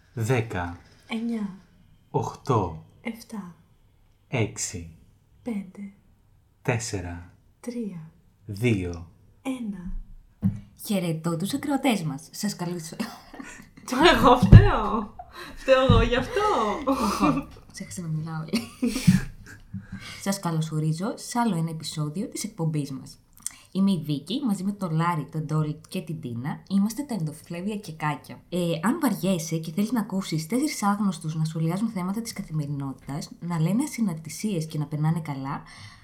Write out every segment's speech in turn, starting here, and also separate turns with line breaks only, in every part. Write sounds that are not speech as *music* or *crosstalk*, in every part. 10, 8, 6, 4,
9, 7, 5, 3,
2.
1.
Χαιρετώ τους ακροατές μας. Σας καλήσω.
Κι εγώ φταίω. Φταίω εγώ γι' αυτό.
Λοιπόν, *laughs* ξέχασα να μιλάω. Σας καλωσορίζω σε άλλο ένα επεισόδιο της εκπομπής μας. Είμαι η Βίκη, μαζί με τον Λάρι, τον Ντόλι και την Τίνα. Είμαστε τα ενδοφλέβια και κάκια. Ε, αν βαριέσαι και θέλεις να ακούσεις τέσσερις άγνωστους να σχολιάζουν θέματα της καθημερινότητας, να λένε συναρτησίες και να περνάνε καλά,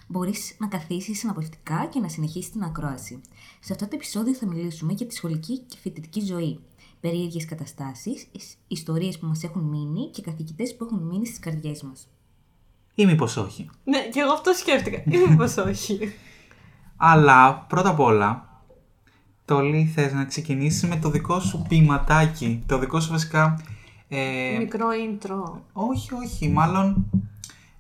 μπορείς να καθίσεις αναπολιτικά και να συνεχίσεις την ακρόαση. Σε αυτό το επεισόδιο θα μιλήσουμε για τη σχολική και φοιτητική ζωή. Περίεργες καταστάσεις, ιστορίες που μας έχουν μείνει και καθηγητές που έχουν μείνει στις καρδιές μας.
Ή μήπω όχι.
Ναι, κι εγώ αυτό σκέφτηκα. Ή μήπω όχι.
Αλλά πρώτα απ' όλα, Τόλι, θες να ξεκινήσεις με το δικό σου ποιηματάκι. Το δικό σου βασικά. Ε,
Μικρό intro.
όχι, όχι, μάλλον.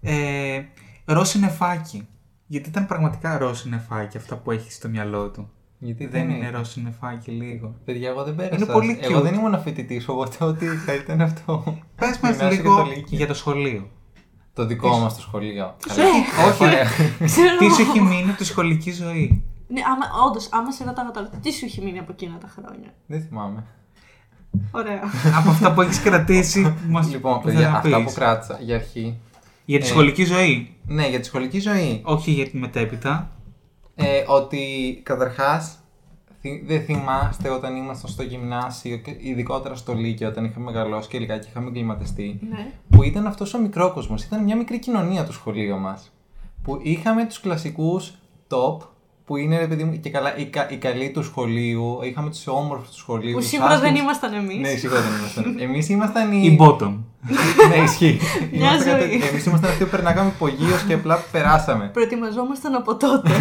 Ε, ρο συννεφάκι. Γιατί ήταν πραγματικά ρο συννεφάκι αυτά που έχεις στο μυαλό του.
Γιατί
Δεν είναι ρο συννεφάκι λίγο.
Παιδιά, εγώ δεν πέρασα.
Είναι πολύ
Εγώ
cute.
δεν ήμουν φοιτητής, οπότε *laughs* ό,τι θα ήταν αυτό.
Πες μας
Γυμνάσιο
λίγο
και το Λύκειο.
για το σχολείο.
Το δικό μας το σχολείο. ε,
Όχι, ρε.
Ξέρω.
Τι σου έχει μείνει από τη σχολική ζωή.
Ναι, άμα, όντως, άμα σε ρώταγα τώρα, τι σου έχει μείνει από εκείνα τα χρόνια.
*laughs* Δεν θυμάμαι.
Ωραία.
από αυτά που έχεις κρατήσει. που μας
Λοιπόν,
ήθελες
παιδιά,
να
αυτά
πεις.
που κράτησα για αρχή.
Για τη
Ε.
σχολική ζωή.
Ναι, για τη σχολική ζωή.
Όχι για τη μετέπειτα.
Ε, ότι καταρχάς δεν θυμάστε όταν ήμασταν στο γυμνάσιο, και ειδικότερα στο Λύκειο, όταν είχαμε μεγαλώσει και λιγάκι είχαμε εγκληματιστεί.
ναι.
που ήταν αυτός ο μικρόκοσμος. Ήταν μια μικρή κοινωνία το σχολείο μας. Που είχαμε τους κλασικούς top, που είναι ρε παιδί μου και καλά οι, κα, οι καλοί του σχολείου. Είχαμε τους όμορφους του σχολείου.
Που
τους
σίγουρα δεν
άσχημους.
ήμασταν εμείς.
Ναι, σίγουρα δεν
*laughs*
ήμασταν. Εμείς ήμασταν οι.
Η bottom.
*laughs* ναι, ισχύει.
Μια ζωή.
Εμείς ήμασταν αυτοί που περνάγαμε υπογείω και απλά περάσαμε.
Προετοιμαζόμασταν από
*laughs*
τότε.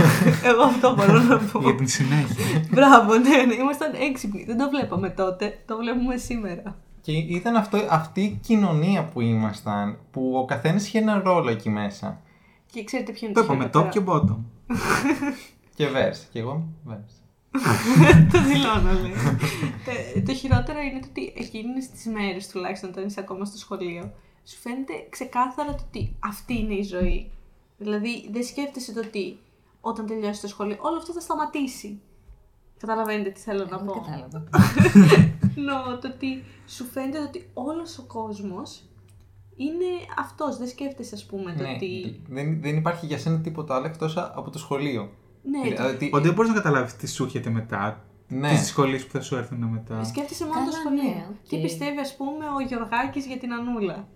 εγώ αυτό μπορώ να πω.
για την
Ε.
συνέχεια.
Μπράβο, ναι, ναι. Ήμασταν έξυπνοι. Δεν το βλέπαμε τότε. Το βλέπουμε σήμερα.
Και ήταν αυτό, αυτή η κοινωνία που ήμασταν, που ο καθένας είχε ένα ρόλο εκεί μέσα.
Και ξέρετε ποιο είναι
Το είπαμε top
χειρότερο.
και bottom.
Και βέρς. Και εγώ βέρς.
Το δηλώνω,
*laughs*
λέει. Ε, το χειρότερο είναι το ότι εκείνες τις μέρες, τουλάχιστον όταν είσαι ακόμα στο σχολείο, σου φαίνεται ξεκάθαρα το ότι αυτή είναι η ζωή. Δηλαδή, δεν σκέφτεσαι το ότι όταν τελειώσει το σχολείο, όλο αυτό θα σταματήσει. Καταλαβαίνετε τι θέλω να
Εγώ
πω.
κατάλαβα.
Εννοώ το ότι σου φαίνεται το ότι όλος ο κόσμος είναι αυτός. Δεν σκέφτεσαι, ας πούμε, το
Ναι,
ότι.
δεν, δεν υπάρχει για σένα τίποτα άλλο εκτός από το σχολείο.
Ναι, το-
Δηλαδή, ότι-
Ότι δεν μπορείς να καταλάβεις τι σου έρχεται μετά.
ναι. Ε,
Τι σχολείε που θα σου έρθουν μετά.
Σκέφτεσαι μόνο το
Ε, Καλά,
σχολείο.
ναι, οκ.
Τι πιστεύει, ας πούμε, ο Γιωργάκη για την Ανούλα.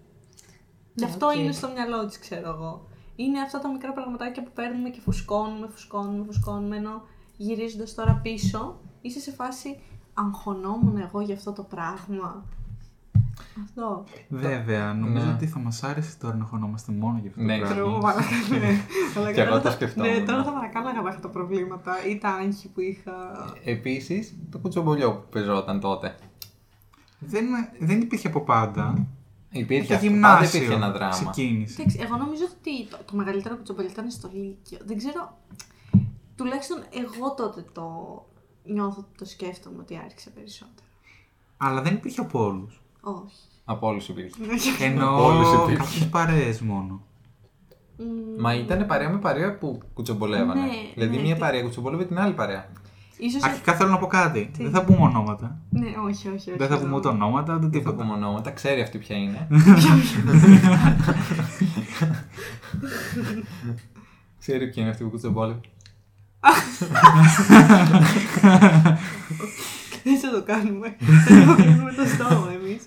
Και
Ναι,
αυτό
οκ.
είναι στο μυαλό της, ξέρω εγώ. Είναι αυτά τα μικρά πραγματάκια που παίρνουμε και φουσκώνουμε, φουσκώνουμε, φουσκώνουμε. Ενώ γυρίζοντας τώρα πίσω, είσαι σε φάση αγχωνόμουν εγώ για αυτό το πράγμα. Αυτό.
Βέβαια, νομίζω
Ναι.
ότι θα μας άρεσε τώρα να χωνόμαστε μόνο για αυτό
Ναι,
το
ξέρω.
πράγμα.
*laughs* Τρue, μαλάκα, ναι. Αλλά
Κι εγώ
τώρα
το
θα-
σκεφτόμουν.
Ναι, τώρα θα παρακάλαγα να είχα τα προβλήματα ή τα άγχη που είχα.
Επίσης, το κουτσομπολιό που παίζονταν τότε.
Δεν, δεν υπήρχε από πάντα.
Υπήρχε
Το
αυτό, πάντα
γυμνάσιο
υπήρχε ένα δράμα.
ξεκίνησε.
Εντάξει, εγώ νομίζω ότι το, το μεγαλύτερο κουτσομπολί ήταν στο Λύκειο. Δεν ξέρω. Τουλάχιστον εγώ τότε το νιώθω, το σκέφτομαι ότι άρχισε περισσότερο.
Αλλά δεν υπήρχε από όλους.
Όχι.
*laughs* Από όλους υπήρχε.
Ενώ
Από όλους Ναι. υπήρχε.
κάποιες παρέες μόνο.
Μμμ.
Μα ήταν παρέα με παρέα που κουτσομπολεύανε.
Ναι,
δηλαδή,
ναι.
μία παρέα κουτσομπολεύε την άλλη παρέα.
Ε,
Ίσως...
Αρχικά θέλω να πω κάτι. Δεν θα πούμε ονόματα.
Ναι, όχι, όχι. όχι
Δεν θα πούμε ούτε ονόματα ούτε
Δεν θα
τίποτα.
πούμε ονόματα, ξέρει αυτή ποια είναι. ξέρει ποια είναι αυτή που κουτσομπόλευε.
Δεν θα το κάνουμε. *laughs* Δεν το κλείνουμε το στόμα εμείς.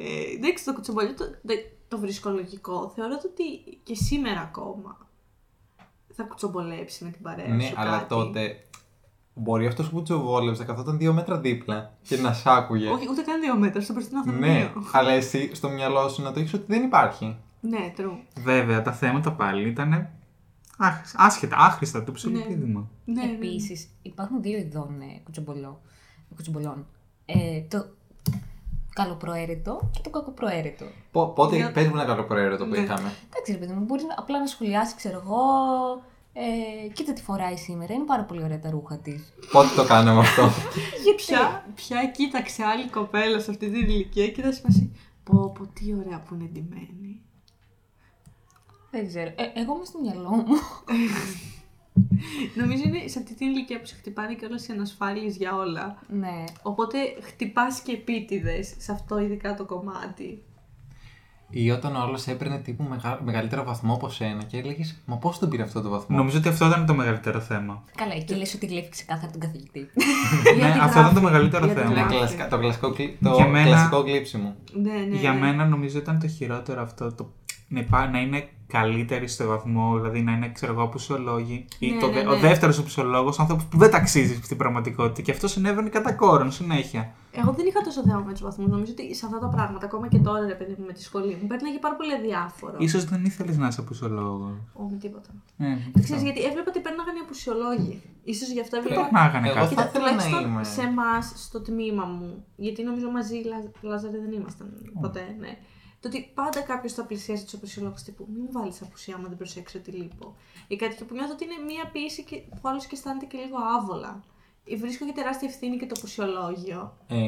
Ε, εντάξει, το κουτσομπολιό το, δε- το βρίσκω λογικό. Θεωρώ το ότι και σήμερα ακόμα θα κουτσομπολέψει με την παρέα
ναι,
Ε, σου
αλλά
κάτι.
τότε μπορεί αυτός που κουτσομπόλευε να καθόταν δύο μέτρα δίπλα και να σ' άκουγε.
Όχι, ούτε καν δύο μέτρα, στο μπροστινό θα
ναι, αλλά εσύ στο μυαλό σου να το έχεις ότι δεν υπάρχει.
Ναι, true.
Βέβαια, τα θέματα πάλι ήταν άσχετα, άχρηστα το ψηλοπίδημα.
Ναι, ναι, ναι.
Επίσης, υπάρχουν δύο ειδών ε, κουτσομπολό- κουτσομπολών. Ε, το καλοπροαίρετο και το κακοπροαίρετο.
Πο- πότε
Για-
πες μου ένα καλό προαίρετο που
Ναι.
είχαμε.
Εντάξει, ρε παιδί μου, μπορεί απλά να σχολιάσει, ξέρω εγώ, Ε, κοίτα τι φοράει σήμερα, είναι πάρα πολύ ωραία τα ρούχα της.
Πότε το κάναμε αυτό.
Γιατί.
Ποια, ποια κοίταξε άλλη κοπέλα σε αυτή την ηλικία και ήταν σε φάση, Πω, πω, τι ωραία που είναι ντυμένη.
Δεν ξέρω. Ε, εγώ είμαι στο μυαλό μου. *laughs*
Νομίζω είναι σε αυτή την ηλικία που σε χτυπάνε και όλες οι ανασφάλειες για όλα.
ναι.
Οπότε χτυπάς και επίτηδες σε αυτό ειδικά το κομμάτι.
Ή όταν ο άλλος έπαιρνε τύπου μεγα- μεγαλύτερο βαθμό από σένα και έλεγες Μα πώς τον πήρε αυτό το βαθμό.
Νομίζω ότι αυτό ήταν το μεγαλύτερο θέμα.
Καλά, εκεί λες ότι γλύφεις ξεκάθαρα τον καθηγητή. Ε,
Η
ναι, αυτό ήταν
αντιγράφη,
το μεγαλύτερο
η
θέμα.
Ναι,
αντιγράφη.
κλασικά- το κλασικό, κλι- το
Για μένα-
κλασικό κλείψιμο.
Ναι, ναι,
Για
ναι.
μένα νομίζω ήταν το χειρότερο αυτό. Το... Να, υπά- να είναι καλύτερη στο βαθμό, δηλαδή να είναι ξέρω εγώ απουσιολόγη ή
Ναι,
το...
ναι,
δε-
ναι.
ο δεύτερος απουσιολόγος, άνθρωπος που δεν ταξίζει στην πραγματικότητα. Και αυτό συνέβαινε κατά κόρον συνέχεια.
Εγώ δεν είχα τόσο θέμα με τους βαθμούς. Νομίζω ότι σε αυτά τα πράγματα, ακόμα και τώρα, ρε παιδί μου, με τη σχολή μου, πέρναγε πάρα πολύ αδιάφορο.
Ίσως δεν ήθελες να είσαι απουσιολόγος.
Όχι τίποτα.
Ε,
Δεν ξέρεις γιατί έβλεπα ότι πέρναγαν οι απουσιολόγοι. σω γι' αυτό
δεν
έβλεπα.
περνάγανε
Εγώ
κάτι.
θα
Κοίτα,
ήθελα να
τουλάχιστον
είμαι.
σε εμάς, στο τμήμα μου. Γιατί νομίζω μαζί Λα- Λάζαρε δεν ήμασταν ποτέ, ναι. Το ότι πάντα κάποιος θα πλησιάζει τους απουσιολόγου τύπου. Μην μου βάλεις απουσία άμα δεν προσέξω τι λείπω. Ή κάτι και που νιώθω ότι είναι μία ποιήση και, που άλλος και αισθάνεται και λίγο άβολα. Ε, Βρίσκω και τεράστια ευθύνη και το απουσιολόγιο.
Ε,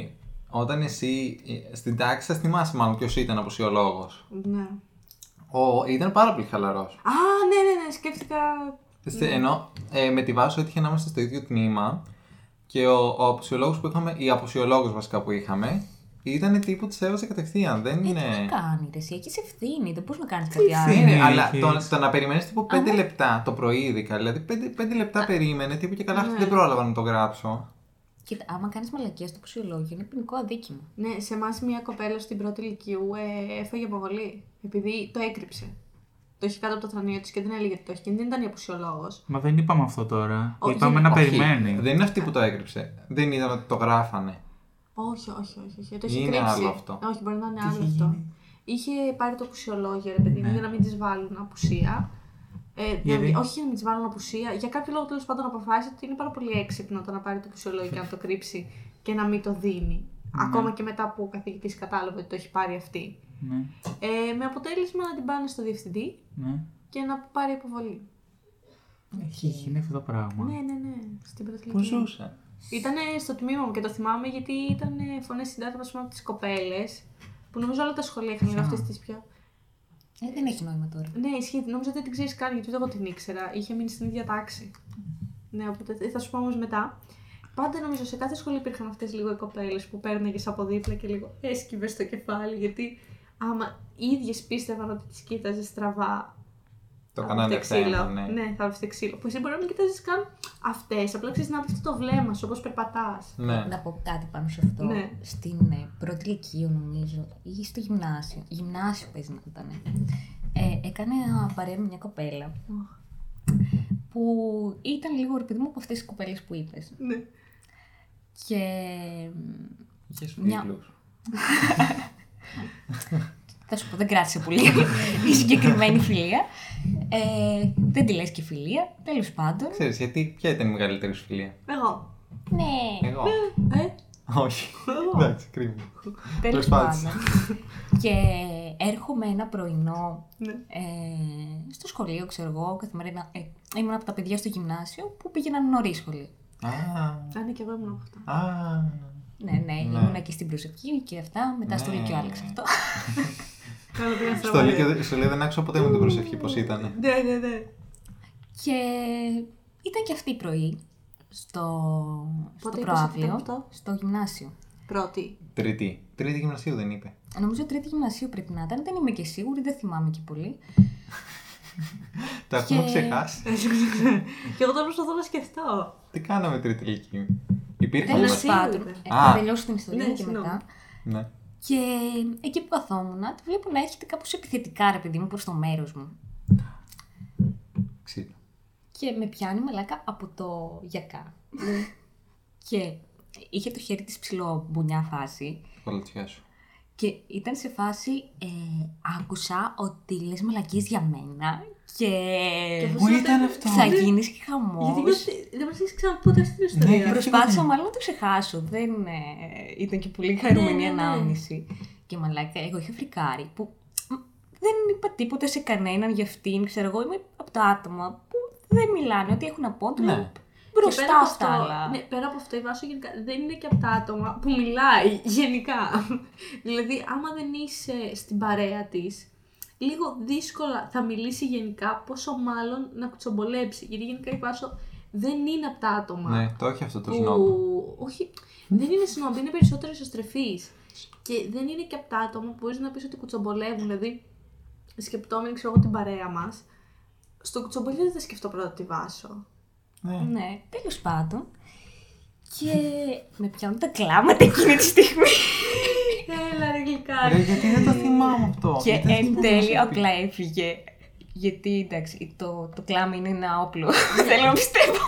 όταν εσύ ε, στην τάξη, θα θυμάσαι μάλλον ποιος ήταν αποσιολόγο.
Ναι.
Ο, ήταν πάρα πολύ χαλαρός.
Α, ναι, ναι, ναι, σκέφτηκα
Ενώ ε, με τη βάση έτυχε να είμαστε στο ίδιο τμήμα και ο, ο αποσιολόγος που είχαμε, η αποσιολόγος βασικά που είχαμε, ήταν τύπου της έβαζε κατευθείαν. Δεν
Ε, τι
είναι.
να κάνει, ρε, εσύ έχεις ευθύνη, δεν μπορείς να κάνεις κάτι
Ναι,
άλλο.
ευθύνη?
ναι, αλλά
έχεις.
το, το να περιμένεις τύπου 5 λεπτά το πρωί, ειδικά. Δηλαδή 5, 5 λεπτά περίμενε τύπου και καλά,
Ναι.
δεν πρόλαβα να το γράψω.
Κοίτα, άμα κάνεις μαλακία στο ψυχολόγιο, είναι ποινικό αδίκημα.
Ναι, σε εμάς μια κοπέλα στην πρώτη ηλικίου ε, έφαγε αποβολή. Επειδή το έκρυψε. Το είχε κάτω από το θρανίο της και δεν έλεγε ότι το έχει. Και δεν ήταν η απουσιολόγο.
Μα δεν είπαμε αυτό τώρα.
Όχι,
είπαμε
δεν-
να
Όχι,
περιμένει.
Δεν είναι αυτή που το έκρυψε. Δεν είδα ότι το γράφανε.
Όχι, όχι, όχι. όχι. Το είχε
Είναι
κρύψει.
άλλο αυτό.
Όχι, μπορεί να είναι
Τι
άλλο
είχε
αυτό.
γίνει?
Είχε πάρει το απουσιολόγιο, ρε παιδί μου,
Ναι.
για να μην της βάλουν απουσία. Ε, δεν-
Γιατί?
όχι για να μην της βάλουν απουσία. Για κάποιο λόγο τέλος πάντων αποφάσισε ότι είναι πάρα πολύ έξυπνο το να πάρει το απουσιολόγιο και να το κρύψει και να μην το δίνει.
Ναι.
Ακόμα και μετά που ο καθηγητής κατάλαβε ότι το έχει πάρει αυτή.
Ναι,
Ε, με αποτέλεσμα να την πάνε στο διευθυντή
ναι.
και να πάρει υποβολή.
Έχει γίνει αυτό το πράγμα.
Ναι, ναι, ναι. Στην πρώτη
Πού ζούσε.
Ήταν στο τμήμα μου και το θυμάμαι γιατί ήταν φωνέ συντάγμα πούμε, από τις κοπέλες. Που νομίζω όλα τα σχολεία είχαν
Ποια?
αυτές τις πιο.
Ε, δεν έχει νόημα τώρα.
Ναι, ισχύει. Νόμιζα ότι δεν την ξέρεις καν γιατί ούτε εγώ την ήξερα. Είχε μείνει στην ίδια τάξη. Ναι, οπότε θα σου πω όμως μετά. Πάντα νομίζω σε κάθε σχολή υπήρχαν αυτές λίγο οι κοπέλες που παίρναγες από δίπλα και λίγο έσκυβες στο κεφάλι. Γιατί άμα οι ίδιες πίστευαν ότι τις κοίταζες στραβά,
Το
θα
κανάλι
πέφτε ξύλο.
θέμα, ναι.
ναι, θα πέφτε ξύλο. Που εσύ μπορεί να μην κοιτάζεις καν αυτές. Απλά ξέρεις να πέφτει το βλέμμα σου όπως περπατάς.
Ναι.
Να πω κάτι πάνω σε αυτό.
Ναι.
Στην ε, πρώτη ηλικία, νομίζω, ή στο γυμνάσιο. Γυμνάσιο παίζει να ήταν. Ε, έκανε α, παρέα με μια κοπέλα που ήταν λίγο ρε παιδί μου από αυτές τις κοπέλες που είπες.
Ναι.
Και
Είχε σου
Μια-
φίλους.
θα σου πω, δεν κράτησε πολύ *laughs* η συγκεκριμένη φιλία. Ε, δεν τη λες και φιλία, τέλος πάντων.
Ξέρεις, γιατί ποια ήταν η μεγαλύτερη σου φιλία.
Εγώ.
Ναι,
Εγώ.
Ε,
Όχι.
εγώ.
Εντάξει, κρίμα.
τέλος
Τέλος πάντων.
πάντων. και έρχομαι ένα πρωινό
ναι.
ε, στο σχολείο, ξέρω εγώ, καθημερινά. Ε, ήμουν από τα παιδιά στο γυμνάσιο που πήγαιναν νωρίς σχολείο.
Α,
Α, ναι, και εγώ ήμουν από αυτά.
Α,
Ναι, ναι, ήμουν και στην προσευχή και αυτά. Μετά στο
Ναι.
Λύκειο άλλαξε αυτό.
Κάνω πήγα στα
στο
βόλια.
Λύκειο δεν- στο Λύκειο δεν άκουσα ποτέ με την προσευχή πως ήταν.
Ναι, ναι, ναι.
και ήταν και αυτή η πρωί στο, στο
Πότε είπες ότι ήταν
προάβλιο,
αυτό?
στο γυμνάσιο.
Πρώτη.
Τρίτη. Τρίτη γυμνασίου δεν είπε.
Νομίζω τρίτη γυμνασίου πρέπει να ήταν. Δεν είμαι και σίγουρη, δεν θυμάμαι και πολύ.
Τα έχουμε
Και-
ξεχάσει.
Ε, και εγώ τώρα προσπαθώ να σκεφτώ.
Τι κάναμε τρίτη Λυκείου. Υπήρχαν
Τέλος
Τέλο
μας.
σίγουρα.
πάντων. ε,
Α.
Θα τελειώσω την ιστορία
Ναι,
και
συγγνώμη.
μετά.
Ναι.
Και εκεί που καθόμουν, τη βλέπω να έρχεται κάπως επιθετικά, ρε παιδί μου, προς το μέρος μου.
Ξύλο.
Και με πιάνει μαλάκα από το γιακά. και είχε το χέρι της ψηλό μπουνιά φάση.
Κολατσιά σου.
Και ήταν σε φάση, ε, άκουσα ότι λες μαλακίες για μένα και
Και
Πού
Πώς
ήταν
ήταν-
αυτό.
θα γίνεις και
Γιατί
χαμός.
δεν- δεν μας έχει ξαναπούτε αυτή την ιστορία.
Ναι,
Προσπάθησα μάλλον να το ξεχάσω. Δεν ε, ήταν και πολύ χαρούμενη
Ναι, ναι, ναι.
ανάμνηση. Και μαλάκα, εγώ είχα φρικάρει που μ, δεν είπα τίποτα σε κανέναν για αυτήν. Ξέρω εγώ, είμαι από τα άτομα που δεν μιλάνε. Ό,τι έχουν να πω, το
Ναι.
λένε
Και πέρα
μπροστά
από
στα
αυτό-
άλλα.
Ναι, πέρα από αυτό, η Βάσο γενικά δεν είναι και από τα άτομα που μιλάει γενικά. δηλαδή, άμα δεν είσαι στην παρέα της, λίγο δύσκολα θα μιλήσει γενικά, πόσο μάλλον να κουτσομπολέψει. Γιατί γενικά η Βάσο δεν είναι από τα άτομα
Ναι, το έχει αυτό το
που.
σνόπ.
Όχι, δεν είναι σνόμπι, είναι περισσότερο ισοστρεφή. Και δεν είναι και από τα άτομα που μπορείς να πεις ότι κουτσομπολεύουν. Δηλαδή, σκεπτόμενοι, ξέρω εγώ, την παρέα μας, στο κουτσομπολί δεν θα σκεφτώ πρώτα τη Βάσο.
Ναι.
Ναι, τέλος πάντων. Και με πιάνουν τα κλάματα εκείνη τη στιγμή.
Έλα ρε
Ρε,
γλυκάκι.
γιατί δεν το θυμάμαι αυτό.
και
Γιατί δεν
εν
θυμάμαι
τέλει
να σου πει.
απλά έφυγε. Γιατί εντάξει, το, το κλάμα είναι ένα όπλο. *laughs* Θέλω να πιστεύω.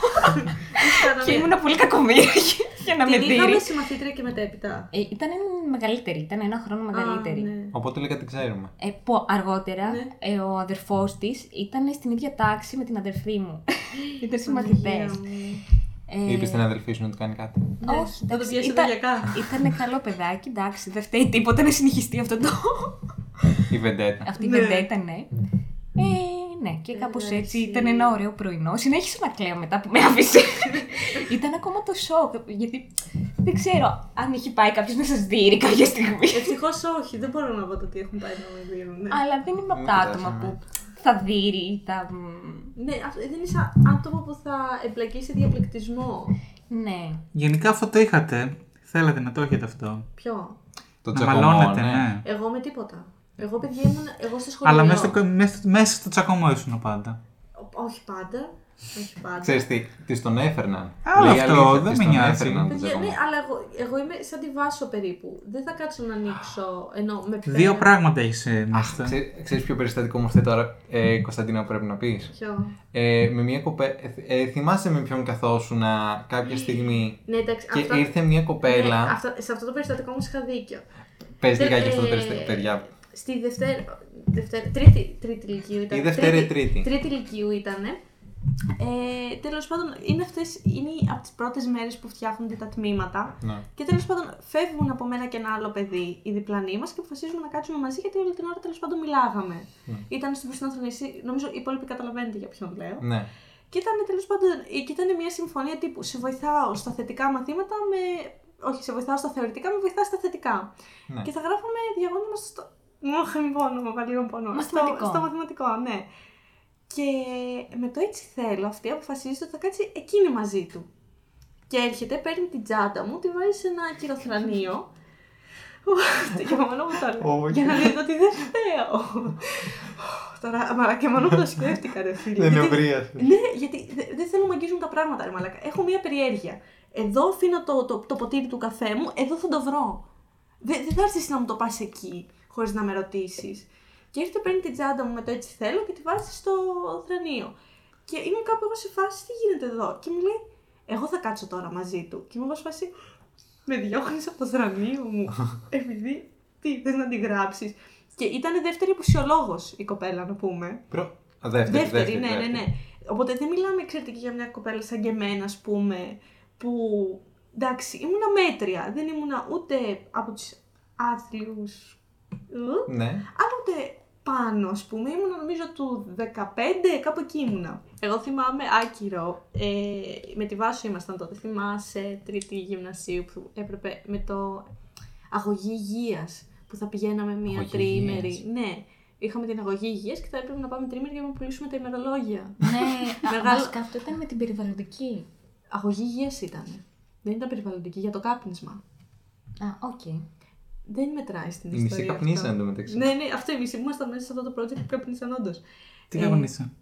και ήμουν πολύ κακομοίρη *laughs* για να με
Την είχαμε
δει.
συμμαθήτρια και μετέπειτα.
Ε, ήταν ένα- μεγαλύτερη, ήταν ένα χρόνο μεγαλύτερη.
Α, ναι.
Οπότε λίγα την ξέρουμε.
Ε, που αργότερα
Ναι.
ε, ο αδερφός της ήταν στην ίδια τάξη με την αδερφή *gasps* μου.
Παναγία
ήταν συμμαθητές.
μου.
Ε,
Είπες στην αδελφή σου να του κάνει κάτι.
Ναι,
Όχι,
θα το
εντάξει,
πιάσει
ήταν-
οριακά.
Ήταν καλό παιδάκι, εντάξει, δεν φταίει τίποτα να συνεχιστεί αυτό το. *laughs*
Η βεντέτα.
Αυτή η
Ναι.
βεντέτα ήταν, ναι. Ε, ναι, και κάπω
Εντάξει.
έτσι ήταν ένα ωραίο πρωινό. Συνέχισε να κλαίω μετά που με *laughs* άφησε. ήταν ακόμα το σοκ, γιατί δεν ξέρω αν έχει πάει κάποιος να σας δει κάποια στιγμή.
Ευτυχώς όχι, δεν μπορώ να πω το τι έχουν πάει να ναι. με δίνουν.
Αλλά δεν είμαι από
Μην
τα
κοιτάς
άτομα
εμένα.
που θα δείρει ή θα.
Ναι, αυτό- δεν είσαι άτομο που θα εμπλακεί σε διαπληκτισμό.
Ναι.
Γενικά αυτό το είχατε. Θέλατε να το έχετε αυτό.
Ποιο?
Το
να
τσακωμό,
μαλώνετε,
ναι.
ναι.
Εγώ με τίποτα. Εγώ παιδιά ήμουν, εγώ στο σχολείο.
Αλλά μέσα στο, μέσα, μέσα στο τσακωμό ήσουν πάντα.
Ο- Όχι πάντα. Όχι πάντα.
Ξέρεις τι, τις τον έφερναν.
Άλλο
Λέει η
αυτό,
αλήθεια,
δεν
τις
με
τον
νοιάζει.
έφερναν τον
Παιδιά,
τσακωμό.
ναι, αλλά εγώ, εγώ είμαι σαν τη Βάσο περίπου. Δεν θα κάτσω να ανοίξω ενώ με πέρα.
Δύο πράγματα έχεις
Αχ,
μέσα.
ξέρεις- Ξέρεις ποιο περιστατικό μου φταίει τώρα, ε, Κωνσταντίνα, που πρέπει να πεις.
Ποιο?
Ε, με μια κοπέλα. Ε, θυμάσαι με ποιον καθόσουν κάποια στιγμή.
Ναι, εντάξει,
Και
αυτά-
ήρθε μια κοπέλα.
Ναι, αυτά- σε αυτό το περιστατικό όμως είχα δίκιο.
Πες
Δε-
λιγάκι αυτό το
ε,
περιστατικό, παιδιά.
Στη Δευτέρα. Δευτέρα τρίτη, τρίτη ηλικίου ήταν.
Η Δευτέρα ή
τρίτη.
Τρίτη.
Τρίτη ηλικίου ήταν. Ε, τέλος πάντων, είναι, αυτές, είναι από τις πρώτες μέρες που φτιάχνονται τα τμήματα.
Ναι.
Και τέλος πάντων, φεύγουν από μένα και ένα άλλο παιδί οι διπλανοί μας και αποφασίζουμε να κάτσουμε μαζί γιατί όλη την ώρα τέλος πάντων μιλάγαμε. Ήταν στον Χριστίνο Θρονησί, νομίζω οι υπόλοιποι καταλαβαίνετε για ποιον λέω.
ναι.
Και ήταν τέλος πάντων ε, και ήταν μια συμφωνία τύπου σε βοηθάω στα θετικά μαθήματα με. Όχι, σε βοηθάω στα θεωρητικά, με βοηθάς στα θετικά.
Ναι.
Και θα γράφαμε διαγώνισμα στο. *laughs* Μόχα, μην πόνο, μου βάλει λίγο πόνο.
Μαθηματικό.
Στο, στο μαθηματικό, ναι. Και με το έτσι θέλω, αυτή αποφασίζει ότι θα κάτσει εκείνη μαζί του. Και έρχεται, παίρνει την τσάντα μου, τη βάζει σε ένα κυροθρανίο. και μόνο μου το λέω.
Όχι.
για να δείτε ότι δεν φταίω. Τώρα, μα και μόνο που το σκέφτηκα, ρε φίλε.
Δεν
γιατί-
ευρίασε.
*laughs* ναι, γιατί δε- δεν θέλω να αγγίζουν τα πράγματα, ρε Μαλάκα. Έχω μία περιέργεια. Εδώ αφήνω το, το, το ποτήρι του καφέ μου, εδώ θα το βρω. Δε- Δεν θα έρθεις εσύ να μου το πας εκεί, χωρίς να με ρωτήσεις. Και έρχεται, παίρνει την τσάντα μου με το έτσι θέλω και τη βάζει στο θρανείο. Και ήμουν κάπου εγώ σε φάση, τι γίνεται εδώ. Και μου λέει, Εγώ θα κάτσω τώρα μαζί του. Και μου εγώ σε φάση, Με διώχνεις από το θρανείο μου. Επειδή τι, θες να τη γράψεις. Και ήταν δεύτερη απουσιολόγος η κοπέλα, να πούμε.
Προ... Α, Δεύτερη,
Δεύτερη, ναι, ναι, ναι. Οπότε δεν μιλάμε, ξέρετε, και για μια κοπέλα σαν και εμένα, ας πούμε, που εντάξει, ήμουνα μέτρια. Δεν ήμουνα ούτε από τους άθλιους,
Ναι.
αλλά ούτε πάνω, ας πούμε. Ήμουνα νομίζω του 15, κάπου εκεί ήμουνα. Εγώ θυμάμαι άκυρο. Ε, με τη Βάσο ήμασταν τότε. Θυμάσαι τρίτη γυμνασίου που έπρεπε με το αγωγή υγείας που θα πηγαίναμε μία
Αγωγή
τριήμερη.
υγείας.
Ναι. Είχαμε την αγωγή υγείας και θα έπρεπε να πάμε τριήμερη για να πουλήσουμε τα ημερολόγια.
*laughs* Ναι,
Μεγάλο-
βασικά αυτό ήταν με την περιβαλλοντική.
Αγωγή υγείας ήταν. Δεν ήταν περιβαλλοντική για το κάπνισμα.
Α, οκ.
Δεν μετράει στην
Οι
ιστορία.
μισοί
αυτό.
καπνίσαν εντωμεταξύ.
Ναι, ναι, αυτό οι μισοί που ήμασταν μέσα σε αυτό το project που καπνίσαν όντως.
Τι
Ε,
καπνίσαν.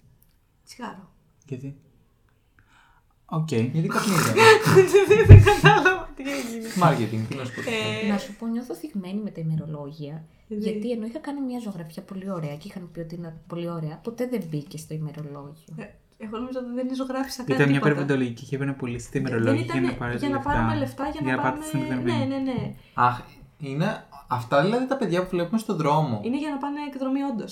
Τσιγάρο.
Γιατί. Οκ.
Γιατί καπνίζανε.
*laughs* Δεν κατάλαβα τι έγινε.
Μάρκετινγκ, τι να σου πω.
Ε,
Να σου πω, νιώθω θυγμένη με τα ημερολόγια. Γιατί ενώ είχα κάνει μια ζωγραφιά πολύ ωραία και είχαν πει ότι είναι πολύ ωραία, ποτέ δεν μπήκε στο ημερολόγιο.
Ε, Εγώ νομίζω ότι δεν ζωγράφησα κάτι.
Ήταν μια
τίποτα.
περιβαλλοντική και έπαιρνε πολύ στη
Δεν
μερολόγια για
ήταν-
να πάρετε
πάρουμε λεφτά, για να,
πάτε στην
πάμε.
εκδρομή.
Ναι, ναι, ναι.
Αχ, είναι αυτά δηλαδή τα παιδιά που βλέπουμε στον δρόμο.
Είναι για να πάνε εκδρομή, όντως.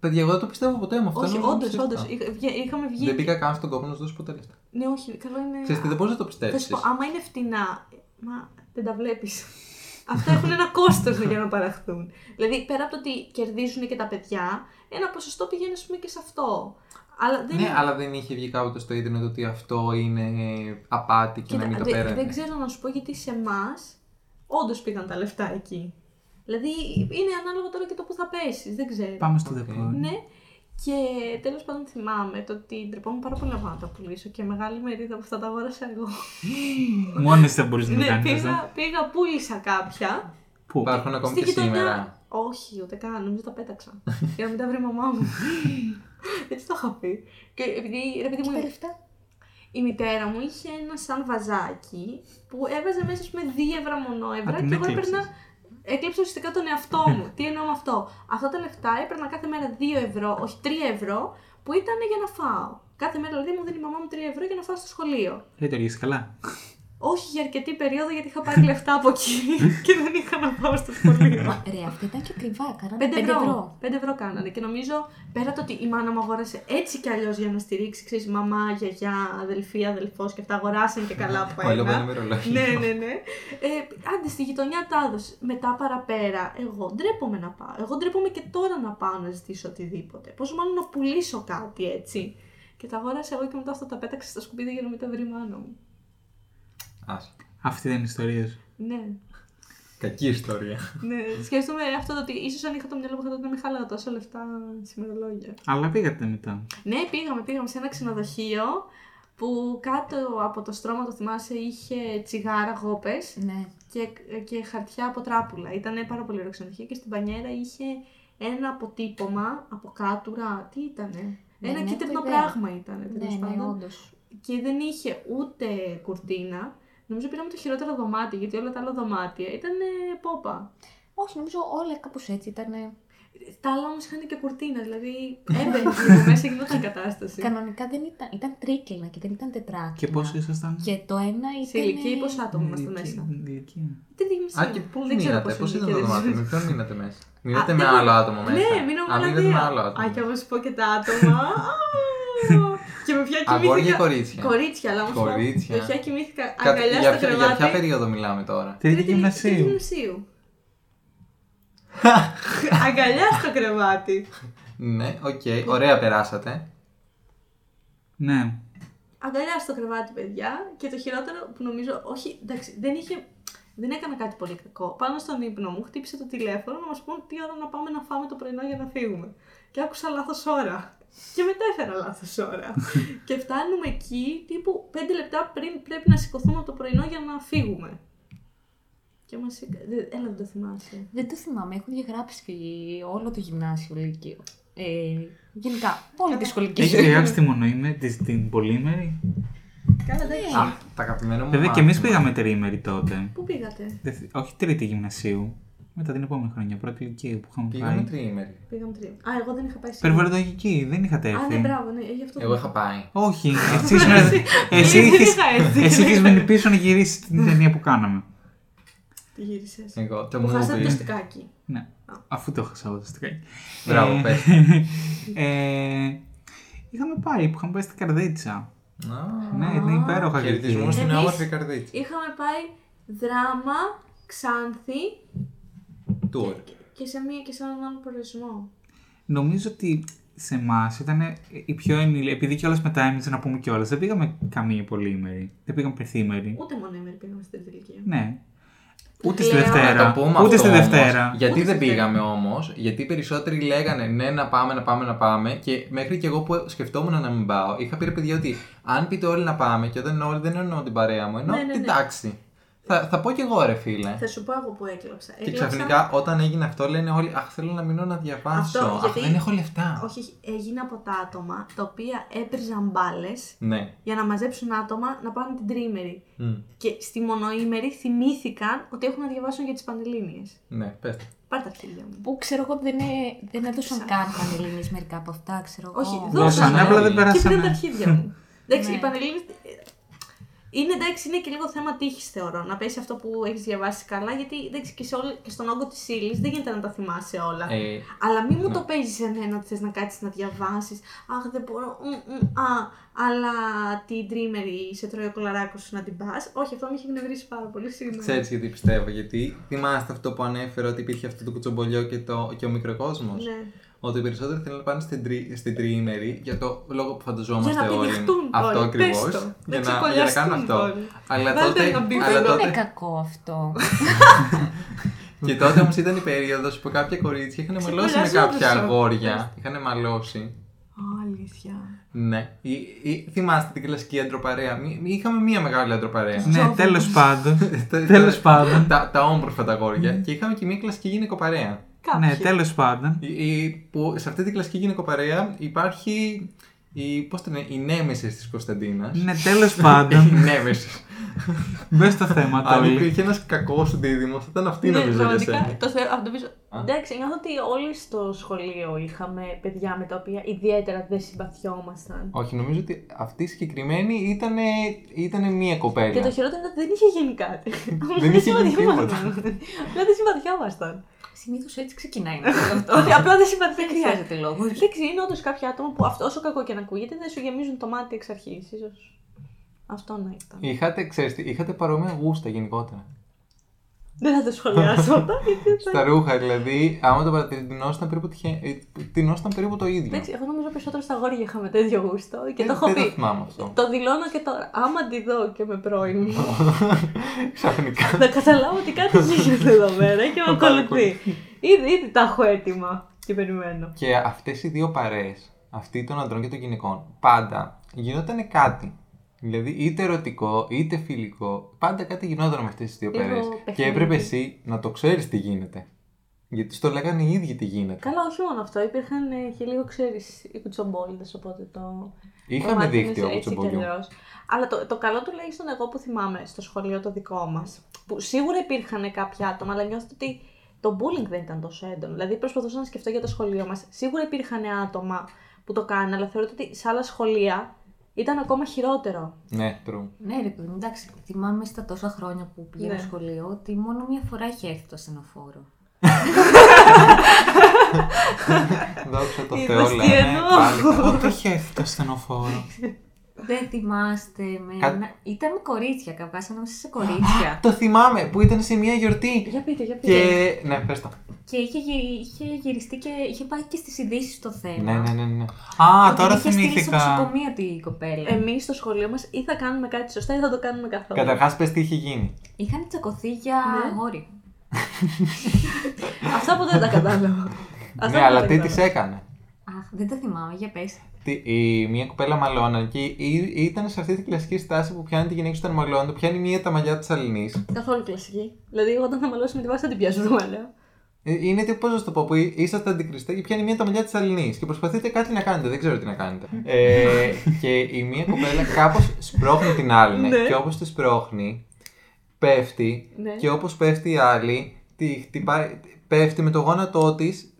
Παιδιά, εγώ δεν το πιστεύω ποτέ με αυτό.
Όχι,
νόμιζα
όντω,
ψεύτικα.
όντω. Είχαμε βγει.
Δεν πήγα καν στον κόπο να σου δώσω ποτέ λεφτά.
Ναι, όχι, καλό είναι.
Ξέρεις τι, δεν μπορείς να το
Θα σου
πιστέψεις.
πω, άμα είναι φτηνά, μα δεν τα βλέπεις. *laughs* Αυτά έχουν ένα κόστος για να παραχθούν. Δηλαδή, πέρα από το ότι κερδίζουν και τα παιδιά, ένα ποσοστό πηγαίνει, ας πούμε, και σε αυτό. Αλλά δεν
Ναι,
είναι-
αλλά δεν είχε βγει κάποτε στο ίντερνετ ότι αυτό είναι απάτη και να μην το
δε-
παίρνει.
δεν ξέρω να σου πω γιατί σε εμάς όντως πήγαν τα λεφτά εκεί. Δηλαδή είναι ανάλογο τώρα και το που θα πέσεις, δεν ξέρω.
Πάμε στο
Οκ.
δεπό.
Ναι, και τέλος πάντων θυμάμαι το ότι ντρεπόμουν πάρα πολύ να πάω να τα πουλήσω και μεγάλη μερίδα από αυτά τα αγόρασα εγώ.
Μόνος εσύ δεν μπορείς να το
ναι,
κάνει αυτό.
πήγα, πήγα, πούλησα κάποια.
Πού.
Υπάρχουν ακόμη
Στη
και σήμερα.
γειτονιά. Όχι, ούτε καν, νομίζω τα
*laughs*
πέταξα. για να μην τα βρει η μαμά μου. Έτσι το είχα πει. Και επειδή ρε παιδί μου,
τα λεφτά.
η μητέρα μου είχε ένα σαν βαζάκι που έβαζε μέσα με δύο εύρα μονόευρα
Α,
και
την
εγώ
έκλεψες.
έπαιρνα. Έκλεψα ουσιαστικά τον εαυτό μου. Τι εννοώ με αυτό. Αυτά τα λεφτά έπαιρνα κάθε μέρα 2 ευρώ, όχι 3 ευρώ, που ήταν για να φάω. Κάθε μέρα δηλαδή μου δίνει η μαμά μου 3 ευρώ για να φάω στο σχολείο.
Δεν το λύγεις καλά.
Όχι για αρκετή περίοδο γιατί είχα πάρει λεφτά από εκεί *laughs* και δεν είχα να πάω στο σχολείο.
Ρε, αυτή ήταν και ακριβά. Κάνανε
5
5 ευρώ.
ευρώ. 5 ευρώ κάνανε. Και νομίζω πέρα το ότι η μάνα μου αγόρασε έτσι κι αλλιώς για να στηρίξει, ξέρεις, μαμά, γιαγιά, αδελφή, αδελφός και αυτά αγοράσαν και καλά από
Όλο ένα
ένα.
μερολόγιο.
ναι, ναι, ναι. Ε, άντε στη γειτονιά τα έδωσε. Μετά παραπέρα, εγώ ντρέπομαι να πάω. Εγώ ντρέπομαι και τώρα να πάω να ζητήσω οτιδήποτε. Πόσο μάλλον να πουλήσω κάτι έτσι. Και τα αγόρασα εγώ και μετά αυτό τα πέταξα στα σκουπίδια για να μην τα βρει η μάνα μου.
Ας,
Αυτή δεν είναι ιστορία σου.
Ναι,
Κακή ιστορία.
ναι. Σκέφτομαι αυτό το ότι ίσως αν είχα το μυαλό μου θα τότε να μην χαλάω τόσα λεφτά σε μερολόγια.
Αλλά πήγατε μετά.
Ναι, πήγαμε, πήγαμε σε ένα ξενοδοχείο που κάτω από το στρώμα, το θυμάσαι, είχε τσιγάρα, γόπες
Ναι.
και, και χαρτιά από τράπουλα. Ήταν πάρα πολύ ωραίο ξενοδοχείο και στην πανιέρα είχε ένα αποτύπωμα από κάτουρα. Τι ήτανε.
Δεν
ένα
έχω
κίτρινο
Ναι, ιδέα.
πράγμα ήταν.
Ναι, ναι, όντως.
και δεν είχε ούτε κουρτίνα. Νομίζω πήραμε το χειρότερο δωμάτιο, γιατί όλα τα άλλα δωμάτια ήταν πόπα.
Όχι, νομίζω όλα κάπως έτσι ήταν.
Τα άλλα όμως είχαν και κουρτίνα, δηλαδή
*laughs*
έμπαινε λίγο μέσα, γινόταν κατάσταση.
Κανονικά δεν ήταν. Ήταν τρίκλινα και δεν ήταν τετράκλινα.
Και
Ναι.
πόσο ήσασταν.
Και το ένα ήταν.
Σε ηλικία ή πόσα άτομα ήμασταν
Ηλικία-
μέσα.
ηλικία.
Τι δίμηση.
Α, και πώ
Δεν ξέρω
μείνατε,
πόσο
πώς ήταν το
ηλικία δεν
δωμάτιο,
ξέρω.
με ποιον μείνατε μέσα. Μείνατε
Α,
με
δεν-
άλλο άτομο μέσα.
Ναι, μείνω
Α,
με άλλα
μείνατε με άλλο
δύο.
άτομο.
Α, και άμα σου πω και τα άτομα. Α, και με ποια
Αγόρια ή
κοιμήθηκα.
κορίτσια.
Κορίτσια, αλλά όμως
Κορίτσια.
Με ποια κοιμήθηκα
Κα-
αγκαλιά
για
στο
ποια- Για ποια
κρεβάτι.
περίοδο μιλάμε τώρα.
Τρίτη
τρίτη
γυμνασίου.
γυμνασίου. αγκαλιά στο κρεβάτι.
Ναι, οκ, ωραία περάσατε.
Ναι.
Αγκαλιά στο κρεβάτι, παιδιά. Και το χειρότερο που νομίζω, όχι, εντάξει, δεν είχε. Δεν έκανα κάτι πολύ κακό. Πάνω στον ύπνο μου χτύπησε το τηλέφωνο να μας πούν τι ώρα να πάμε να φάμε το πρωινό για να φύγουμε. Και άκουσα λάθος ώρα. Και μετέφερα λάθος ώρα. και φτάνουμε εκεί τύπου 5 λεπτά πριν πρέπει να σηκωθούμε από το πρωινό για να φύγουμε. Και μας. Έλα, δεν το θυμάσαι.
Δεν το θυμάμαι, έχω διαγράψει και όλο το γυμνάσιο Λύκειο. Ε, γενικά, όλη τη σχολική
Έχει
ζωή.
διαγράψει τη μονοήμερη, τη- την πολύμερη.
Καλά, δεν
Ναι.
Α, τα αγαπημένα μου.
Βέβαια και
μάθημα.
εμεί πήγαμε τριήμερη τότε.
Πού πήγατε,
Δευτε- Όχι τρίτη γυμνασίου. Μετά την επόμενη χρονιά, πρώτη ηλικία που είχαμε
Πήγαμε
πάει.
τριήμερη.
πήγαμε τρία. Α, εγώ δεν είχα πάει σήμερα.
Περιβαλλοντολογική, δεν είχατε
Α, ναι,
έρθει.
μπράβο, ναι, γι' αυτό.
Εγώ είχα πάει.
Όχι,
*laughs*
εσύ ήσουν- εσύ
*laughs* Δεν
είχες-
είχα έρθει.
εσύ είχες μείνει πίσω να γυρίσεις την ταινία που κάναμε.
Τι γύρισες.
Εγώ, το
Που χάσατε το
movie.
στικάκι.
Ναι. Αφού το είχα σαββατοστικά.
Μπράβο,
Ε,
πες.
*laughs* ε, είχαμε πάει, που είχαμε πάει στην Καρδίτσα.
Α,
Ναι, είναι υπέροχα
Χαιρετισμού
εκεί.
στην
Εμείς-
όμορφη καρδίτσα.
Είχαμε πάει δράμα, ξάνθη
Τουρ.
και σε, μία, και σε έναν άλλο προορισμό.
Νομίζω ότι σε εμάς ήταν η πιο ενήλικη. Επειδή κιόλας μετά έμεινε να πούμε κιόλας, δεν πήγαμε καμία πολύήμερη. Δεν πήγαμε πεθήμερη.
Ούτε μόνο ημέρα πήγαμε στην τρίτη ηλικία.
Ναι. Ούτε στη
Λέω, να το
Δευτέρα.
Να το πούμε
Ούτε
αυτό
στη
όμως.
Δευτέρα.
Γιατί
Ούτε
δεν
στη Δευτέρα.
πήγαμε όμως, γιατί οι περισσότεροι λέγανε ναι, να πάμε, να πάμε, να πάμε. Και μέχρι και εγώ που σκεφτόμουν να μην πάω, είχα πει ρε παιδιά ότι αν πείτε όλοι να πάμε, και όταν όλοι δεν εννοώ την παρέα μου, εννοώ
Ναι, ναι,
την
ναι.
τάξη. Θα, θα πω κι εγώ ρε φίλε.
Θα σου πω εγώ που έκλαψα.
Και ξαφνικά όταν έγινε αυτό, λένε όλοι Αχ, θέλω να μείνω να διαβάσω.
Αυτό,
Αχ,
γιατί-
δεν έχω λεφτά.
Όχι, όχι, έγινε από τα άτομα τα οποία έπριζαν μπάλες
Ναι.
για να μαζέψουν άτομα να πάνε την τρίμερη.
Μμ.
Και στη μονοήμερη θυμήθηκαν ότι έχουν να διαβάσουν για τις πανελλήνιες.
Ναι, πες. το.
Πάρ' τα χέρια μου.
Που ξέρω εγώ δεν, ε, δεν έδωσαν καν πανελληνίε μερικά από αυτά, ξέρω εγώ.
Όχι, δώσανε,
Δώσανε, απλά δεν
Και
Και
πήραν τα
περάσαμε.
αρχίδια μου. *laughs* Εντάξει,
Ναι.
οι πανελλήνιες... Είναι εντάξει, είναι και λίγο θέμα τύχης, θεωρώ. Να παίζει αυτό που έχεις διαβάσει καλά, γιατί εντάξει, και, σε όλη- και στον όγκο της ύλης δεν γίνεται να τα θυμάσαι όλα.
Ε,
Αλλά μην μου
ναι.
το παίζει εμένα ότι θες να κάτσεις να διαβάσεις. Αχ, δεν μπορώ. μ, μ, α, αλλά την τρίμερη σε τρώει ο κολαράκος σου να την πας. Όχι, αυτό με έχει γνευρίσει πάρα πολύ. Συγγνώμη.
Ξέρεις γιατί πιστεύω, γιατί θυμάστε αυτό που ανέφερα ότι υπήρχε αυτό το κουτσομπολιό και, το, και ο μικροκόσμος.
Ναι.
ότι οι περισσότεροι θέλουν να πάνε στην, τρι, στην τριήμερη για το λόγο που φανταζόμαστε
Για να
όλοι.
πηδηχτούν
Αυτό
όλοι,
ακριβώ.
πες το. Να
Για, να, για να
ξεκολλιαστούν
κάνουν αυτό.
όλοι.
Αλλά
Βάλτε
τότε.
ένα μπιπ
Αλλά
Δεν
τότε
είναι κακό αυτό.
Ναι.
και τότε όμως ήταν η περίοδος που κάποια
*laughs*
κορίτσια είχαν μαλώσει με κάποια
Ξεκολλιάζονταν.
αγόρια. Είχαν μαλώσει.
Α, αλήθεια.
Ναι. Ή, ή- θυμάστε την κλασική αντροπαρέα. Μη- μη- Είχαμε μία μεγάλη αντροπαρέα.
Ναι,
Ζωγούς.
τέλο πάντων.
*laughs* Τα-
τέλος
τα-
πάντων.
Τα, τα όμορφα τα αγόρια. Και είχαμε και μία κλασική γυναικοπαρέα.
Κάποιοι.
ναι, τέλος πάντων.
Η- η- που σε αυτή την κλασική γυναικοπαρέα υπάρχει η, πώς την, η νέμεση της Κωνσταντίνας.
Ναι, τέλος
Η *laughs*
πάντων.
νέμεση.
Μπες στο θέμα
Αν
τώρα.
υπήρχε ένας κακός δίδυμος, θα ήταν αυτή
Ναι,
νομίζω για
πραγματικά
σένα.
το θεωρώ. Αυτό νομίζω.
Α.
Εντάξει, νιώθω ότι όλοι στο σχολείο είχαμε παιδιά με τα οποία ιδιαίτερα δεν συμπαθιόμασταν.
Όχι, νομίζω ότι αυτή η συγκεκριμένη ήταν ήτανε μία κοπέλα.
Και το χειρότερο ήταν ότι δεν είχε γίνει κάτι.
Δεν είχε γίνει τίποτα.
Απλά δεν συμπαθιόμασταν.
Συνήθως έτσι ξεκινάει να λέει
*laughs*
αυτό.
Όχι, απλά δεν συμπαθιόμασταν.
Δεν χρειάζεται λόγος.
Εντάξει, είναι όντως κάποια άτομα που αυτό όσο κακό και να ακούγεται δεν σου γεμίζουν το μάτι εξ αρχής. Ίσως αυτό να ήταν.
Είχατε, ξέρεις, τι, είχατε παρόμοια γούστα γενικότερα.
Δεν θα το σχολιάσω
*laughs*
αυτό. γιατί θα-
Στα ρούχα, δηλαδή, άμα το παρατηρητηνόσταν περίπου, τυχε- ε, τεινόσταν περίπου το ίδιο.
Εντάξει, εγώ νομίζω περισσότερο στα αγόρια είχαμε τέτοιο γούστο και
Δεν-
το έχω
Ε, δεν το
πει.
θυμάμαι αυτό.
Το δηλώνω και τώρα. Άμα τη δω και με πρώην μου,
*laughs* Ξαφνικά.
θα καταλάβω ότι κάτι γίνεται εδώ πέρα και με
Θα
ακολουθεί.
παρακολουθείς.
Ήδη, ήδη τα έχω έτοιμα και περιμένω.
Και αυτές οι δύο παρέες, αυτή των ανδρών και των γυναικών, πάντα γινόταν κάτι. Δηλαδή, είτε ερωτικό, είτε φιλικό, πάντα κάτι γινόταν με αυτές τις δύο
Λίγο
παρέε. Και
παιχνίδι.
έπρεπε εσύ να το ξέρεις τι γίνεται. Γιατί στο λέγανε οι ίδιοι τι γίνεται.
Καλά, όχι μόνο αυτό. Υπήρχαν ε, και λίγο, ξέρεις, οι κουτσομπόλιδες, οπότε το.
Είχαμε
Μάθαμε
δίκτυο από
έτσι κι
τσεμπολιού.
αλλιώς. Αλλά το, το καλό τουλάχιστον εγώ που θυμάμαι στο σχολείο το δικό μας, που σίγουρα υπήρχαν κάποια άτομα, αλλά νιώθω ότι το bullying δεν ήταν τόσο έντονο. Δηλαδή προσπαθούσα να σκεφτώ για το σχολείο μας. Σίγουρα υπήρχαν άτομα που το κάνανε, αλλά θεωρώ ότι σε άλλα σχολεία ήταν ακόμα χειρότερο.
Ναι, true.
Ναι, ρε παιδί, μου, εντάξει, θυμάμαι στα τόσα χρόνια που πήγαινα
Ναι.
σχολείο ότι μόνο μία φορά έχει έρθει το ασθενοφόρο.
Δόξα τω
Είδες
Θεώ,
τι
λέμε.
εννοώ.
Πάλι καλά.
Πότε είχε έρθει το ασθενοφόρο.
Δεν θυμάστε με.
Κα-
ένα- Ήταν με κορίτσια, καβγά ανάμεσα σε κορίτσια.
Το θυμάμαι που ήταν σε μια γιορτή.
Για πείτε, για πείτε.
Και. Ναι, πες το.
και είχε, γυ- είχε γυριστεί και είχε πάει και στις ειδήσεις το θέμα.
Ναι, ναι, ναι. ναι.
Α,
Ότι
τώρα
είχε στείλει στο
θυμήθηκα.
νοσοκομείο τη κοπέλα.
Εμείς Ε, στο σχολείο μας ή θα κάνουμε κάτι σωστά ή θα το κάνουμε καθόλου.
Καταρχάς, πες τι είχε γίνει.
Είχαν τσακωθεί για
Ναι.
αγόρι.
Αυτά που δεν τα
*laughs*
κατάλαβα. Αυτά
Ναι,
που
αλλά
δεν
τι
τα
τη έκανε.
Αχ, δεν το θυμάμαι, για πες.
Τι- η, μια κοπέλα μαλώναν και ή- ήταν σε αυτή την κλασική στάση που πιάνει τη γυναίκα σου όταν μαλώνει, το πιάνει μία τα μαλλιά της Αλληνής.
Καθόλου κλασική. Δηλαδή, εγώ όταν θα μαλώσω με τη βάση θα την πιάσω το μαλλιό.
Ε, Είναι τι, πώς να σου το πω, που εί- είσαστε αντικριστέ και πιάνει μία τα μαλλιά της Αλληνής και προσπαθείτε κάτι να κάνετε, δεν ξέρω τι να κάνετε. ε, και η μία κοπέλα κάπως σπρώχνει την άλλη
Ναι.
και όπως τη σπρώχνει, πέφτει
Ναι.
και όπως πέφτει η άλλη, τη χτυπάει, πέφτει με το γόνατό της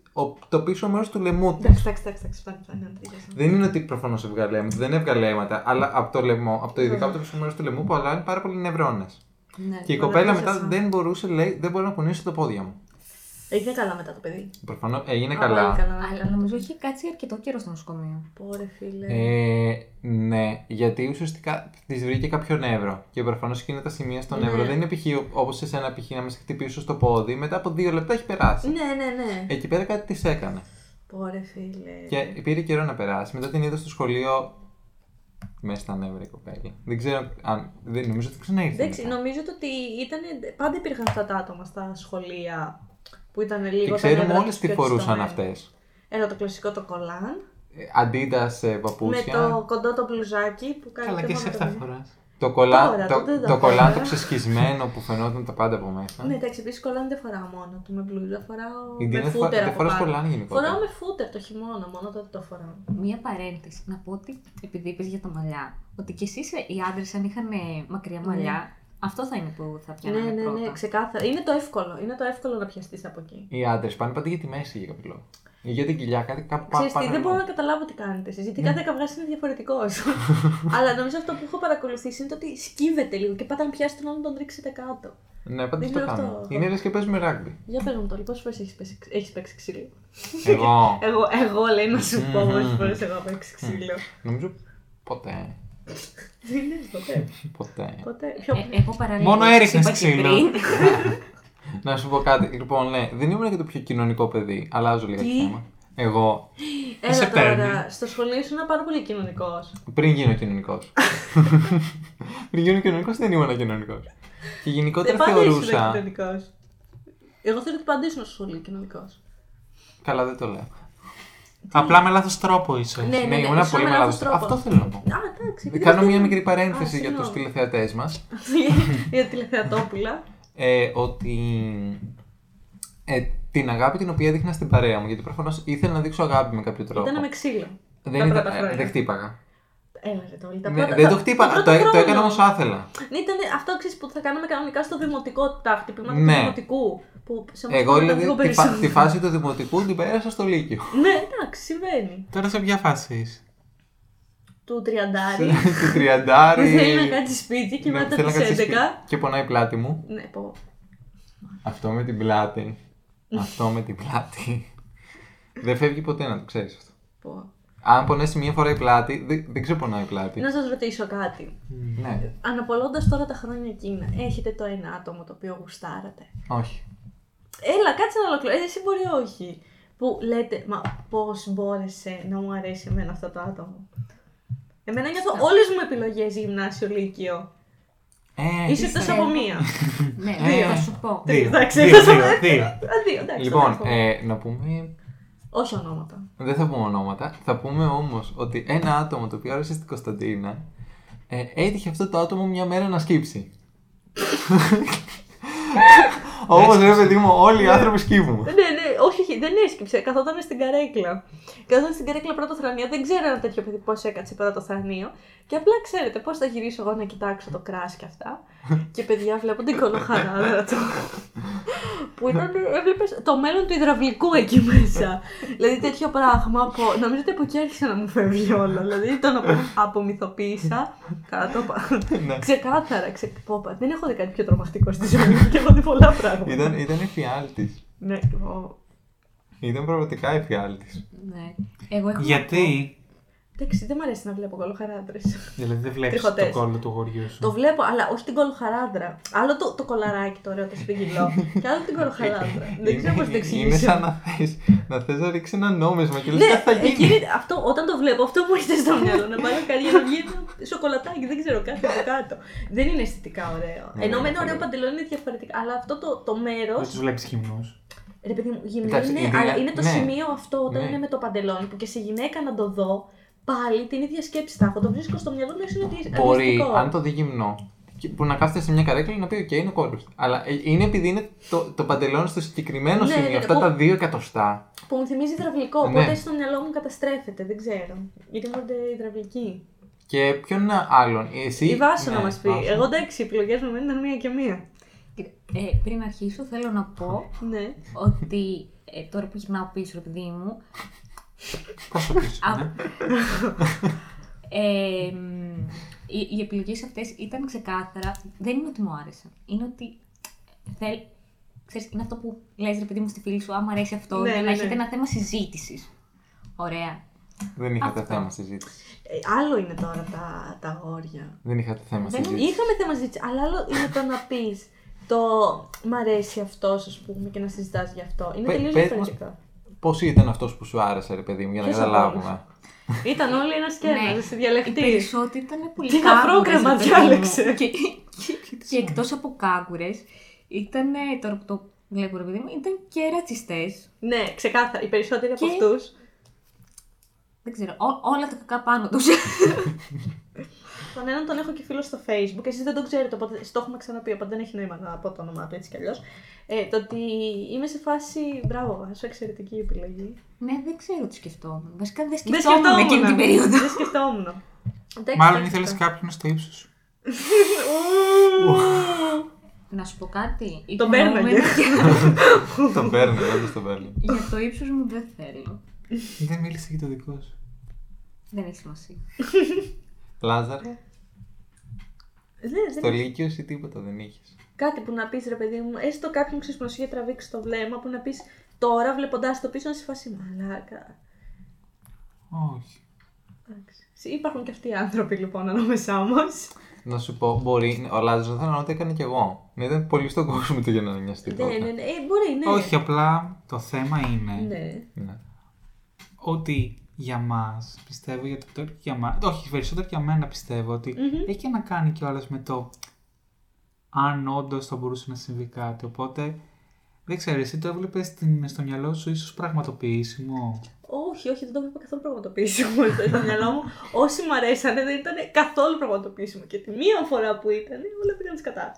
το πίσω μέρος του λαιμού τη.
Εντάξει, εντάξει, εντάξει, εντάξει, φτάνει, φτάνει. ναι, αν τριγέσαι.
Δεν είναι ότι προφανώς έβγαλε αίματα, δεν έβγαλε αίματα, αλλά από το λαιμό, από το
Ναι.
ειδικά από το πίσω μέρος του λαιμού που αλλάζει πάρα πολλοί νευρώνες.
Ναι.
Και η
Μα
κοπέλα
δεν
μετά
πίστεψα.
δεν μπορούσε, λέει, δεν μπορώ να κουνήσω τα πόδια μου.
Έγινε Ε, καλά μετά το παιδί.
Προφανώς έγινε
Α, πάλι
καλά.
καλά.
Αλλά νομίζω είχε κάτσει αρκετό καιρό στο νοσοκομείο.
Πόρε φίλε.
Ε, ναι, γιατί ουσιαστικά της βρήκε κάποιο νεύρο. Και προφανώς εκείνα τα σημεία στο νεύρο
Ναι.
δεν είναι π.χ. όπως σε σένα π.χ. να με σε χτυπήσω στο πόδι, μετά από δύο λεπτά έχει περάσει.
Ναι, ναι, ναι.
Εκεί πέρα κάτι της έκανε.
Πόρε φίλε.
Ε. Και πήρε καιρό να περάσει. Μετά την είδα στο σχολείο. Μέσα στα νεύρα η κοπέλα. Δεν ξέρω αν. Δεν, νομίζω ότι ξαναήρθε.
Εντάξει,
μετά.
νομίζω το ότι ήταν. Πάντα υπήρχαν αυτά τα άτομα στα σχολεία που ήταν λίγο.
Και
τα
ξέρουμε
νεύρα
όλε
τους
τι
πιο
φορούσαν
εξιστωμένα.
αυτέ.
Ένα το κλασικό το κολάν.
Αντίτα
Με
ε, παπούτσια.
το κοντό το μπλουζάκι που κάνει.
Καλά,
το
και
μόνο
σε
το
αυτά
μία.
φοράς.
Το κολάν
Τώρα,
το,
τότε τα
το, κολάν το
φορά.
ξεσχισμένο που φαινόταν τα πάντα από μέσα.
Ναι, εντάξει, επίσης κολάν δεν φοράω μόνο του με μπλούζα, φοράω.
Η Ντίνα
με
φο-
φούτερ
δεν
από
φοράς
πάνω.
κολάν γενικότερα.
Φοράω με φούτερ το χειμώνα, μόνο τότε το φοράω.
Μία παρένθεση. Να πω ότι επειδή είπες για τα μαλλιά, ότι κι εσεί οι άντρες, αν είχαν ε, μακριά μαλλιά, αυτό θα είναι που θα
Ναι,
πιάνανε
ναι,
πρώτα.
ναι, ξεκάθαρα. Είναι το εύκολο. Είναι το εύκολο να πιαστείς από εκεί.
Οι άντρες πάνε πάντα για τη μέση για κάποιο λόγο. Ή Για την κοιλιά, κάτι κάπου πά-
Ξέρεις τι,
πάνω.
δεν μπορώ να καταλάβω τι κάνετε εσείς,
Ναι.
γιατί κάθε καυγάς είναι
*laughs*
διαφορετικός. Αλλά νομίζω αυτό που έχω παρακολουθήσει είναι το ότι σκύβεται λίγο και πάτε να πιάσει τον άλλον να τον ρίξετε κάτω.
Ναι, πάντα
Δεν
το
είναι αυτό.
κάνω. Είναι λες και παίζουμε ράγκμπι.
Για πες μου το, λοιπόν, πόσες φορές έχεις, πέσει- έχεις παίξει ξύλο.
Εγώ
Εγώ, εγώ λέει να σου πω
Μμμ.
πόσες φορές έχω παίξει
*laughs*
ξύλο.
νομίζω ποτέ.
Δεν είναι ποτέ.
Ποτέ.
Ποτέ. Πιο...
Ε, έχω παραλύσει.
Μόνο έριχνες ξύλο.
να σου πω κάτι. Λοιπόν, ναι, δεν ήμουν και το πιο κοινωνικό παιδί. Αλλάζω λίγα το
Τι?
θέμα. Εγώ.
Έλα
σε
τώρα,
παίρνει.
στο σχολείο σου είναι πάρα πολύ κοινωνικός.
Πριν γίνω κοινωνικός.
*laughs*
πριν γίνω κοινωνικός δεν ήμουν κοινωνικός. Και
Δεν
γενικότερα
πάντα ήσουν
θεωρούσα.
κοινωνικός. Εγώ θεωρώ ότι πάντα ήσουν στο σχολείο κοινωνικός.
Καλά, δεν το λέω.
Απλά με λάθος τρόπο, ίσω.
Ναι, ήμουν πολύ με λάθος τρόπο. Αυτό θέλω να πω.
Α, εντάξει. δεν
Κάνω
αυτό
μια
είναι.
μικρή παρένθεση
Α,
για του
συγγνώμη.
τηλεθεατές μας.
*laughs* Για τηλεθεατόπουλα.
ε, ότι ε, την αγάπη την οποία έδειχνα στην παρέα μου, γιατί προφανώς ήθελα να δείξω αγάπη με κάποιο τρόπο.
Ήταν με ξύλο.
δεν,
τα
ήταν-
πρώτα
ε,
χρόνια.
δεν χτύπαγα.
Έλα ρε τώρα. Τα
Ναι,
πρώτα-
δεν
τα-
το χτύπαγα,
τα
το,
πρώτα
το έκανα
χρόνια.
όμως άθελα.
Ναι, ήταν αυτό ξέρεις, που θα κάναμε κανονικά στο δημοτικό τα χτυπήματα
Ναι.
του δημοτικού. Που σε εμάς
Εγώ
ήταν
δηλαδή
λίγο
τη, φα-
περισσότερο.
τη φάση του δημοτικού την πέρασα στο Λύκειο.
Ναι, εντάξει, συμβαίνει.
*laughs* Τώρα σε ποια φάση είσαι.
Του τριαντάρι
Τη
που
τριαντάρι.
θέλει να κάτσει σπίτι και
ναι,
μετά
θέλω
τι
να κάτσει
11.
σπίτι. Και πονάει η πλάτη μου.
Ναι, πω.
Αυτό με την πλάτη. Αυτό με την πλάτη. δεν φεύγει ποτέ να το ξέρεις αυτό.
πω.
Αν πονέσει μία φορά η πλάτη, δεν, δεν ξεπονάει η πλάτη.
Να σας ρωτήσω κάτι.
ναι,
Αναπολώντας τώρα τα χρόνια εκείνα, έχετε το ένα άτομο το οποίο γουστάρατε.
όχι.
Έλα, κάτσε να ολοκληρώσει. Εσύ μπορεί όχι. Που λέτε, μα πώς μπόρεσε να μου αρέσει εμένα αυτό το άτομο. Εμένα νιώθω όλες μου επιλογές γυμνάσιο, λύκειο.
Ε,
Ίσως τόσο από μία.
Ναι,
Ε,
θα σου πω.
Δύο,
Εντάξει,
δύο,
θα
δύο, δύο.
Α, δύο, εντάξει.
Λοιπόν,
το δέχομαι.
ε, να πούμε.
Όχι ονόματα.
Δεν θα πούμε ονόματα. Θα πούμε όμως ότι ένα άτομο το οποίο άρεσε στην Κωνσταντίνα ε, έτυχε αυτό το άτομο μια μέρα να σκύψει. Όπως ρε παιδί μου, όλοι οι άνθρωποι σκύβουν.
Ναι, ναι, όχι, όχι, δεν έσκυψε. Καθόταν στην καρέκλα. Καθόταν στην καρέκλα πρώτο θρανείο. Δεν ξέρω ένα τέτοιο παιδί πώς έκατσε πρώτο θρανείο. Και απλά ξέρετε πώς θα γυρίσω εγώ να κοιτάξω το κράσι και αυτά. και παιδιά βλέπω την κολοχαράδα του. που ήταν, έβλεπες το μέλλον του υδραυλικού εκεί μέσα. δηλαδή τέτοιο πράγμα. Από, νομίζω ότι από εκεί άρχισε να μου φεύγει όλο. δηλαδή τον απο, απομυθοποίησα. Καλά το είπα.
Ναι.
Ξεκάθαρα. Ξε... πω, πω, δεν έχω δει κάτι πιο τρομακτικό στη ζωή μου και έχω δει πολλά πράγματα.
Ήταν, ήταν εφιάλτη.
Ναι, ο-
Ήταν πραγματικά εφιάλτη.
Ναι. Εγώ έχω να
Γιατί.
Εντάξει, δεν μου αρέσει να βλέπω κολοχαράντρες.
Δηλαδή δεν βλέπεις το
Τριχωτές.
κόλλο του χωριού σου.
*laughs* το βλέπω, αλλά όχι την κολοχαράντρα. Άλλο το, το κολαράκι το ωραίο, το *laughs* σπιγγυλό. και άλλο την κολοχαράντρα. ναι. δεν ξέρω πώς
Ε, Είναι-
την
Είναι
εξηγήσω.
σαν να θες να, θες να ρίξεις ένα νόμισμα και λες
Ναι,
κάτι θα γίνει.
εκείνη- αυτό, όταν το βλέπω, αυτό μου έρχεται στο μυαλό. Να πάρω κάτι για να βγει ένα σοκολατάκι, δεν ξέρω κάτι από κάτω. Δεν είναι αισθητικά ωραίο.
Ναι,
Ενώ με
είναι
ένα ωραίο
πολύ.
παντελόνι είναι διαφορετικά. Αλλά αυτό το, το μέρος.
Δεν τους βλέπεις χυμνούς.
Ρε παιδί μου, γυμνή
Ναι. Εντάξει,
είναι,
η ιδέα-
αλλά είναι το
ναι.
σημείο αυτό όταν
Ναι.
είναι με το παντελόνι που και σε γυναίκα να το δω. Πάλι την ίδια σκέψη θα έχω. Το βρίσκω στο μυαλό μου, λες, είναι ότι
Μπορεί,
αντιστοιχικό.
αν το δει γυμνό, και- που να κάθεται σε μια καρέκλα να πει: Οκ, είναι κόλλο. Αλλά ε, είναι επειδή είναι το, το παντελόνι στο συγκεκριμένο
Ναι,
σημείο,
ναι,
αυτά
που-
τα δύο εκατοστά.
που μου θυμίζει υδραυλικό.
Ναι.
Οπότε στο μυαλό μου καταστρέφεται, δεν ξέρω. Γιατί είμαστε υδραυλικοί.
Και ποιον άλλον, εσύ.
Η Βάσο να
Ναι,
μας πει.
Βάσο.
Εγώ εντάξει, οι επιλογές μου μένουν μία και μία.
πω- Ε, πριν αρχίσω, θέλω να πω
Ναι.
ότι ε, τώρα που γυρνάω πίσω, ρε παιδί μου,
Πώς το πεις,
Α.
ναι.
Ε, μ, οι, οι επιλογές αυτές ήταν ξεκάθαρα, δεν είναι ότι μου άρεσαν, είναι ότι θέλ, ξέρεις, είναι αυτό που λες ρε παιδί μου στη φίλη σου, άμα αρέσει αυτό,
Ναι,
για
ναι,
να
ναι.
έχετε ένα θέμα συζήτησης. Ωραία.
Δεν είχατε
Αυτό.
θέμα συζήτησης.
Ε, άλλο είναι τώρα τα, τα όρια.
Δεν είχατε θέμα
Δεν
συζήτησης.
Είχαμε θέμα συζήτηση, αλλά άλλο είναι το να πεις το μ' αρέσει αυτός, ας πούμε, και να συζητάς γι' αυτό. Είναι
Πε-
τελείως
πες μας-
διαφορετικό.
Πώς ήταν αυτός που σου άρεσε, ρε παιδί μου, για να
Ποιος από
καταλάβουμε.
Ήταν όλοι ένας και ένα, σε
Ναι. οι
διαλεκτή.
περισσότεροι Ναι. ήταν πολύ
Τι
κάγκουρες,
καφρόκρεμα
ρε παιδί μου.
διάλεξε.
Και, και, και εκτός από κάγκουρες, ήταν, ε, τώρα που το βλέπω ρε παιδί μου, ήταν και ρατσιστές.
Ναι, ξεκάθαρα. Οι περισσότεροι από
Και-
αυτούς.
Δεν ξέρω, ό- όλα τα κακά πάνω τους.
Τον έναν τον έχω και φίλο στο Facebook. Εσείς δεν τον ξέρετε, οπότε στο έχουμε ξαναπεί. Οπότε δεν έχει νόημα να πω το όνομά του έτσι κι αλλιώς. Ε, το ότι είμαι σε φάση. Μπράβο, Βάσο, εξαιρετική επιλογή.
ναι, δεν ξέρω τι σκεφτόμουν. Βασικά δεν
Δεν
σκεφτόμουν εκείνη την περίοδο. *laughs*
Δεν σκεφτόμουν. Εντάξει,
Μάλλον
δεν
ήθελε
σκεφτόμουν.
κάποιον στο ύψος σου.
Να σου πω κάτι.
Τον
Υπονοούμενο
παίρναγε.
για-
τον παίρνω, όντως τον παίρνω.
*laughs* Για το ύψος μου δεν θέλω.
Δεν μίλησε για το δικό σου.
Δεν έχει σημασία.
Λάζαρε,
Ναι, Δεν- δεν-
στο Λύκειος ή τίποτα δεν είχες.
Κάτι που να πεις ρε παιδί μου, έστω κάποιον ξέρεις που να σου είχε τραβήξει το βλέμμα, που να πεις τώρα βλέποντάς το πίσω να σε φάση μαλάκα.
Όχι.
Εντάξει. Υπάρχουν και αυτοί οι άνθρωποι λοιπόν ανάμεσά μας.
Να σου πω, μπορεί. Ο Λάζαρε δεν ήταν ό,τι έκανε κι εγώ. Ναι, Ήταν πολύ στον κόσμο του για να νοιαστεί.
Ναι,
τότε.
ναι, ναι. Ε, μπορεί, ναι.
Όχι, απλά το θέμα είναι
Ναι.
Ναι.
ότι για μας, πιστεύω, για το Victoria και για μα, όχι περισσότερο για μένα πιστεύω ότι έχει και να κάνει κιόλα με το αν όντως θα μπορούσε να συμβεί κάτι. Οπότε δεν ξέρω, εσύ το έβλεπες στο μυαλό σου ίσως πραγματοποιήσιμο.
Όχι, όχι, δεν το βλέπω καθόλου πραγματοποιήσιμο *laughs* αυτό στο μυαλό μου. Όσοι μου αρέσανε δεν ήταν καθόλου πραγματοποιήσιμο. Και τη μία φορά που ήταν, όλα πήγαν σκατά.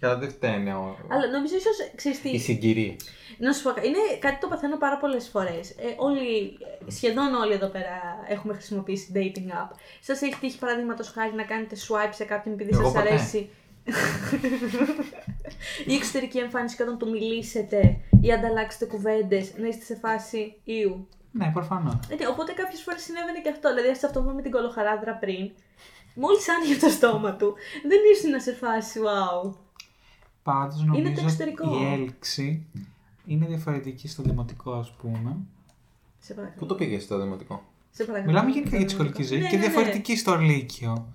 Καλά, δεν φταίνε ο...
Αλλά νομίζω ίσως ξέρεις τι.
οι συγκυρίες.
Να σου πω, κα- είναι κάτι το παθαίνω πάρα πολλές φορές. Ε, όλοι, σχεδόν όλοι εδώ πέρα έχουμε χρησιμοποιήσει dating app. Σας έχει τύχει παραδείγματος χάρη να κάνετε swipe σε κάποιον επειδή
Εγώ
σας
ποτέ.
αρέσει. η εξωτερική εμφάνιση και όταν του μιλήσετε ή ανταλλάξετε κουβέντες, να είστε σε φάση ιού.
Ναι, προφανώς.
Ε, ναι, οπότε κάποιες φορές συνέβαινε και αυτό. Δηλαδή, σε αυτό που είπαμε την κολοχαράδρα πριν, μόλις άνοιγε το στόμα του, δεν ήσουν σε φάση wow.
Πάντω
το
νομίζω
εξωτερικό.
ότι η έλξη είναι διαφορετική στο δημοτικό, ας πούμε.
Σε παρακαλώ.
Πού το πήγες στο δημοτικό.
Σε παρακαλώ.
Μιλάμε γενικά για τη σχολική ζωή
Ναι,
και
ναι, ναι.
διαφορετική στο Λύκειο.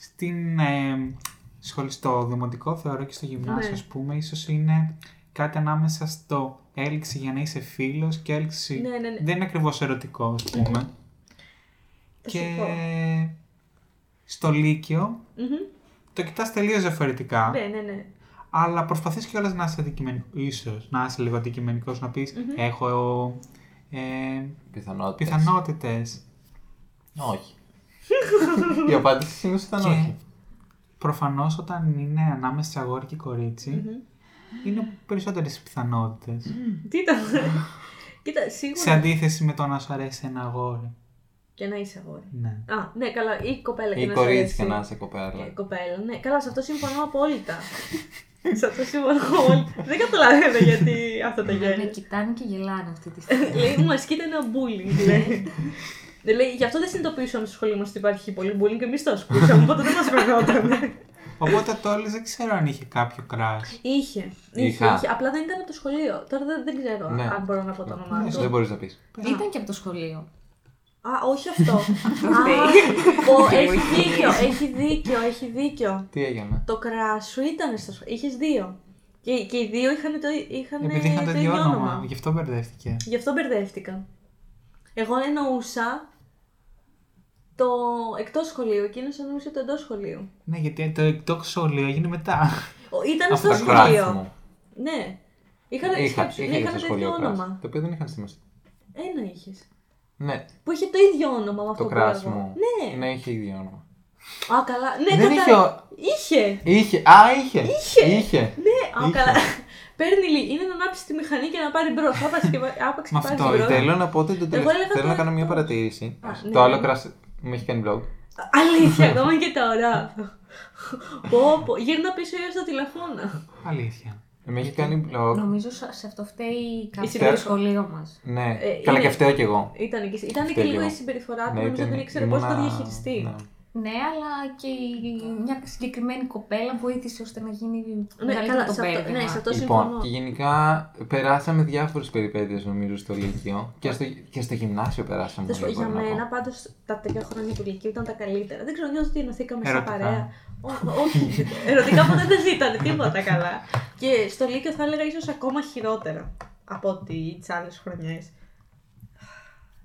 Στην, ε, σχολή, στο δημοτικό θεωρώ και στο γυμνάσιο,
Ναι.
ας πούμε, ίσως είναι κάτι ανάμεσα στο έλξη για να είσαι φίλος και έλξη
Ναι, ναι, ναι.
δεν είναι ακριβώς ερωτικό, ας πούμε.
Θα σου
και
πω.
στο Λύκειο
Μμμ.
το κοιτάς τελείως διαφορετικά,
Ναι, ναι, ναι.
αλλά προσπαθείς κιόλας να είσαι αντικειμενικός, ίσως, να είσαι λίγο αντικειμενικός, να πεις έχω ε,
Πιθανότητες.
πιθανότητες.
Όχι. *laughs* Η απάντηση συνήθως ήταν
Και
όχι.
προφανώς όταν είναι ανάμεσα σε αγόρι και κοριτσι
Mm-hmm.
είναι περισσότερες οι πιθανότητες.
Τι ήταν.
*laughs*
Κοίτα, Mm-hmm. σίγουρα.
Σε αντίθεση με το να σου αρέσει ένα αγόρι.
Και να είσαι αγόρι.
Ναι.
Α, ναι, καλά. Ή κοπέλα και
Ή
να
κορίτσι
σε
και να
αρέσει.
είσαι κοπέλα.
Ε, Κοπέλα, ναι. Καλά, σε αυτό συμφωνώ απόλυτα.
*laughs*
σε αυτό συμφωνώ απόλυτα. δεν καταλαβαίνω γιατί αυτό το
Με
γέλιο.
κοιτάνε και γελάνε αυτή τη
*laughs*
στιγμή.
λέει, μου ασκείται ένα bullying, λέει. Δεν λέει, γι' αυτό δεν συνειδητοποιούσαμε στο σχολείο μας ότι υπάρχει πολύ bullying και εμείς το ασκούσαμε, οπότε δεν μας φαινόταν.
Οπότε το όλες δεν ξέρω αν είχε κάποιο κράσ.
Είχε. είχε,
Είχα.
είχε. Απλά δεν ήταν από το σχολείο. Τώρα δεν, δεν ξέρω
Ναι.
αν μπορώ να πω το όνομά
Δεν
του.
μπορείς να πεις.
Ήταν και από το σχολείο.
Α, όχι αυτό. Α, πω, έχει δίκιο, έχει δίκιο, έχει δίκιο.
Τι έγινε.
Το κρά σου ήταν στο σχολείο. Είχες δύο. Και, και οι δύο είχαν το, είχαν
Επειδή είχαν
Ναι, το
το ίδιο όνομα, γι' αυτό μπερδεύτηκε.
Γι' αυτό μπερδεύτηκα. Εγώ εννοούσα το εκτός σχολείου, εκείνος εννοούσε το εντός σχολείου.
Ναι, γιατί το εκτός σχολείο έγινε μετά.
*laughs* Ο- Ήταν
Αυτό
στο
Τα
το
κράτη
σχολείο.
μου.
Ναι. Είχαν,
Είχα,
σκέψου,
είχα και
είχαν
στο
το ίδιο
σχολείο κράσι.
όνομα.
Το οποίο δεν είχαν σημασία.
Ένα είχες.
Ναι,
Που είχε το ίδιο όνομα με αυτό
το
που
κράσι
έλεγα.
μου.
Ναι.
Ναι, είχε ίδιο όνομα.
Α, καλά. Ναι,
Δεν
κατά-
είχε. ο-
Είχε.
Είχε. Α, είχε.
Είχε.
Είχε.
Ναι, α,
Είχε.
καλά. *laughs* Παίρνει λίγο. Είναι να ανάψει τη μηχανή και να πάρει μπρος. Άπαξε και πα- άπαξε
Μα
και πάρει
αυτό,
μπρο.
Θέλω να πω ότι το τελευταίο.
έλεγα
Θέλω
το
να κάνω μια
εκτός.
παρατήρηση.
Α, ναι.
Το άλλο κράσι. Με έχει κάνει blog.
Αλήθεια, ακόμα και τώρα. πω, πω. Γύρνα πίσω ή στο τηλεφώνα.
Αλήθεια.
Με έχει κάνει *laughs* blog.
Νομίζω σε σε αυτό φταίει κάτι
συμπεριφορά.
στο σχολείο μας.
Ναι,
Ε,
καλά
είναι-
και φταίω κι εγώ.
Ήταν και, ήταν και
Τέλειο.
λίγο η συμπεριφορά του,
Ναι,
νομίζω
ήταν-
δεν ήξερε πώ να
ήμουνα-
διαχειριστεί.
ναι.
Ναι, αλλά και η- μια συγκεκριμένη κοπέλα βοήθησε ώστε να γίνει
Ναι,
μεγαλύτερο
καλά,
το
σε αυτό,
πέρασμα.
ναι, σε αυτό
Λοιπόν,
συμφωνώ.
και γενικά περάσαμε διάφορες περιπέτειες νομίζω στο Λύκειο και στο, και στο γυμνάσιο περάσαμε.
Θα σου πω,
όλα,
για
μπορώ να πω.
μένα πάντως τα τρία χρόνια του Λυκείου ήταν τα καλύτερα. Δεν ξέρω, νιώθω ότι ενωθήκαμε σαν
Ερωτικά.
παρέα. Ό,
*laughs*
όχι, ερωτικά ποτέ δεν ήταν τίποτα καλά. Και στο Λύκειο θα έλεγα ίσως ακόμα χειρότερα από ότι τις άλλες χρονιές.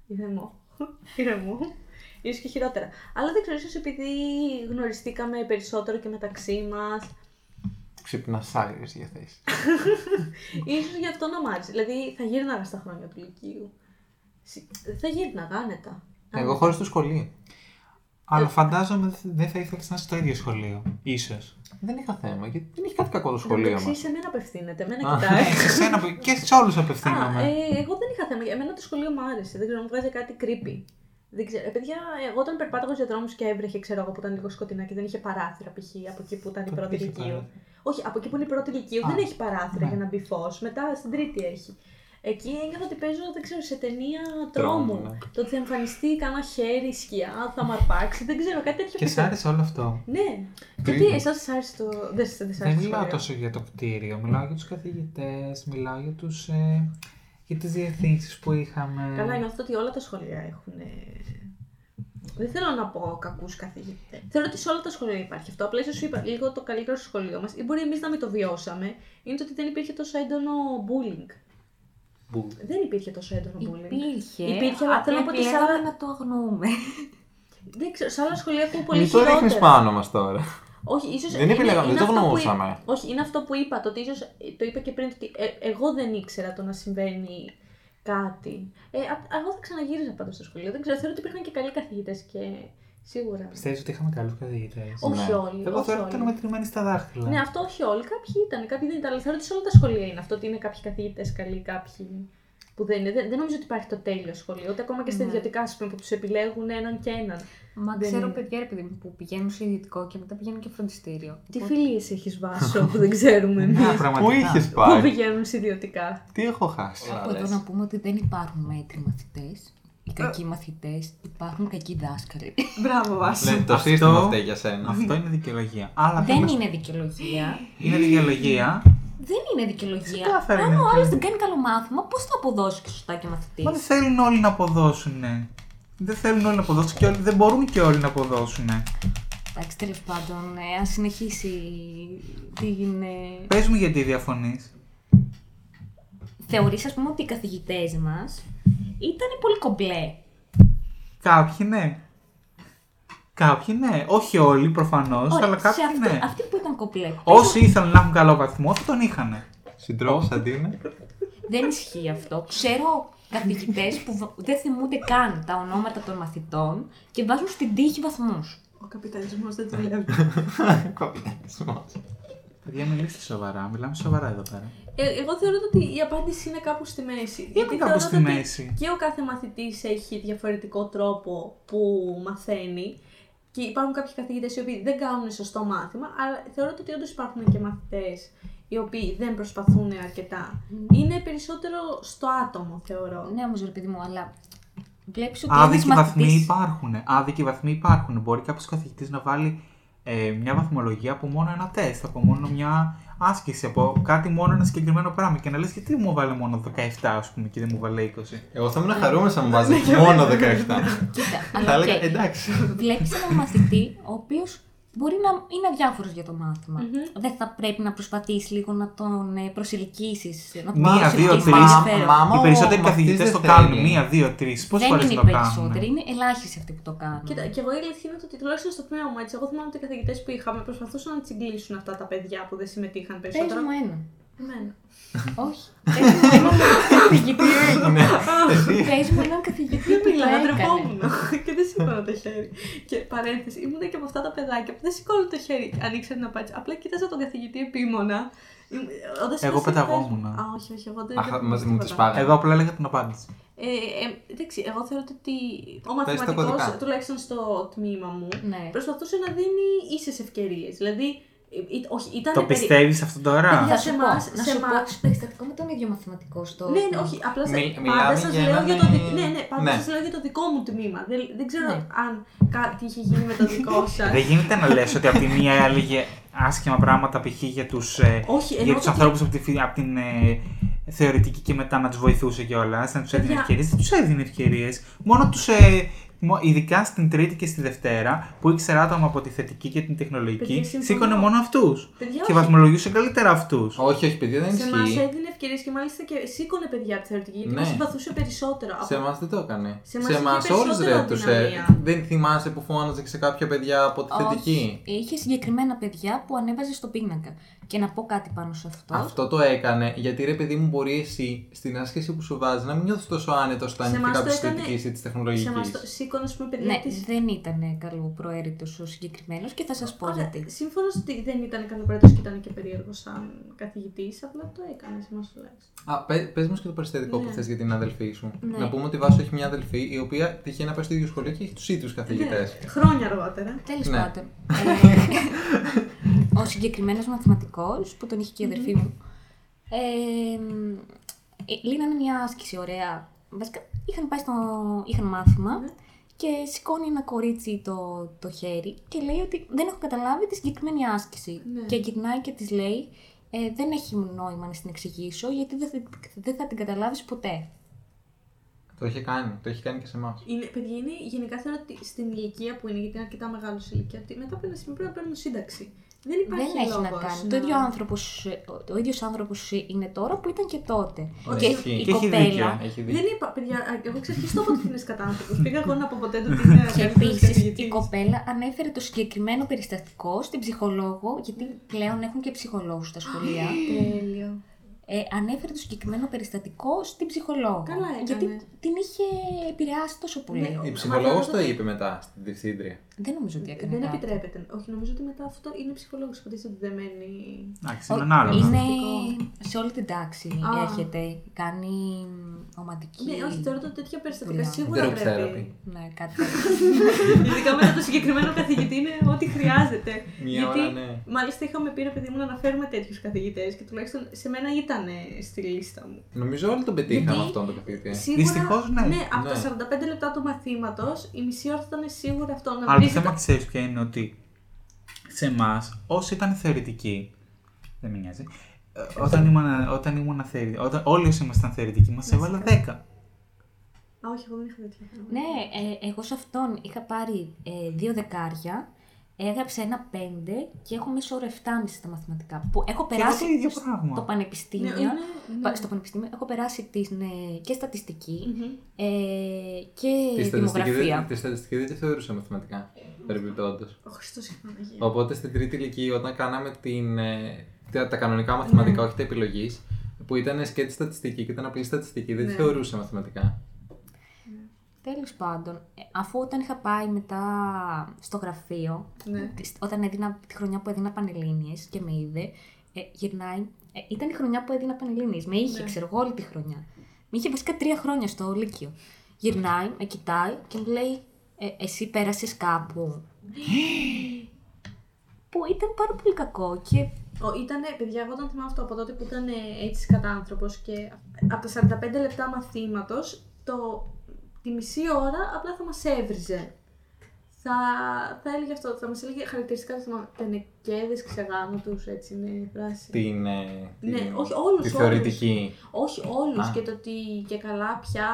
Ηρεμό. Ηρεμό. Ίσως και χειρότερα. Αλλά δεν ξέρω, ίσως επειδή γνωριστήκαμε περισσότερο και μεταξύ μας.
Ξύπνας άγριε διαθέσει.
Ίσως γι' αυτό να μ' άρεσε. Δηλαδή θα γύρναγα στα χρόνια του Λυκείου. Συ- Θα γύρναγα άνετα.
Εγώ χωρίς το σχολείο.
Αλλά φαντάζομαι δε- δεν θα ήθελες να είσαι στο ίδιο σχολείο. Ίσως.
Δεν είχα θέμα γιατί δεν είχε κάτι κακό το
Εν τω
σχολείο
μεταξύ,
μας.
σε μένα απευθύνεται, εμένα
Α.
Ναι,
*laughs*
κοιτάει.
σε σένα που- και σε όλους
Α,
απευθύνομαι.
ε, εγώ δεν είχα θέμα. Εμένα το σχολείο μου άρεσε. Δεν ξέρω, μου βγάζει κάτι creepy. Δεν ξέρω. Ε, παιδιά, εγώ όταν περπάταγα στους δρόμου και έβρεχε, ξέρω εγώ που ήταν λίγο σκοτεινά και δεν είχε παράθυρα π.χ. από εκεί που ήταν η
Το
πρώτη
είχε
ηλικίου.
παράθυρα.
Όχι, από εκεί που είναι η πρώτη ηλικίου
Α,
δεν έχει παράθυρα
ναι.
για να μπει φως. Μετά στην τρίτη έχει. Εκεί ένιωθα ότι παίζω, δεν ξέρω, σε ταινία
Τρόμου,
τρόμου.
ναι.
Το ότι θα εμφανιστεί κάνα χέρι, σκιά, θα μ' αρπάξει, δεν ξέρω, κάτι τέτοιο.
Και σ'
πιστεύω.
άρεσε όλο αυτό.
Ναι.
Τρίτο.
Γιατί εσά σα άρεσε το. Δεν σας άρεσε
Δεν
το
μιλάω
σχολείο.
τόσο για το κτίριο, μιλάω για τους καθηγητές, μιλάω για, τους, ε, για τις διευθύνσεις που είχαμε.
Καλά, νιώθω ότι όλα τα σχολεία έχουν. ε, Δεν θέλω να πω κακούς καθηγητές. Θεωρώ ότι σε όλα τα σχολεία υπάρχει αυτό. Απλά ίσως σου είπα λίγο το καλύτερο στο σχολείο μας, ή μπορεί εμείς να μην το βιώσαμε, είναι το ότι δεν υπήρχε τόσο έντονο bullying.
Μπουλ.
Δεν υπήρχε τόσο έντονο bullying.
Υπήρχε.
Υπήρχε, αλλά θέλω να πω ότι σε
επιλέγαμε
άλλα-
να το αγνοούμε.
Δεν ξέρω, σε άλλα σχολεία έχουν πολύ
Μην το ρίχνει
χειρότερα.
πάνω μας τώρα.
Όχι, ίσως
Δεν
είναι-
επιλέγαμε,
είναι
δεν το
αυτό που εί-
γνωρούσαμε.
Όχι, είναι αυτό που είπα, το ότι ίσως, ε, το είπα και πριν, ότι ε, εγώ δεν ήξερα το να συμβαίνει κάτι. Ε, α- εγώ θα ξαναγύριζα πάντως στο σχολείο, δεν ξέρω, θεωρώ ότι υπήρχαν και καλοί καθηγητές και σίγουρα.
Πιστεύεις ότι είχαμε καλούς καθηγητές.
Όχι
Ναι.
όλοι,
Εγώ
όχι
θεωρώ ότι ήταν
όλοι.
μετρημένοι στα δάχτυλα.
Ναι, αυτό όχι όλοι. Κάποιοι ήταν, κάποιοι δεν ήταν. Αλλά θεωρώ ότι σε όλα τα σχολεία είναι αυτό. Ότι είναι κάποιοι καθηγητές καλοί, κάποιοι που δεν είναι. Δεν, δεν νομίζω ότι υπάρχει το τέλειο σχολείο. Ούτε ακόμα και στα
Ναι.
ιδιωτικά, ας πούμε, που τους επιλέγουν έναν και έναν.
Μα
Δεν
ξέρω
είναι.
παιδιά ρε παιδί μου, που πηγαίνουν σε ιδιωτικό και μετά πηγαίνουν και φροντιστήριο.
Τι
Οπότε-
φιλίες έχεις *laughs* βάσο που δεν ξέρουμε εμεί.
Ναι, πραγματικά.
Πού είχες
που
πάει,
πηγαίνουν σε ιδιωτικά.
τι έχω χάσει.
Από εδώ να πούμε ότι δεν υπάρχουν μέτροι μαθητές. Οι κακοί μαθητές υπάρχουν κακοί δάσκαλοι.
Μπράβο, Βάσο.
Λέει, το
Αυτό-
σύστημα φταίει για σένα.
Αυτό είναι δικαιολογία. Αλλά
δεν
πάμε-
είναι δικαιολογία.
είναι δικαιολογία.
Δεν είναι δικαιολογία.
Ξεκάθαρα
Αν
είναι
ο άλλο
δικαιολογία.
δεν κάνει καλό μάθημα, πώς θα αποδώσει και σωστά και ο μαθητή.
Μα δεν θέλουν όλοι να αποδώσουν. Δεν θέλουν όλοι να αποδώσουν και όλοι, δεν μπορούν και όλοι να αποδώσουν.
Εντάξει, τέλος πάντων, ε, αν συνεχίσει την. Ε...
Πες μου γιατί διαφωνείς.
Θεωρείς, ας πούμε, ότι οι καθηγητές μας ήταν πολύ κομπλέ.
Κάποιοι ναι. Κάποιοι ναι. Όχι όλοι προφανώς,
Ωραία,
αλλά κάποιοι
σε αυτού-
ναι.
Αυτοί που ήταν κομπλέ.
Όσοι ήθελαν να έχουν καλό βαθμό, θα τον είχαν.
Συντρόφος αντί είναι. *laughs*
Δεν ισχύει αυτό. Ξέρω καθηγητές που βα- δεν θυμούνται καν τα ονόματα των μαθητών και βάζουν στην τύχη βαθμούς.
Ο καπιταλισμός δεν
Ναι.
δουλεύει.
Καπιταλισμός.
Παιδιά, μιλήστε σοβαρά. Μιλάμε σοβαρά εδώ πέρα.
Ε, εγώ θεωρώ ότι η απάντηση είναι κάπου στη μέση. Γιατί
κάπου
θεωρώ
στη
ότι
μέση.
Και ο κάθε μαθητής έχει διαφορετικό τρόπο που μαθαίνει. Και υπάρχουν κάποιοι καθηγητές οι οποίοι δεν κάνουν σωστό μάθημα, αλλά θεωρώ ότι όντως υπάρχουν και μαθητές οι οποίοι δεν προσπαθούν αρκετά. Είναι περισσότερο στο άτομο, θεωρώ.
Ναι, όμως ρε παιδί μου, αλλά βλέπεις ότι.
Άδικοι
ένας
βαθμοί
μαθητής-
υπάρχουν. Άδικοι βαθμοί υπάρχουν. Μπορεί κάποιος καθηγητής να βάλει ε, μια βαθμολογία από μόνο ένα τεστ, από μόνο μια άσκηση, από κάτι μόνο ένα συγκεκριμένο πράγμα. Και να λες, γιατί μου βάλε μόνο 17, ας πούμε, και δεν μου βάλε 20.
Εγώ θα ήμουν χαρούμενος να μου
Ναι,
βάζει μόνο 17.
Κοίτα,
Θα
αλλά
έλεγα
και
εντάξει.
βλέπεις έναν μαθητή ο οποίος μπορεί να είναι αδιάφορος για το μαθημα Δεν θα πρέπει να προσπαθήσει λίγο να τον προσελκύσεις. Να τον
Μία,
προσελκύσεις
δύο, τρεις.
με ενδιαφέρον.
Μα- μα-
Οι
ο
περισσότεροι
μαθητής
καθηγητές
δεν
το
θέλει.
κάνουν. Μία, δύο, τρεις. Πόσε
δεν
φορέ
είναι
το
οι
κάνουν.
περισσότεροι, είναι ελάχιστοι αυτοί που το κάνουν.
Κοίτα, και εγώ η αλήθεια είναι ότι τουλάχιστον στο τμήμα μου έτσι, εγώ θυμάμαι ότι οι καθηγητές που είχαμε προσπαθούσαν να τσιγκλίσουν αυτά τα παιδιά που δεν συμμετείχαν
Πες
περισσότερο.
μου
*laughs*
ε. ένα.
Εμένα.
Όχι. Πες μου έναν καθηγητή.
Ναι. Εσύ.
Πες μου έναν καθηγητή που
Μίλαγα,
το έκανε.
ντρεπόμουν *laughs* και δεν σηκώνω το χέρι. Και παρένθεση, ήμουν και από αυτά τα παιδάκια που δεν σηκώνουν το χέρι. Αν ήξερε να πάτσει. Απλά κοίταζα τον καθηγητή επίμονα. Ήμ- όταν
Εγώ
συμμετείχα-
πεταγόμουν.
Α, όχι, όχι, εγώ δεν.
Αχ,
δεν
μας-
θυμάμαι
μου τις
τίποτα.
πάγανε.
Εγώ απλά έλεγα την απάντηση.
Ε, ε, εντάξει, εγώ θεωρώ ότι ο
κωδικά.
μαθηματικό, τουλάχιστον στο τμήμα μου,
Ναι.
προσπαθούσε να δίνει ίσες ευκαιρίες. Δηλαδή, ε, ε, όχι, ήταν.
Το πιστεύεις αυτό τώρα.
Θα
σε
σου πω,
εμάς-
να
σε
σου
εμάς-
πω, στο περιστατικό με τον ίδιο μαθηματικός στο...
Ναι, ναι, όχι, απλά
Μι-
Μι,
μιλάμε
πάντα σας
για
λέω
έναν,
για το, δι-
ε,
ναι, ναι, πάντα
ναι.
σας λέω για το δικό μου τμήμα. Δεν, δεν ξέρω
Ναι.
αν κάτι είχε γίνει με το
*laughs*
δικό σας.
Δεν γίνεται να λες ότι από τη μία έλεγε άσχημα πράγματα π.χ. για τους, ε,
Όχι,
για
ενώ
τους
το τι-
ανθρώπους από, τη, φυ- από την ε, θεωρητική και μετά να τους βοηθούσε κιόλας, να τους έδινε
Παιδιά.
ευκαιρίες. Δεν τους έδινε ευκαιρίες. Μόνο τους... Ε, μο- ειδικά στην Τρίτη και στη Δευτέρα, που ήξερα άτομα από τη θετική και την τεχνολογική,
Παιδιά, συμφωνώ.
σήκωνε μόνο αυτούς.
Παιδιά,
Και
όχι.
βαθμολογούσε καλύτερα αυτούς.
Όχι, όχι, παιδιά, δεν
Σε εμά
ισχύει.
έδινε ευκαιρίες και μάλιστα και σήκωνε παιδιά από τη θεωρητική γιατί
Ναι.
μας συμπαθούσε περισσότερο.
Σε εμάς δεν το έκανε.
Σε εμάς είχε
εμάς όλους,
περισσότερο
τους, ε,
αδυναμία.
Δεν θυμάσαι που φώναζε σε κάποια παιδιά από τη θετική.
Είχε συγκεκριμένα παιδιά που ανέβαζε στο πίνακα. Και να πω κάτι πάνω σε αυτό.
Αυτό το έκανε γιατί ρε παιδί μου μπορεί εσύ στην άσκηση που σου βάζει να μην νιώθεις τόσο άνετος
Σε
όταν είναι
εμάς το
κάποιο τη
έκανε-
θετική ή της
σε εμάς
τεχνολογική.
το σήκωνε, ας πούμε, παιδιά
Ναι,
της...
δεν ήταν καλό προαίρετο ο συγκεκριμένος και θα σας πω
Αλλά
γιατί.
Σύμφωνα στο ότι δεν ήταν καλοπρέτο και ήταν και περίεργος σαν καθηγητής, απλά το έκανε σε εμάς τουλάχιστον.
Α, πε μου και το περιστατικό που
Ναι.
θες για την αδελφή σου.
Ναι.
Να πούμε ότι Βάσο έχει μια αδελφή η οποία τυχαίνει να πάει στο ίδιο σχολείο και έχει τους ίδιους καθηγητέ.
Ναι, Χρόνια αργότερα.
Τέλος
Ναι.
πάντων. ε, ο συγκεκριμένος μαθηματικός που τον είχε και η αδερφή μου. Ε, ε, λύνανε μια άσκηση ωραία. Βασικά είχαν πάει στο. είχαν μάθημα και σηκώνει ένα κορίτσι το, το χέρι και λέει ότι δεν έχω καταλάβει τη συγκεκριμένη άσκηση.
Ναι.
Και γυρνάει και της λέει. «Ε, δεν έχει νόημα να στην εξηγήσω γιατί δεν θα, δεν θα την καταλάβεις ποτέ.
Το είχε κάνει. Το είχε κάνει και σε εμάς.
Είναι, παιδιά, είναι, γενικά θεωρώ ότι στην ηλικία που είναι, γιατί είναι αρκετά μεγάλος σε ηλικία, ότι μετά από ένα σημείο πρέπει να παίρνουν σύνταξη. Δεν υπάρχει
δεν έχει να
λόγος ναι.
κάνει. Το ίδιο άνθρωπος, ο- ο ίδιος άνθρωπος είναι τώρα που ήταν και τότε.
Όχι,
και
ισχύει.
η
Ναι. Και έχει
κοπέλα.
δίκιο.
Έχει δει.
Δεν είπα, παιδιά, α, εγώ ξεχωριστώ από την κατά άνθρωπο. Πήγα εγώ να πω ποτέ
*laughs*
του τι είναι
Και επίσης η
επίση
κοπέλα ανέφερε το συγκεκριμένο περιστατικό στην ψυχολόγο, γιατί πλέον έχουν και ψυχολόγους στα σχολεία.
Τέλειο.
Ε, ανέφερε το συγκεκριμένο περιστατικό στην ψυχολόγο.
Καλά έκανε.
Γιατί την είχε επηρεάσει τόσο πολύ.
Ναι.
Η ψυχολόγος
Μα
το
δεν-
είπε μετά στην διευθύντρια.
Δεν νομίζω ότι έκανε.
Δεν
κάτι.
επιτρέπεται. Όχι, νομίζω ότι μετά αυτό είναι ψυχολόγος που ότι δεν μένει.
Εντάξει,
Ο-
είναι ένα άλλο.
Είναι
Μαθητικό.
σε όλη την τάξη
Α.
έρχεται. Κάνει μ, ομαδική.
Ναι, όχι, τώρα το τέτοια περιστατικά
Δουλειά.
σίγουρα
Group therapy.
πρέπει.
Ναι, κάτι τέτοιο.
Ειδικά μετά το συγκεκριμένο καθηγητή είναι ό,τι χρειάζεται.
Μία
Γιατί,
ώρα, ναι.
Μάλιστα, είχαμε πει ρε παιδί μου να αναφέρουμε τέτοιους καθηγητές και τουλάχιστον σε μένα ήταν στη λίστα μου.
Νομίζω όλοι τον πετύχαμε
Γιατί-
αυτόν τον καθηγητή.
Σίγουρα,
Δυστυχώς, ναι.
από
Ε, Ναι.
τα 45 λεπτά του μαθήματος, η μισή ώρα ήταν σίγουρα αυτό. Να
Αλλά το
βρεις
θέμα
τα-
ξέρεις ποια είναι ότι σε εμάς, όσοι ήταν θεωρητικοί. Δεν με νοιάζει. ε, Όταν ήμουν, όταν ήμουν θεωρητικοί, όταν όλοι όσοι ήμασταν θεωρητικοί, μας έβαλα 10.
Α, όχι, εγώ δεν είχα τέτοια.
Ναι, ε, εγώ σε αυτόν είχα πάρει ε, δύο δεκάρια, έγραψα ένα πέντε και έχω μέσω όρο 7,5 στα μαθηματικά. Που έχω
Και εγώ το
περάσει
ίδιο
στο
πράγμα.
πανεπιστήμιο.
Ναι, ναι, ναι.
πα- Στο πανεπιστήμιο έχω περάσει την, ε, και στατιστική
Μμμ.
ε, και
Τη στατιστική, δεν-
δημογραφία.
τη στατιστική δεν τη θεωρούσα μαθηματικά. Παρεμπιπτόντω.
Ο Χριστός και η Παναγία.
Οπότε στην τρίτη ηλικία, όταν κάναμε την, ε, τα, τα
Ναι.
κανονικά μαθηματικά, όχι τα επιλογής, που ήταν σκέτη στατιστική και ήταν απλή στατιστική, δεν τη
Ναι.
θεωρούσα μαθηματικά.
Τέλος πάντων, ε, αφού όταν είχα πάει μετά στο γραφείο,
Ναι.
σ- όταν έδινα τη χρονιά που έδινα Πανελλήνιες και με είδε, ε, γυρνάει. Ε, ήταν η χρονιά που έδινα Πανελλήνιες, με είχε,
Ναι.
ξέρω εγώ, όλη τη χρονιά. Με είχε βασικά τρία χρόνια στο Λύκειο. Γυρνάει, με κοιτάει και μου λέει, «Ε, εσύ πέρασες
*gasps*
κάπου. που ήταν πάρα πολύ κακό και
Ο- Ήτανε, παιδιά, εγώ τον θυμάμαι αυτό από τότε που ήταν ε, έτσι κατά άνθρωπος και από τα 45 λεπτά μαθήματος, το, τη μισή ώρα απλά θα μας έβριζε. Θα, θα έλεγε αυτό, θα μας έλεγε χαρακτηριστικά, θυμάμαι, τενεκέδες ξεγάμου τους, έτσι είναι η φράση.
Την, ε, την,
Ναι, όχι, όλους,
Τη
όλους.
θεωρητική.
Όχι όλους
Α.
και το ότι και καλά πια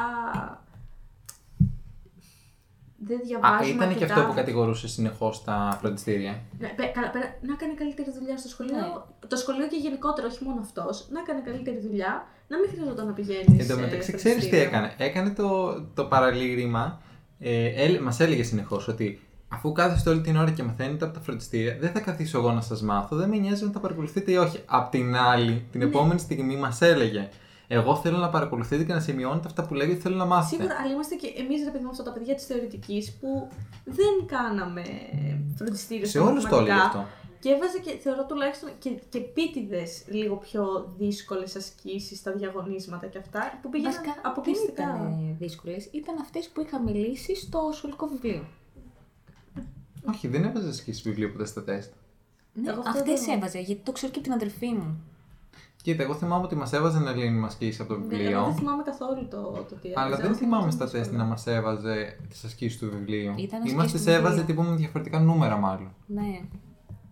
δεν
Α,
διαβάζουμε
ήταν και
αρκετά.
αυτό που κατηγορούσε συνεχώς τα φροντιστήρια.
Ναι, πε- καλά, πέρα- να κάνει καλύτερη δουλειά στο σχολείο.
Ναι.
Το σχολείο και γενικότερα, όχι μόνο αυτός. Να κάνει καλύτερη δουλειά, να μην χρειαζόταν να πηγαίνεις.
Εν τω μεταξύ, ξέρεις τι έκανε. Έκανε το, το παραλίγρημα. Ε, έλε, Μας έλεγε συνεχώς ότι αφού κάθεστε όλη την ώρα και μαθαίνετε από τα φροντιστήρια, δεν θα καθίσω εγώ να σας μάθω. Δεν με νοιάζει αν τα παρακολουθείτε ή όχι. Απ' την άλλη,
Ναι.
την επόμενη στιγμή μας έλεγε. Εγώ θέλω να παρακολουθείτε και να σημειώνετε αυτά που λέγεται θέλω να μάθετε.
Σίγουρα, αλλά είμαστε και εμείς, ρε παιδί μου, αυτά τα παιδιά της θεωρητικής που δεν κάναμε φροντιστήριο
Σε
στα
όλους το έλεγε
μαθηματικά.
αυτό.
Και έβαζε και θεωρώ τουλάχιστον και, και επίτηδες λίγο πιο δύσκολες ασκήσεις στα διαγωνίσματα και αυτά που πήγαιναν
βασικά δεν
αποκλειστικά.
ήταν ε? δύσκολες. Ήταν αυτές που είχα μιλήσει στο σχολικό βιβλίο.
Όχι, δεν έβαζε ασκήσεις βιβλίο ποτέ στα τεστ.
Ναι,
Εγώ αυτό
αυτές
δεν-
έβαζα, γιατί το ξέρω και από την αδερφή μου.
Κοίτα, εγώ θυμάμαι ότι μας έβαζε να λύνουμε ασκήσει από το
Ναι, εγώ δεν
βιβλίο.
θυμάμαι καθόλου το, το τι
Αλλά
έβαζα. Ναι.
δεν θυμάμαι στα
Δύσκολο.
τεστ να μας έβαζε τις ασκήσεις του βιβλίου.
Ήταν ασκήσεις
Είμαστε
του
σε έβαζε
βιβλίου.
τύπου με διαφορετικά νούμερα, μάλλον.
Ναι.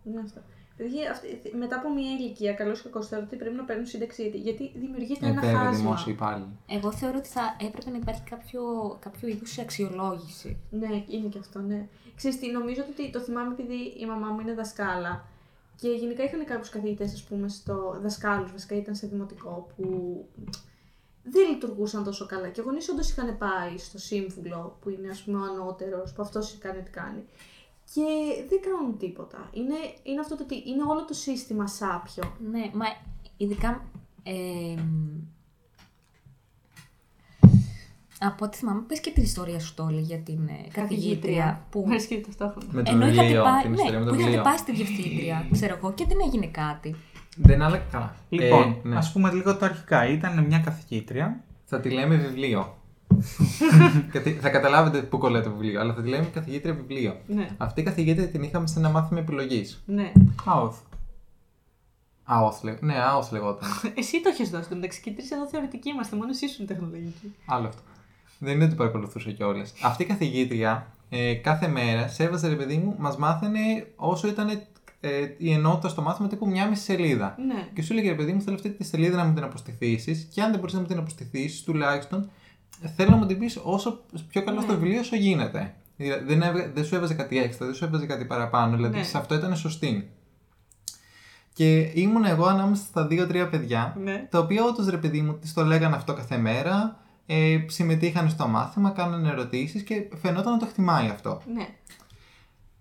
Ναι, αυτό. Παιδιά, αυτή- μετά από μια ηλικία, καλώς ή κακό, θεωρώ ότι πρέπει να παίρνουν σύνταξη γιατί, γιατί δημιουργείται
Ε,
ένα
βέβαια,
χάσμα.
δημόσιο υπάλληλο.
Εγώ θεωρώ ότι θα έπρεπε να υπάρχει κάποιο, κάποιο είδους αξιολόγηση.
Ναι, είναι και αυτό, ναι. Ξέρεις τι, νομίζω ότι το θυμάμαι επειδή η μαμά μου είναι δασκάλα. Και γενικά είχαν κάποιους καθηγητές, ας πούμε, στο. δασκάλους βασικά ήταν σε δημοτικό που δεν λειτουργούσαν τόσο καλά. Και οι γονείς όντως είχαν πάει στο σύμβουλο που είναι, ας πούμε, ο ανώτερος, που αυτός κάνει τι κάνει. Και δεν κάνουν τίποτα. Είναι, είναι αυτό το ότι είναι όλο το σύστημα σάπιο.
Ναι, μα ειδικά. Ε, από ό,τι θυμάμαι, πες και την ιστορία σου τώρα για την ε, καθηγήτρια. Που,
Μου αρέσει και ταυτόχρονα.
Με το
ενώ είχατε
βιβλίο,
πάει,
την
ναι,
ιστορία με το
που είχατε
βιβλίο.
πάει στην διευθύντρια, ξέρω εγώ, και δεν έγινε κάτι.
Δεν άλλαξε καλά.
Λοιπόν,
Ε, ναι.
ας πούμε λίγο τα αρχικά. Ήταν μια καθηγήτρια.
Θα τη λέμε
*laughs*
βιβλίο. Κατη- θα καταλάβετε που κολλάει το βιβλίο, αλλά θα τη λέμε καθηγήτρια βιβλίο.
Ναι,
Αυτή η καθηγήτρια την είχαμε σε ένα μάθημα επιλογής.
ναι.
Αόθ.
ΑΟΘ λέγ- Ναι, ΑΟΘ λεγόταν.
Εσύ το έχεις δώσει το μεταξύ. Και τρεις εδώ θεωρητικοί είμαστε. Μόνο εσύ ήσουν τεχνολογικοί.
Άλλο αυτό. Δεν είναι ότι παρακολουθούσα κιόλας. Αυτή η καθηγήτρια ε, κάθε μέρα σέβαζε ρε παιδί μου, μας μάθαινε όσο ήταν ε, η ενότητα στο μάθημα τύπου μια μισή σελίδα.
Ναι.
Και σου έλεγε ρε παιδί μου, θέλω αυτή τη σελίδα να μου την αποστηθήσεις. Και αν δεν μπορείς να μου την αποστηθήσεις, τουλάχιστον θέλω να μου την πεις όσο πιο καλά στο
Ναι.
βιβλίο όσο γίνεται. Δηλαδή, Δεν, έβγα- δεν σου έβαζε κάτι έξτρα, δεν σου έβαζε κάτι παραπάνω. Δηλαδή
Ναι.
σε αυτό ήταν σωστή. Και ήμουν εγώ ανάμεσα στα δύο-τρία παιδιά,
Ναι.
τα οποία όντως ρε παιδί μου τη το λέγανε αυτό κάθε μέρα, ε, συμμετείχαν στο μάθημα, κάνανε ερωτήσεις και φαινόταν να το χτιμάει αυτό.
Ναι.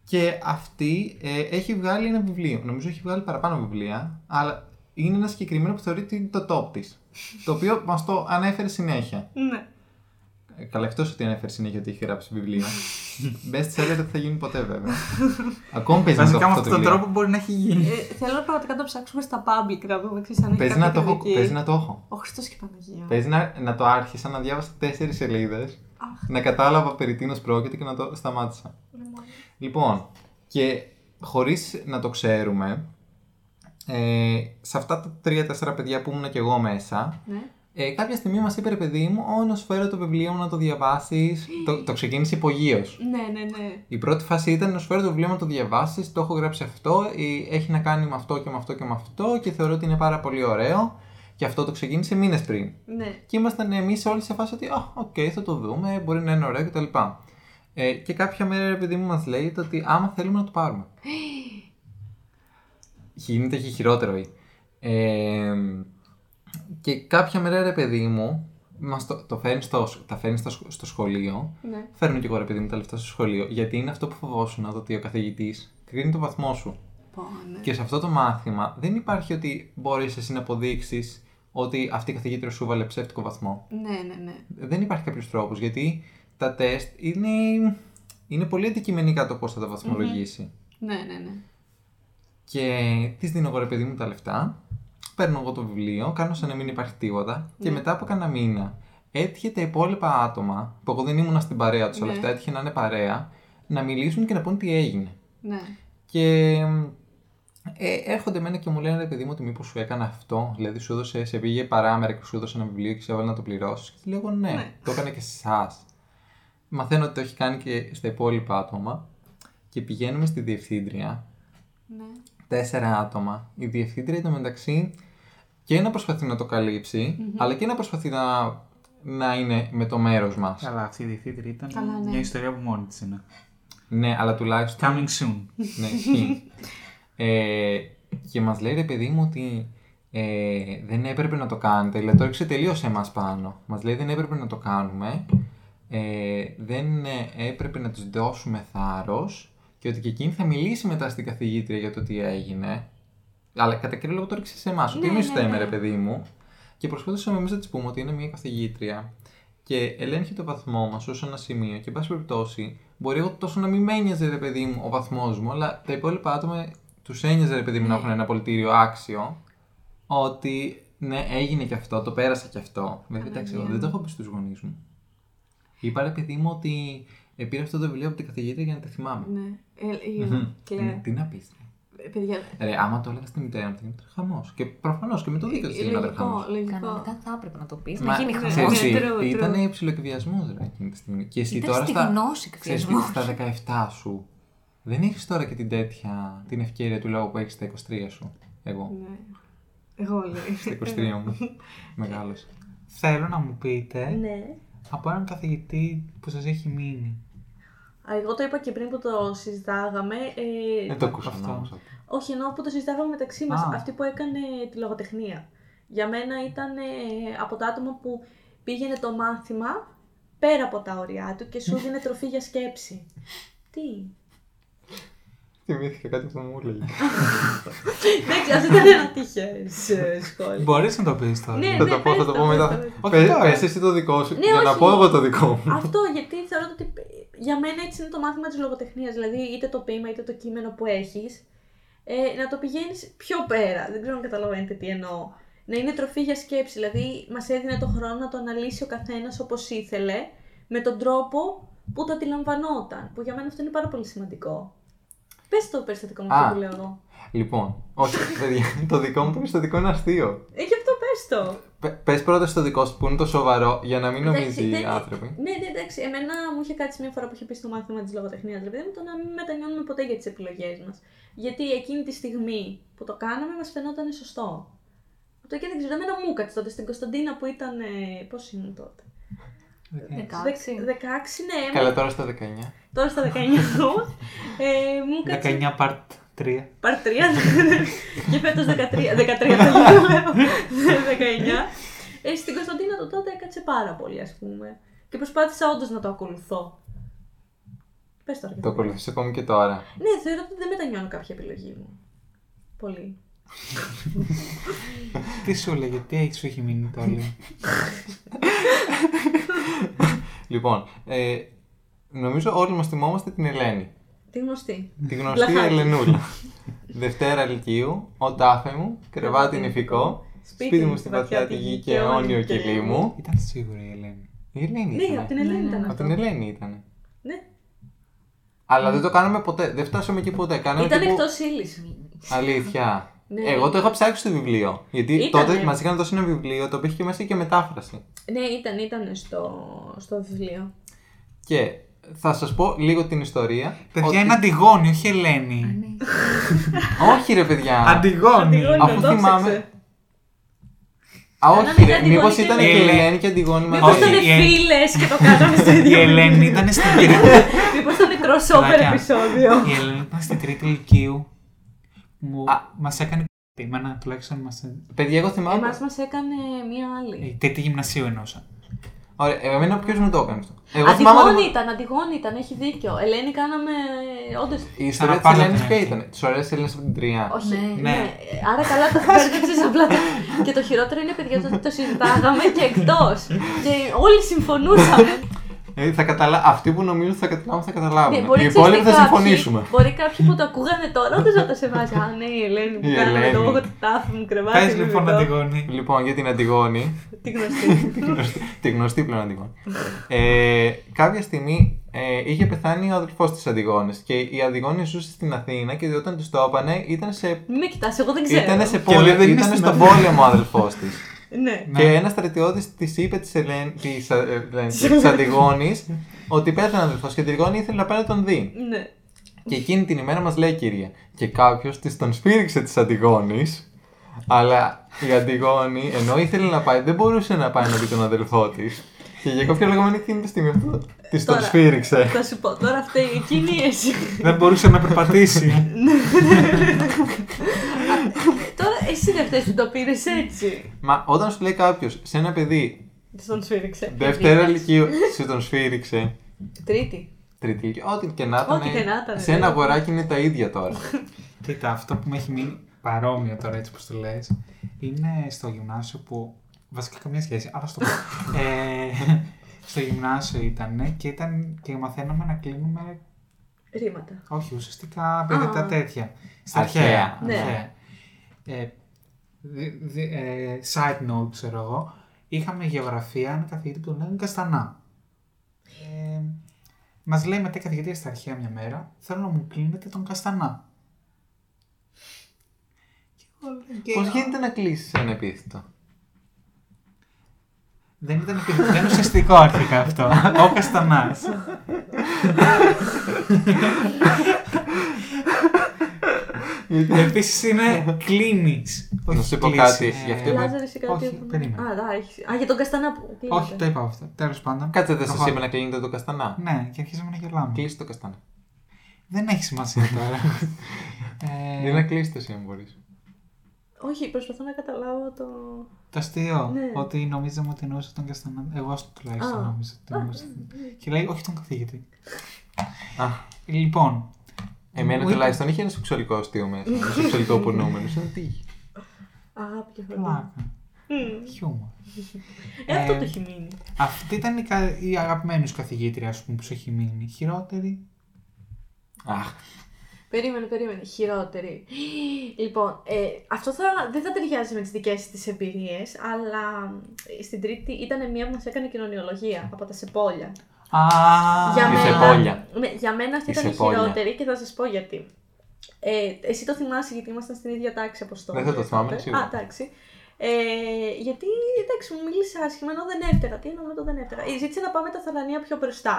Και αυτή ε, έχει βγάλει ένα βιβλίο. Νομίζω έχει βγάλει παραπάνω βιβλία, αλλά είναι ένα συγκεκριμένο που θεωρείται το top της.
*laughs*
Το οποίο μας το ανέφερε συνέχεια.
Ναι.
Ε, Καλά, εκτός ότι ανέφερε συνέχεια ότι έχει γράψει
*laughs*
βιβλία. Best seller δεν θα γίνει ποτέ, βέβαια. Ακόμη παίζει να το
Βασικά με
έχω
αυτόν τον
Ε, αυτό
τρόπο μπορεί να έχει γίνει.
Ε, θέλω πραγματικά να το ψάξουμε στα public να δούμε ξέρεις, αν έχει
Παίζει
κάποια
να το έχω.
κριτική.
Παίζει να το έχω.
Ο Χριστός και η Παναγία.
Παίζει να, να το άρχισα να διάβασα τέσσερις σελίδες,
Αχ.
να κατάλαβα περί τίνος πρόκειται και να το σταμάτησα.
Ναι, μωρέ.
Λοιπόν, και χωρίς να το ξέρουμε, ε, σε αυτά τα τρία-τέσσερα παιδιά που ήμουν και εγώ μέσα,
Ναι.
ε, κάποια στιγμή μας είπε ρε παιδί μου, Όνο, φέρω το βιβλίο μου να το διαβάσεις. το, το ξεκίνησε υπογείως.
Ναι, ναι, ναι.
Η πρώτη φάση ήταν να σου φέρω το βιβλίο να το διαβάσεις. Το έχω γράψει αυτό. ε, Έχει να κάνει με αυτό και με αυτό και με αυτό. Και θεωρώ ότι είναι πάρα πολύ ωραίο. Και αυτό το ξεκίνησε μήνες πριν.
Ναι.
Και ήμασταν εμείς όλοι σε φάση ότι, Α, οκ, θα το δούμε, μπορεί να είναι ωραίο κτλ. Ε, και κάποια μέρα, ρε παιδί μου, μας λέει το ότι άμα θέλουμε να το πάρουμε. Γίνεται και χειρότερο. ε. Ε, και κάποια μέρα, ρε παιδί μου, μας το, το φέρνεις στο, τα φέρνεις στο, σχ- στο σχολείο.
ναι.
Φέρνω και εγώ, ρε παιδί μου, τα λεφτά στο σχολείο. Γιατί είναι αυτό που φοβόσουν, το ότι ο καθηγητής κρίνει το βαθμό σου.
Πω, ναι.
Και σε αυτό το μάθημα δεν υπάρχει ότι μπορείς εσύ να αποδείξεις ότι αυτή η καθηγήτρια σου βάλε ψεύτικο βαθμό.
Ναι, ναι, ναι.
Δεν υπάρχει κάποιος τρόπος γιατί τα τεστ είναι, είναι πολύ αντικειμενικά το πώς θα τα βαθμολογησει
Ναι, ναι, ναι.
Και της δίνω εγώ ρε παιδί μου τα λεφτά, παίρνω εγώ το βιβλίο, κάνω σαν να μην υπάρχει τίποτα και
Ναι.
μετά από κανένα μήνα έτυχε τα υπόλοιπα άτομα που εγώ δεν ήμουν στην παρέα τους, αλλά
Ναι.
αυτά έτυχε να είναι παρέα, να μιλήσουν και να πούν τι έγινε.
Ναι.
Και ε, έρχονται εμένα και μου λένε ρε παιδί μου ότι μήπως σου έκανα αυτό. Δηλαδή σου έδωσε, σε πήγε παράμερα και σου έδωσε ένα βιβλίο και σε έβαλε να το πληρώσεις. Και τη λέγω ναι,
Ναι.
το έκανα και σε εσάς. Μαθαίνω ότι το έχει κάνει και στα υπόλοιπα άτομα. Και πηγαίνουμε στη διευθύντρια.
Ναι.
Τέσσερα άτομα. Η διευθύντρια εντωμεταξύ και να προσπαθεί να το καλυψει αλλά και να προσπαθεί να, να είναι με το μέρος μας.
Καλά, αυτή η διευθύντρια ήταν
Καλά, ναι.
μια ιστορία που μόνη της είναι.
Ναι, αλλά τουλάχιστον.
Coming soon.
ναι, χι. ε, και μας λέει ρε παιδί μου ότι ε, δεν έπρεπε να το κάνετε. Δηλαδή το έριξε τελείω σε εμάς πάνω. Μας λέει δεν έπρεπε να το κάνουμε. Ε, δεν ε, έπρεπε να τους δώσουμε θάρρος και ότι και εκείνη θα μιλήσει μετά στην καθηγήτρια για το τι έγινε. Αλλά κατά κύριο λόγο το έριξε σε εμάς.
Ναι,
Ότι εμείς
ναι,
φταίμε,
ναι.
ρε παιδί μου. Και προσπαθούσαμε εμείς να της πούμε ότι είναι μια καθηγήτρια και ελέγχει το βαθμό μας ως ένα σημείο. Και, εν πάση περιπτώσει, μπορεί εγώ τόσο να μην με ένοιαζε, ρε παιδί μου, ο βαθμός μου, αλλά τα υπόλοιπα άτομα τους ένοιαζε, ρε παιδί μου, να έχουν ένα πολιτήριο άξιο. Ότι ναι, έγινε και αυτό, το πέρασα και αυτό. Βέβαια, εντάξει, εγώ δεν το έχω πει στους γονείς μου. Είπα, ρε παιδί μου, ότι ε, πήρα αυτό το βιβλίο από την καθηγήτρια για να το θυμάμαι.
Ναι. Ε, η
Μμμ. ναι.
Κλαία.
Τι να πεις.
Ε, Παιδιά,
Ρε, άμα το έλεγα στη μητέρα μου, θα γινόταν χαμός. Και προφανώς και με το δίκιο της γινόταν χαμό.
Ε, λογικό,
Λοιπόν.
λογικό.
Κανονικά θα έπρεπε να το πεις, να γίνει
ναι,
χαμό.
ναι. true, true.
Ήταν ψηλοκυβιασμό ρε εκείνη τη στιγμή. Και εσύ
Ήταν
τώρα
στη
στα,
γνώση
ξέρεις τι,
εκβιασμός.
στα 17 σου. Δεν έχεις τώρα και την τέτοια την ευκαιρία του λόγου που έχεις στα 23 σου. Εγώ.
Ναι. Εγώ λέω.
Στα 23 μου.
*laughs*
Μεγάλος.
Θέλω να μου πείτε
Ναι.
από έναν καθηγητή που σας έχει μείνει.
Α, Εγώ το είπα και πριν που το συζητάγαμε. ε,
Δεν το ακούσαμε
αυτό.
όμω.
Όχι, ενώ που το συζητάγαμε μεταξύ μας,
Α.
αυτή που έκανε τη λογοτεχνία. Για μένα ήταν ε, από τα άτομα που πήγαινε το μάθημα πέρα από τα όρια του και σου δίνε τροφή για σκέψη. Τι.
Θυμήθηκα κάτι που μου έλεγε.
Ναι, Δεν ξέρω, αυτό ήταν ένα τυχαίο ε, σχόλιο.
Μπορείς να το πεις τώρα.
Ναι.
Θα το πω,
πες
θα το
το,
πω
πες
μετά.
το, πες
το.
Πες-
Όχι τώρα.
Πες εσύ το δικό σου.
Ναι,
Για να
όχι.
πω εγώ το δικό μου. *laughs*
Αυτό γιατί θεωρώ ότι για μένα έτσι είναι το μάθημα της λογοτεχνίας, δηλαδή είτε το ποίημα είτε το κείμενο που έχεις, ε, να το πηγαίνεις πιο πέρα, δεν ξέρω αν καταλαβαίνετε τι εννοώ. Να είναι τροφή για σκέψη, δηλαδή μας έδινε το χρόνο να το αναλύσει ο καθένας όπως ήθελε, με τον τρόπο που το αντιλαμβανόταν, που για μένα αυτό είναι πάρα πολύ σημαντικό. Πες το περιστατικό μου
Α.
αυτό που λέω εγώ.
Λοιπόν, όχι, παιδιά, το δικό μου περιστατικό είναι αστείο.
Ε, γι' αυτό πες το.
Πες πρώτα στο δικό σου που είναι το σοβαρό για να μην
Εντάξει,
νομίζεις
δεν-
οι άνθρωποι.
Ναι, ναι, εντάξει. Εμένα μου είχε κάτσει μια φορά που είχε πει στο μάθημα της λογοτεχνίας, δηλαδή μου το να μην μετανιώνουμε ποτέ για τις επιλογές μας. Γιατί εκείνη τη στιγμή που το κάναμε μας φαινόταν σωστό. Αυτό και δεν ξέρω, εμένα μου κάτσε τότε στην Κωνσταντίνα που ήταν. Πώς ήμουν τότε. Δεκ- 16,
16.
ναι, μου-
Καλά, τώρα στα 19. *laughs*
τώρα στα 19 μου. Ε, μου κάτσε.
19 part Τρία.
Part 3. και φέτος 13. 13 τελικά λέω. 19. Ε, στην Κωνσταντίνα το τότε έκατσε πάρα πολύ, ας πούμε. Και προσπάθησα όντως να το ακολουθώ. Πες τώρα.
Το ακολουθείς ακόμη και τώρα.
Ναι, θεωρώ ότι δεν μετανιώνω κάποια επιλογή μου. Πολύ.
Τι σου λέγε, τι έχεις σου έχει μείνει το άλλο.
Λοιπόν, ε, νομίζω όλοι μας θυμόμαστε την Ελένη.
Τη γνωστή.
Τη γνωστή *laughs*
Λαχάκι.
Ελενούλα. Δευτέρα Λυκείου, ο τάφε μου, κρεβάτι νηφικό, σπίτι μου στη βαθιά τη γη και αιώνιο κελί μου.
Ήταν σίγουρη η Ελένη.
Η Ελένη
Ναι, από την
ήταν.
Ελένη
Ναι,
ήταν
ναι.
Από
αυτό.
την Ελένη ήταν.
Ναι,
Αλλά δεν το κάναμε ποτέ. Δεν φτάσαμε εκεί ποτέ. Κάναμε
ήταν
τύπου-
εκτός ύλης.
Αλήθεια.
Ναι.
Εγώ το είχα ψάξει στο βιβλίο. Γιατί
Ήτανε.
τότε μας είχαν δώσει ένα βιβλίο το οποίο είχε μέσα και μετάφραση.
Ναι, ήταν, ήταν στο, στο βιβλίο.
Και θα σας πω λίγο την ιστορία. Ότι-
Παιδιά είναι Αντιγόνη, όχι Ελένη.
Ναι.
Όχι, ρε παιδιά.
Αντιγόνη.
Αντιγόνη.
Αφού
το
θυμάμαι.
ψάξε.
Α,
Κάναμε
όχι, ρε.
Αντιγόνη
Μήπως
και
ήταν και η
Ελένη.
Ελένη και η Αντιγόνη
Μήπως
Όχι,
ήταν
η Ελένη-
φίλες και το
*laughs*
κάναμε στο
Η
ίδιο.
Ελένη ήταν στην τρίτη.
Μήπως ήταν crossover
Φιλάκια.
επεισόδιο.
Η Ελένη ήταν στην τρίτη ηλικίου. Μου
Α.
μας έκανε κ***. Εμένα τουλάχιστον μας... ε,
Παιδιά, εγώ θυμάμαι.
Εμάς μας έκανε μία άλλη.
Η τρίτη γυμνασίου εννοούσα.
Ωραία, ε, εμένα ποιος μου το έκανε αυτό. Εγώ θυμάμαι.
Αντιγόνη
ότι-
ήταν, αντιγόνη ήταν, έχει δίκιο. Ελένη, κάναμε. Όντως.
Η ιστορία της
Ξαναπάρτε
Ελένη
την
ποια
αυτή.
ήταν. Τι ωραίε Έλληνε από την Τρία.
Όχι.
Ναι.
Ναι.
Άρα καλά τα μπέρδεψε απλά. τα- και το χειρότερο είναι, παιδιά, ότι το συζητάγαμε και εκτός. και όλοι
*laughs*
συμφωνούσαμε.
Δηλαδή θα καταλα... Αυτοί που νομίζω θα καταλάβουν, θα
Ναι,
καταλάβουν.
μπορεί,
Οι
ξέρεις
υπόλοιποι
τι,
θα
κάποιοι-
συμφωνήσουμε.
Μπορεί κάποιοι που το ακούγανε τώρα όντως να το σε βάζει. Α, ναι, η Ελένη που
Η
κάναμε
Ελένη.
το εγώ το τάφι μου κρεβάτι.
Πες λοιπόν
λιβικό.
Αντιγόνη.
Λοιπόν, για την
*laughs*
Αντιγόνη.
Τι γνωστή.
Τη γνωστή- τη γνωστή πλέον Αντιγόνη. Ε, κάποια στιγμή ε, είχε πεθάνει ο αδελφός της Αντιγόνης και η Αντιγόνη ζούσε στην Αθήνα και όταν του το έπανε ήταν σε.
Μην με κοιτάς, εγώ δεν ξέρω.
Ήταν, σε
Και λέει,
πόλεμο,
δεν είναι
ήταν
στην
στον
Αθήνα.
πόλεμο ο αδελφός της.
*laughs*
Ναι.
Ναι.
Και ένας στρατιώτης της είπε της ε, Αντιγόνης ότι πέθανε ο αδελφός και η Αντιγόνη ήθελε να πάει να τον δει.
Ναι.
Και εκείνη την ημέρα μας λέει η κυρία. Και κάποιος της τον σφύριξε της Αντιγόνης. Αλλά η Αντιγόνη, ενώ ήθελε να πάει, δεν μπορούσε να πάει να δει τον αδελφό της. Και για κάποιο λόγο, με εκείνη τη στιγμή αυτό της τον
Τώρα.
σφύριξε.
Θα σου πω τώρα αυτή εκείνη ή εσύ.
Δεν μπορούσε να περπατήσει.
Τώρα εσύ δεν φταίεις που το πήρες έτσι.
Μα όταν σου λέει κάποιος σε ένα παιδί
Της Τον σφύριξε.
Δευτέρα Λυκείου, σε τον σφύριξε.
Τρίτη.
Τρίτη Λυκείου, ό,τι και να ήταν.
Ό,τι και να ήταν,
Σε ένα
ναι.
αγοράκι είναι τα ίδια τώρα.
Κοίτα, αυτό που μου έχει μείνει παρόμοιο τώρα έτσι που το λες, είναι στο γυμνάσιο που. Βασικά καμία σχέση, αλλά στο. ε, στο γυμνάσιο ήταν και, ήταν και μαθαίναμε να κλείνουμε.
Ρήματα.
Όχι, ουσιαστικά παιδικά
Α.
τέτοια. Στα
Αρχαία.
αρχαία.
Ναι.
αρχαία. Ε, δι- δι- ε, side note, ξέρω εγώ. Είχαμε γεωγραφία, ένα καθηγητή που τον λέγανε Καστανά. Ε, Μας λέει μετά η καθηγητρία στα αρχαία μια μέρα, θέλω να μου κλείνετε τον Καστανά. Και εγώ λέω, «Και
Πώς
εγώ».
γίνεται να κλείσεις ένα επίθετο.
Δεν ήταν επι- δεν ουσιαστικό αρχικά αυτό. Ο Καστανά. Επίσης είναι κλείνει.
Να σου πω κάτι, γι' αυτό-
Λάζαρη ή κάτι.
Ε, όχι,
από-
περίμενε.
Α, δα, έχεις- Α, για τον Καστανά που κλείνεται.
Όχι, το είπα αυτό. Τέλος πάντων.
Κάτσε, δεν σα
Προχωράμε.
είπε να κλείνετε το καστανά.
Ναι, και αρχίσαμε να γελάμε.
Κλείσει το καστανά.
Δεν έχει σημασία
*laughs*
τώρα. ε,
Δεν να κλείσει το αν μπορεί.
Όχι, προσπαθώ να καταλάβω το.
Το αστείο.
Ναι.
Ότι νομίζαμε ότι εννοούσε τον Καστανά. Εγώ ας το τουλάχιστον
Α.
νόμιζα ότι εννοούσε. τον- Και λέει, όχι τον καθηγητή.
Α.
Λοιπόν,
Εμένα
Μου είπε-
τουλάχιστον είχε ένα σεξουαλικό αστείο μέσα. Ένα σεξουαλικό πονόμενο. Σαν τι.
Αγάπη και χρόνια.
πλάκα.
Μμμ.
Χιούμορ.
Ε, αυτό
Ε,
το έχει μείνει.
Αυτή ήταν η, κα... η αγαπημένη σου καθηγήτρια, ας πούμε, που σου έχει μείνει. Χειρότερη.
Αχ.
Περίμενε, περίμενε. Χειρότερη. Λοιπόν, ε, αυτό θα, δεν θα ταιριάζει με τις δικές της εμπειρίες, αλλά ε, στην Τρίτη ήταν μία που μας έκανε κοινωνιολογία από τα Σεπόλια.
Α,
για,
η
μένα,
Σεπόλια.
ναι, για μένα αυτή
Η
ήταν η
Σεπόλια.
χειρότερη και θα σας πω γιατί. Ε, εσύ το θυμάσαι γιατί ήμασταν στην ίδια τάξη από στο.
Δεν θα το θυμάμαι, σίγουρα.
Α, εντάξει. Ε, γιατί εντάξει, μου μίλησε άσχημα ενώ δεν έφτερα. Τι εννοώ με το δεν έφτερα. Ε, ζήτησε να πάμε τα θαλανία πιο μπροστά.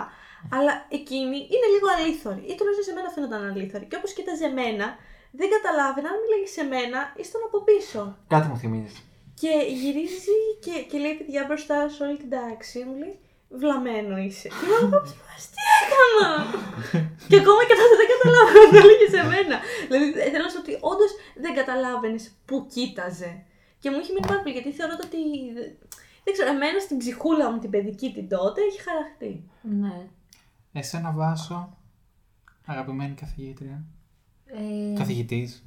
Αλλά εκείνη είναι λίγο αλήθωρη. Ή τουλάχιστον σε μένα φαίνονταν αλήθωρη. Και όπως κοίταζε εμένα, δεν καταλάβαινα αν μιλάει σε μένα ή στον από πίσω.
Κάτι μου θυμίζεις.
Και γυρίζει και, και λέει παιδιά μπροστά σε όλη την τάξη. Μου λέει βλαμμένο είσαι. Και λέω «Πώς, πώς, τι έκανα. θέμα! και ακόμα και τότε δεν καταλάβαινε, *laughs* το έλεγε σε μένα. δηλαδή ε, θέλω να σου πω ότι όντως δεν καταλάβαινες που κοίταζε. Και μου είχε μείνει πάρα πολύ γιατί θεωρώ το ότι. Δεν ξέρω, εμένα στην ψυχούλα μου την παιδική την τότε έχει χαραχτεί.
Ναι.
Εσένα Βάσο, αγαπημένη καθηγήτρια,
Ναι.
καθηγητής,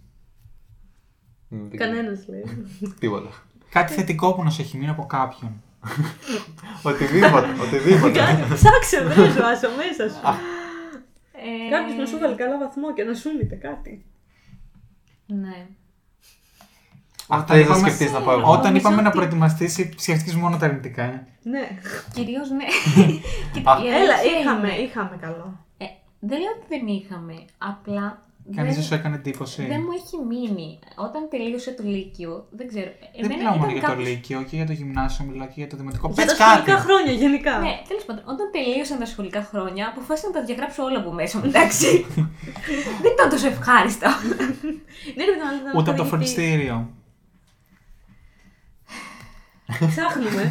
Μ, δεν
Κανένας λέει. *laughs*
ξέρω. Τίποτα.
κάτι θετικό που να σου έχει μείνει από κάποιον.
*laughs*
Οτιδήποτε. Οτιδήποτε.
Κάνε- Ψάξε, βρε Βάσο μέσα σου.
Ε,
Κάποιος να σου βάλει καλό βαθμό και να σου μείνει κάτι.
Ναι.
Αυτά δεν θα σκεφτεί να πάω εγώ.
Όταν είπαμε
Νομίζω
να
ότι-
προετοιμαστείς, σκεφτείς μόνο τα αρνητικά. ε.
Ναι.
Κυρίως
*laughs*
ναι. ε,
Α,
η
Έλα,
αλήθεια
είχαμε,
είναι-
είχαμε καλό.
Ε, δεν λέω ότι δεν είχαμε. Απλά.
Κανείς δεν
δεν-
σου έκανε εντύπωση.
δεν μου έχει μείνει. Όταν τελείωσε το Λύκειο, δεν ξέρω.
Δεν
εμένα
μιλάω
ήταν
μόνο για το
κάπως-
Λύκειο και για το Γυμνάσιο, μιλάω και για το Δημοτικό.
Για
Πες
τα σχολικά
κάτι!
χρόνια γενικά.
Ναι, τέλος πάντων, όταν τελείωσαν τα σχολικά χρόνια, αποφάσισα να τα διαγράψω όλα από μέσα μου,
*laughs*
εντάξει. δεν ήταν τόσο ευχάριστα.
Ναι, ρε παιδί μου, αλλά ήταν
Ούτε από το
καθηγητή.
φροντιστήριο.
Ψάχνουμε.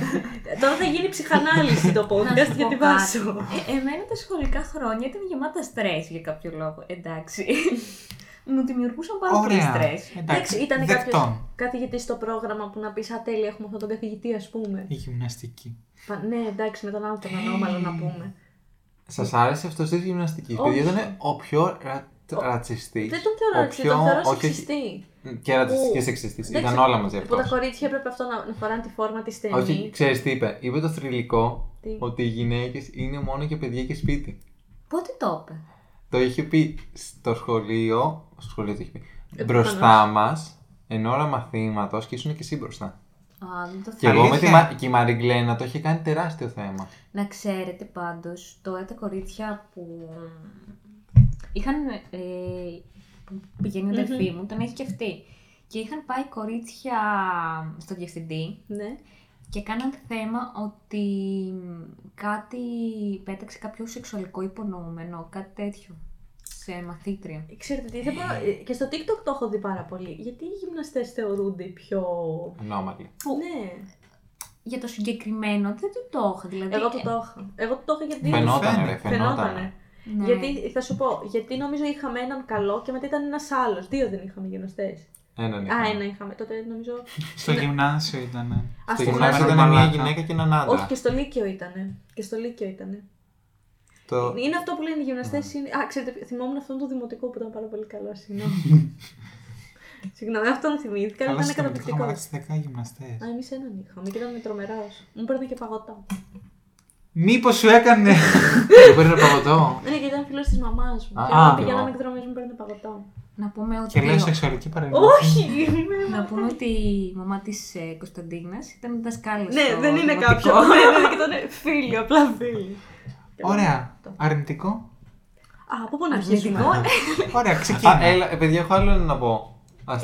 Τώρα θα γίνει ψυχανάλυση το
Να σου
podcast για τη
πω κάτι.
Βάσο.
Ε, εμένα τα σχολικά χρόνια ήταν γεμάτα στρες για κάποιο λόγο,
*laughs*
εντάξει. μου δημιουργούσαν πάρα πολύ
Ωραία.
στρες.
Εντάξει,
Εντάξει,
ήταν κάποιος
δεκτών.
καθηγητή στο πρόγραμμα που να πεις Α, τέλεια, έχουμε αυτόν τον καθηγητή, ας πούμε.
Η γυμναστική.
Πα- Ναι, εντάξει, με τον άλλο τον ανώμαλο να πούμε.
Σας άρεσε αυτός της γυμναστικής.
Όχι.
Παιδιά ήταν ο πιο ρα... ρατσιστής.
Δεν τον θεωρώ έτσι, τον θεωρώ σεξιστή.
Και ρατσιστή και
Ου.
σεξιστή.
Δεν
Ήταν
ξέρω.
όλα μαζί
Που
αυτό.
τα κορίτσια έπρεπε αυτό να, να φοράνε τη φόρμα της ταινή.
Ναι, Όχι, ξέρεις τι είπε. Είπε το θρηλυκό
Τι.
ότι οι γυναίκες είναι μόνο για παιδιά και σπίτι.
Πότε το είπε.
Το είχε πει στο σχολείο. Στο σχολείο το είχε πει.
Ε,
μπροστά μας, εν ώρα μαθήματος και ήσουν και εσύ μπροστά.
Α, δεν το
Και
θυμάμαι.
εγώ με τη
Αλήθεια.
Μα- και η Μαριγκλένα το είχε κάνει τεράστιο θέμα.
Να ξέρετε πάντως, τώρα τα κορίτσια που είχαν, ε, που πηγαίνει η αδερφή μου, τον έχει και αυτή. Και είχαν πάει κορίτσια στον διευθυντή
Ναι.
και κάναν θέμα ότι κάτι πέταξε κάποιο σεξουαλικό υπονοούμενο, κάτι τέτοιο, σε μαθήτρια.
Ξέρετε τι, δεν μπορώ- ε, και στο TikTok το έχω δει πάρα πολύ. Γιατί οι γυμναστές θεωρούνται οι πιο.
Ανώμαλη.
Ναι,
Για το συγκεκριμένο δεν το το είχα, δηλαδή...
εγώ το το είχα. Εγώ το το είχα γιατί.
Φαινόταν, ρε,
φαίνεται.
φαινόταν.
Ναι.
Γιατί θα σου πω, γιατί νομίζω είχαμε έναν καλό και μετά ήταν ένας άλλος. Δύο δεν είχαμε γυμναστές.
Έναν
Α,
είχαμε.
ένα είχαμε. Τότε νομίζω.
Στο γυμνάσιο ήταν.
Α
Στο
το
γυμνάσιο
χάσαμε
ήταν μια
μαλάκα.
γυναίκα και έναν άντρα.
Όχι, και στο Λύκειο ήταν. Και στο Λύκειο ήταν.
Το...
Είναι αυτό που λένε οι γυμναστές. Είναι... Α, ξέρετε, θυμόμουν αυτόν τον δημοτικό που ήταν πάρα πολύ καλό. Συγγνώμη. Συγγνώμη, αυτόν θυμήθηκα.
Καλά,
Ήταν
στο Δημοτικό
καταπληκτικός.
είχαμε
Α,
10 γυμναστές.
εμείς έναν είχαμε και ήταν τρομερός. Μου παίρνει και παγωτά.
Μήπως σου
*laughs*
έκανε...
Μου παίρνει παγωτό.
Ναι, γιατί ήταν φίλος της μαμάς μου.
Α,
Και όταν
ναι.
πηγαίναμε εκδρομέ μου παίρνει παγωτά.
Να πούμε ότι...
Και λέω σεξουαλική παρενόχληση.
Όχι! *laughs*
Να πούμε ότι η μαμά της ε, Κωνσταντίνας ήταν δασκάλας
Ναι,
στο
δεν είναι
δημοτικό.
κάποιος. Ναι, ναι, και ήταν φίλοι, απλά φίλοι.
Ωραία. Αρνητικό.
*laughs* Α, από πού να αρχίσουμε.
Ωραία,
Α,
ξεκίνα.
έλα, ε, παιδιά, έχω άλλο ένα να πω.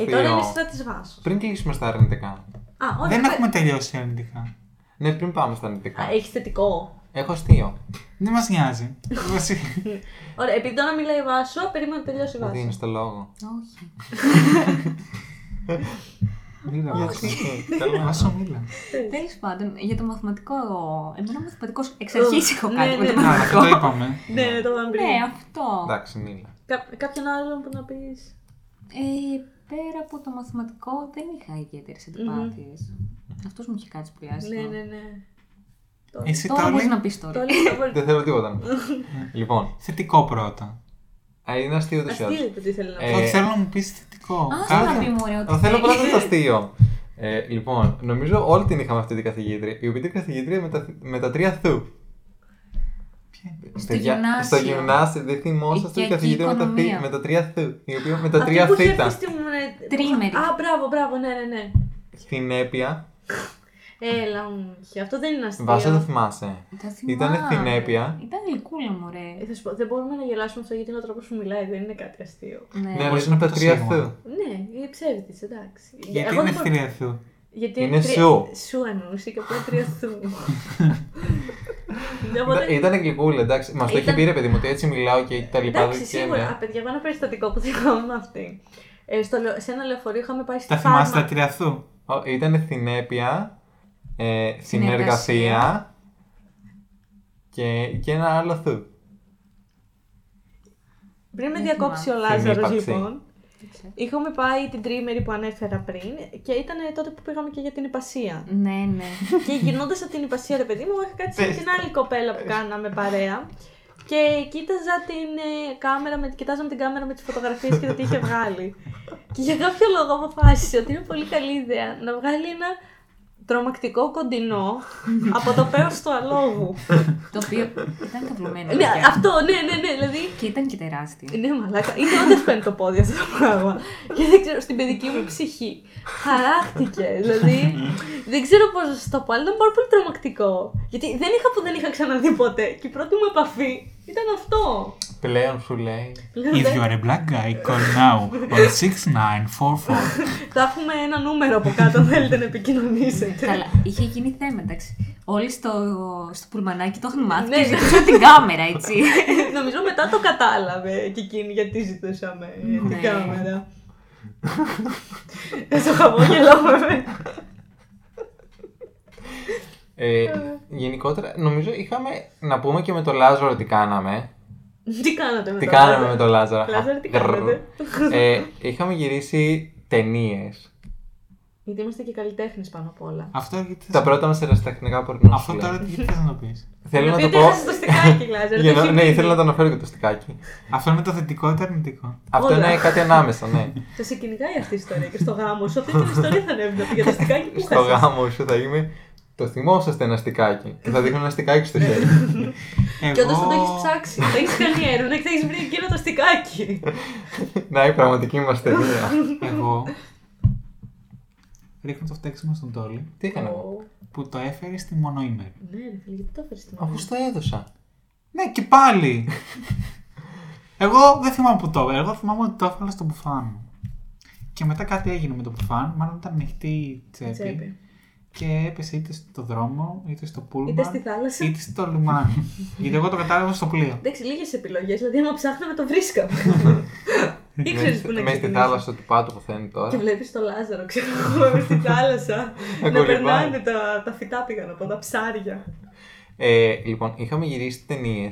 Ε, τώρα είναι
Αστείο.
η σειρά της Βάσος.
Πριν κλείσουμε στα αρνητικά.
Α, όχι.
Δεν
πέ-
έχουμε τελειώσει αρνητικά.
Ναι, πριν πάμε στα αρνητικά.
Α, ε- Έχεις θετικό.
Έχω αστείο.
Δεν μας νοιάζει.
*laughs*
Βασι-
Ωραία, επειδή τώρα μιλάει η Βάσο, περίμενα να τελειώσει η
Μου
Βάσο.
δίνεις το λόγο.
Όχι.
Μίλα, Βάσο.
Καλά.
Βάσο, μίλα.
Τέλος πάντων, για το μαθηματικό. Εμένα ο μαθηματικός εξ αρχή
Ε,
είχα
ναι,
κάτι με
ναι.
το
Να, αυτό
μαθηματικό.
το είπαμε.
Ναι, ναι, το είπαμε πριν.
Ναι, αυτό.
Εντάξει, μίλα.
Κα- Κάποιον άλλον που να πεις.
Ε, πέρα από το μαθηματικό δεν είχα ιδιαίτερε αντιπάθειε. Αυτός μου είχε κάτι σπουδάσει.
Ναι, ναι, ναι. Το-
Εσύ
Τώρα μπορεί
τώρα
να πεις τώρα.
Το λέω
Δεν
πολύ.
θέλω τίποτα.
*laughs*
να πω. λοιπόν,
θετικό πρώτα.
α, είναι αστείο ούτω ή
Αστείο
άλλω.
είπε τι θέλει να
Ε,
πει.
Όχι, θέλω να μου πεις θετικό.
Α
Καλά.
να πει μου, ωραίο. ότι
Θέλω
θέλει.
πρώτα το αστείο. Ε, λοιπόν, νομίζω όλη την είχαμε αυτή την καθηγήτρια. Η οποία ήταν καθηγήτρια με τα, με τα τρία θου.
Ποια είναι?
Στο
Παιδιά,
γυμνάσιο.
Στο γυμνάσιο, δεν θυμόσαστε την
Οικιακή
καθηγήτρια με τα, θη-
οικονομία.
με τα τρία θου. Η οποία με τα
Αυτή
τρία
που είχε έρθει
θήτα.
στην. ε,
Τρίμερη.
Α, μπράβο, μπράβο, ναι, ναι, ναι.
Στην έπια.
Έλα μου. είχε. Αυτό δεν είναι αστείο.
Βάσο, το θυμάσαι.
Τα θυμάμαι.
Ήτανε θυνέπεια.
Ήταν γλυκούλα μου, ρε.
Ε, θα σου πω, δεν μπορούμε να γελάσουμε αυτό γιατί είναι ο τρόπος που μιλάει, δεν είναι κάτι αστείο.
Ναι,
Ναι.
αλλά
Μπορείς
είναι
να
με τα
το
τρία
σίγουρα.
θου.
Ναι, η ψεύτης, εντάξει.
Γιατί
Εγώ
είναι
δεν μπορώ-
ευθυρία θου.
Γιατί
Είναι
τρία-
σου.
Σου εννοούσε και απλά τρία
*laughs*
σου. Δεν μπορώ-
Ήταν- Ήταν γλυκούλα, εντάξει. Μας το είχε
Ήταν-
πει ρε παιδί μου ότι έτσι μιλάω και ναι. τα λοιπά.
Εντάξει,
δεν
σίγουρα.
ξέρω.
Α, παιδιά, εγώ ένα περιστατικό που θυμάμαι αυτή. Ε, στο, λεω- σε ένα λεωφορείο είχαμε πάει στη
Τα θυμάσαι τα
φάρμα.
τρία
*laughs*
θου.
Ο- Ήταν συνέπεια, ε,
Συνεργασία.
συνεργασία και, και ένα άλλο θου.
Πριν με
Δεν
διακόψει ο
θυμάμαι.
Λάζαρο,
Θυμύπαρξη.
λοιπόν, είχαμε πάει την τρίμερη που ανέφερα πριν και ήταν τότε που πήγαμε και για την υπασία.
Ναι, ναι.
και γυρνώντα από την υπασία, ρε παιδί μου, είχα κάτσει
Πες
με την άλλη κοπέλα που κάναμε παρέα. Και κοίταζα την ε, κάμερα, με, κοιτάζαμε την κάμερα με τις φωτογραφίες και το τι είχε βγάλει. και για κάποιο λόγο αποφάσισε ότι είναι πολύ καλή ιδέα να βγάλει ένα τρομακτικό κοντινό από το πέρας του
*laughs*
αλόγου.
Το οποίο ήταν καυλωμένο.
ναι,
παιδιά.
αυτό, ναι, ναι, ναι, δηλαδή
Και ήταν και τεράστιο.
ναι, μαλάκα. Είναι όντω φαίνεται το πόδι αυτό το πράγμα. Και δεν ξέρω, στην παιδική μου ψυχή χαράχτηκε. Δηλαδή, δεν ξέρω πώς να σα το πω, αλλά ήταν πάρα πολύ τρομακτικό. Γιατί δεν είχα που δεν είχα ξαναδεί ποτέ. Και η πρώτη μου επαφή ήταν αυτό. Δηλαδή,
Πλέον σου λέει.
Λέω,
If
δεν-
you are a black guy, call now
*laughs*
on 6944.
Θα έχουμε ένα νούμερο από κάτω, αν θέλετε να επικοινωνήσετε.
Καλά, είχε γίνει θέμα, εντάξει. Όλοι στο, στο πουλμανάκι το είχαν μάθει
Ναι,
και
ναι.
ζητούσαν την κάμερα,
*laughs*
έτσι.
*laughs* Νομίζω μετά το κατάλαβε και εκείνη γιατί ζητούσαμε
Ναι.
την κάμερα. Στο χαμόγελο, βέβαια.
Ε, γενικότερα, νομίζω είχαμε να πούμε και με τον Λάζαρο τι κάναμε.
Τι κάνατε με
Τι
το
κάναμε
Λάζαρο?
με τον Λάζαρο.
Λάζαρο, τι ναι.
Γρρρ.
κάνατε.
Ε, είχαμε γυρίσει ταινίες.
Γιατί είμαστε και καλλιτέχνες πάνω απ' όλα.
Αυτό γιατί θες-
Τα πρώτα μας ερασιτεχνικά πορνό.
Αυτό
*laughs*
τώρα τι θες να το πεις.
Θέλω να το πω.
Επειδή έχασες το στικάκι, Λάζαρε,
*laughs* για
το
να-
έχει
Ναι,
μείνει.
ήθελα να το αναφέρω και το στικάκι.
Αυτό είναι το θετικό ή το αρνητικό.
Αυτό
Όλα.
είναι κάτι ανάμεσα,
*laughs*
ναι.
Θα σε κυνηγάει αυτή η ιστορία και στο γάμο σου. Αυτή την ιστορία θα ανέβει για το στικάκι
*laughs*
που
Στο
χάσες.
γάμο σου θα είμαι. Το θυμόσαστε ένα στικάκι. Και θα δείχνω ένα στικάκι στο χέρι.
*laughs* Και όντω θα το
Εγώ-
έχεις ψάξει. Θα έχεις κάνει έρευνα και θα έχεις βρει εκείνο το στικάκι.
Να, η πραγματική μας ταινία.
Εγώ ρίχνω το φταίξιμο στον Τόλι
Τι έκανα.
Ω,
που το έφερε στη μονοήμερη.
Ναι, ρε φίλε, γιατί το έφερες στην
Αφού στο έδωσα.
Ναι, και πάλι! Εγώ δεν θυμάμαι που το έφερα. Εγώ θυμάμαι ότι το έφερα στον μπουφάν. μου. Και μετά κάτι έγινε με τον μπουφάν. Μάλλον ήταν ανοιχτή η τσέπη.
τσέπη.
Και έπεσε είτε στο δρόμο, είτε στο πούλμαν,
Είτε στη θάλασσα.
είτε στο λιμάνι. Γιατί εγώ το κατάλαβα στο πλοίο.
Εντάξει, λίγες επιλογές. Δηλαδή, άμα ψάχναμε, το
*laughs*
βρίσκαμε. Ήξερε που να
Μες στη
ξεκινήσει.
θάλασσα του πάτου που φαίνεται
Και
τώρα.
βλέπεις το Λάζαρο, ξέρω εγώ, μες στη
*laughs*
θάλασσα. να
κολυμπάει.
περνάνε τα, τα φυτά πήγαν από τα ψάρια.
Ε, λοιπόν, είχαμε γυρίσει ταινίες.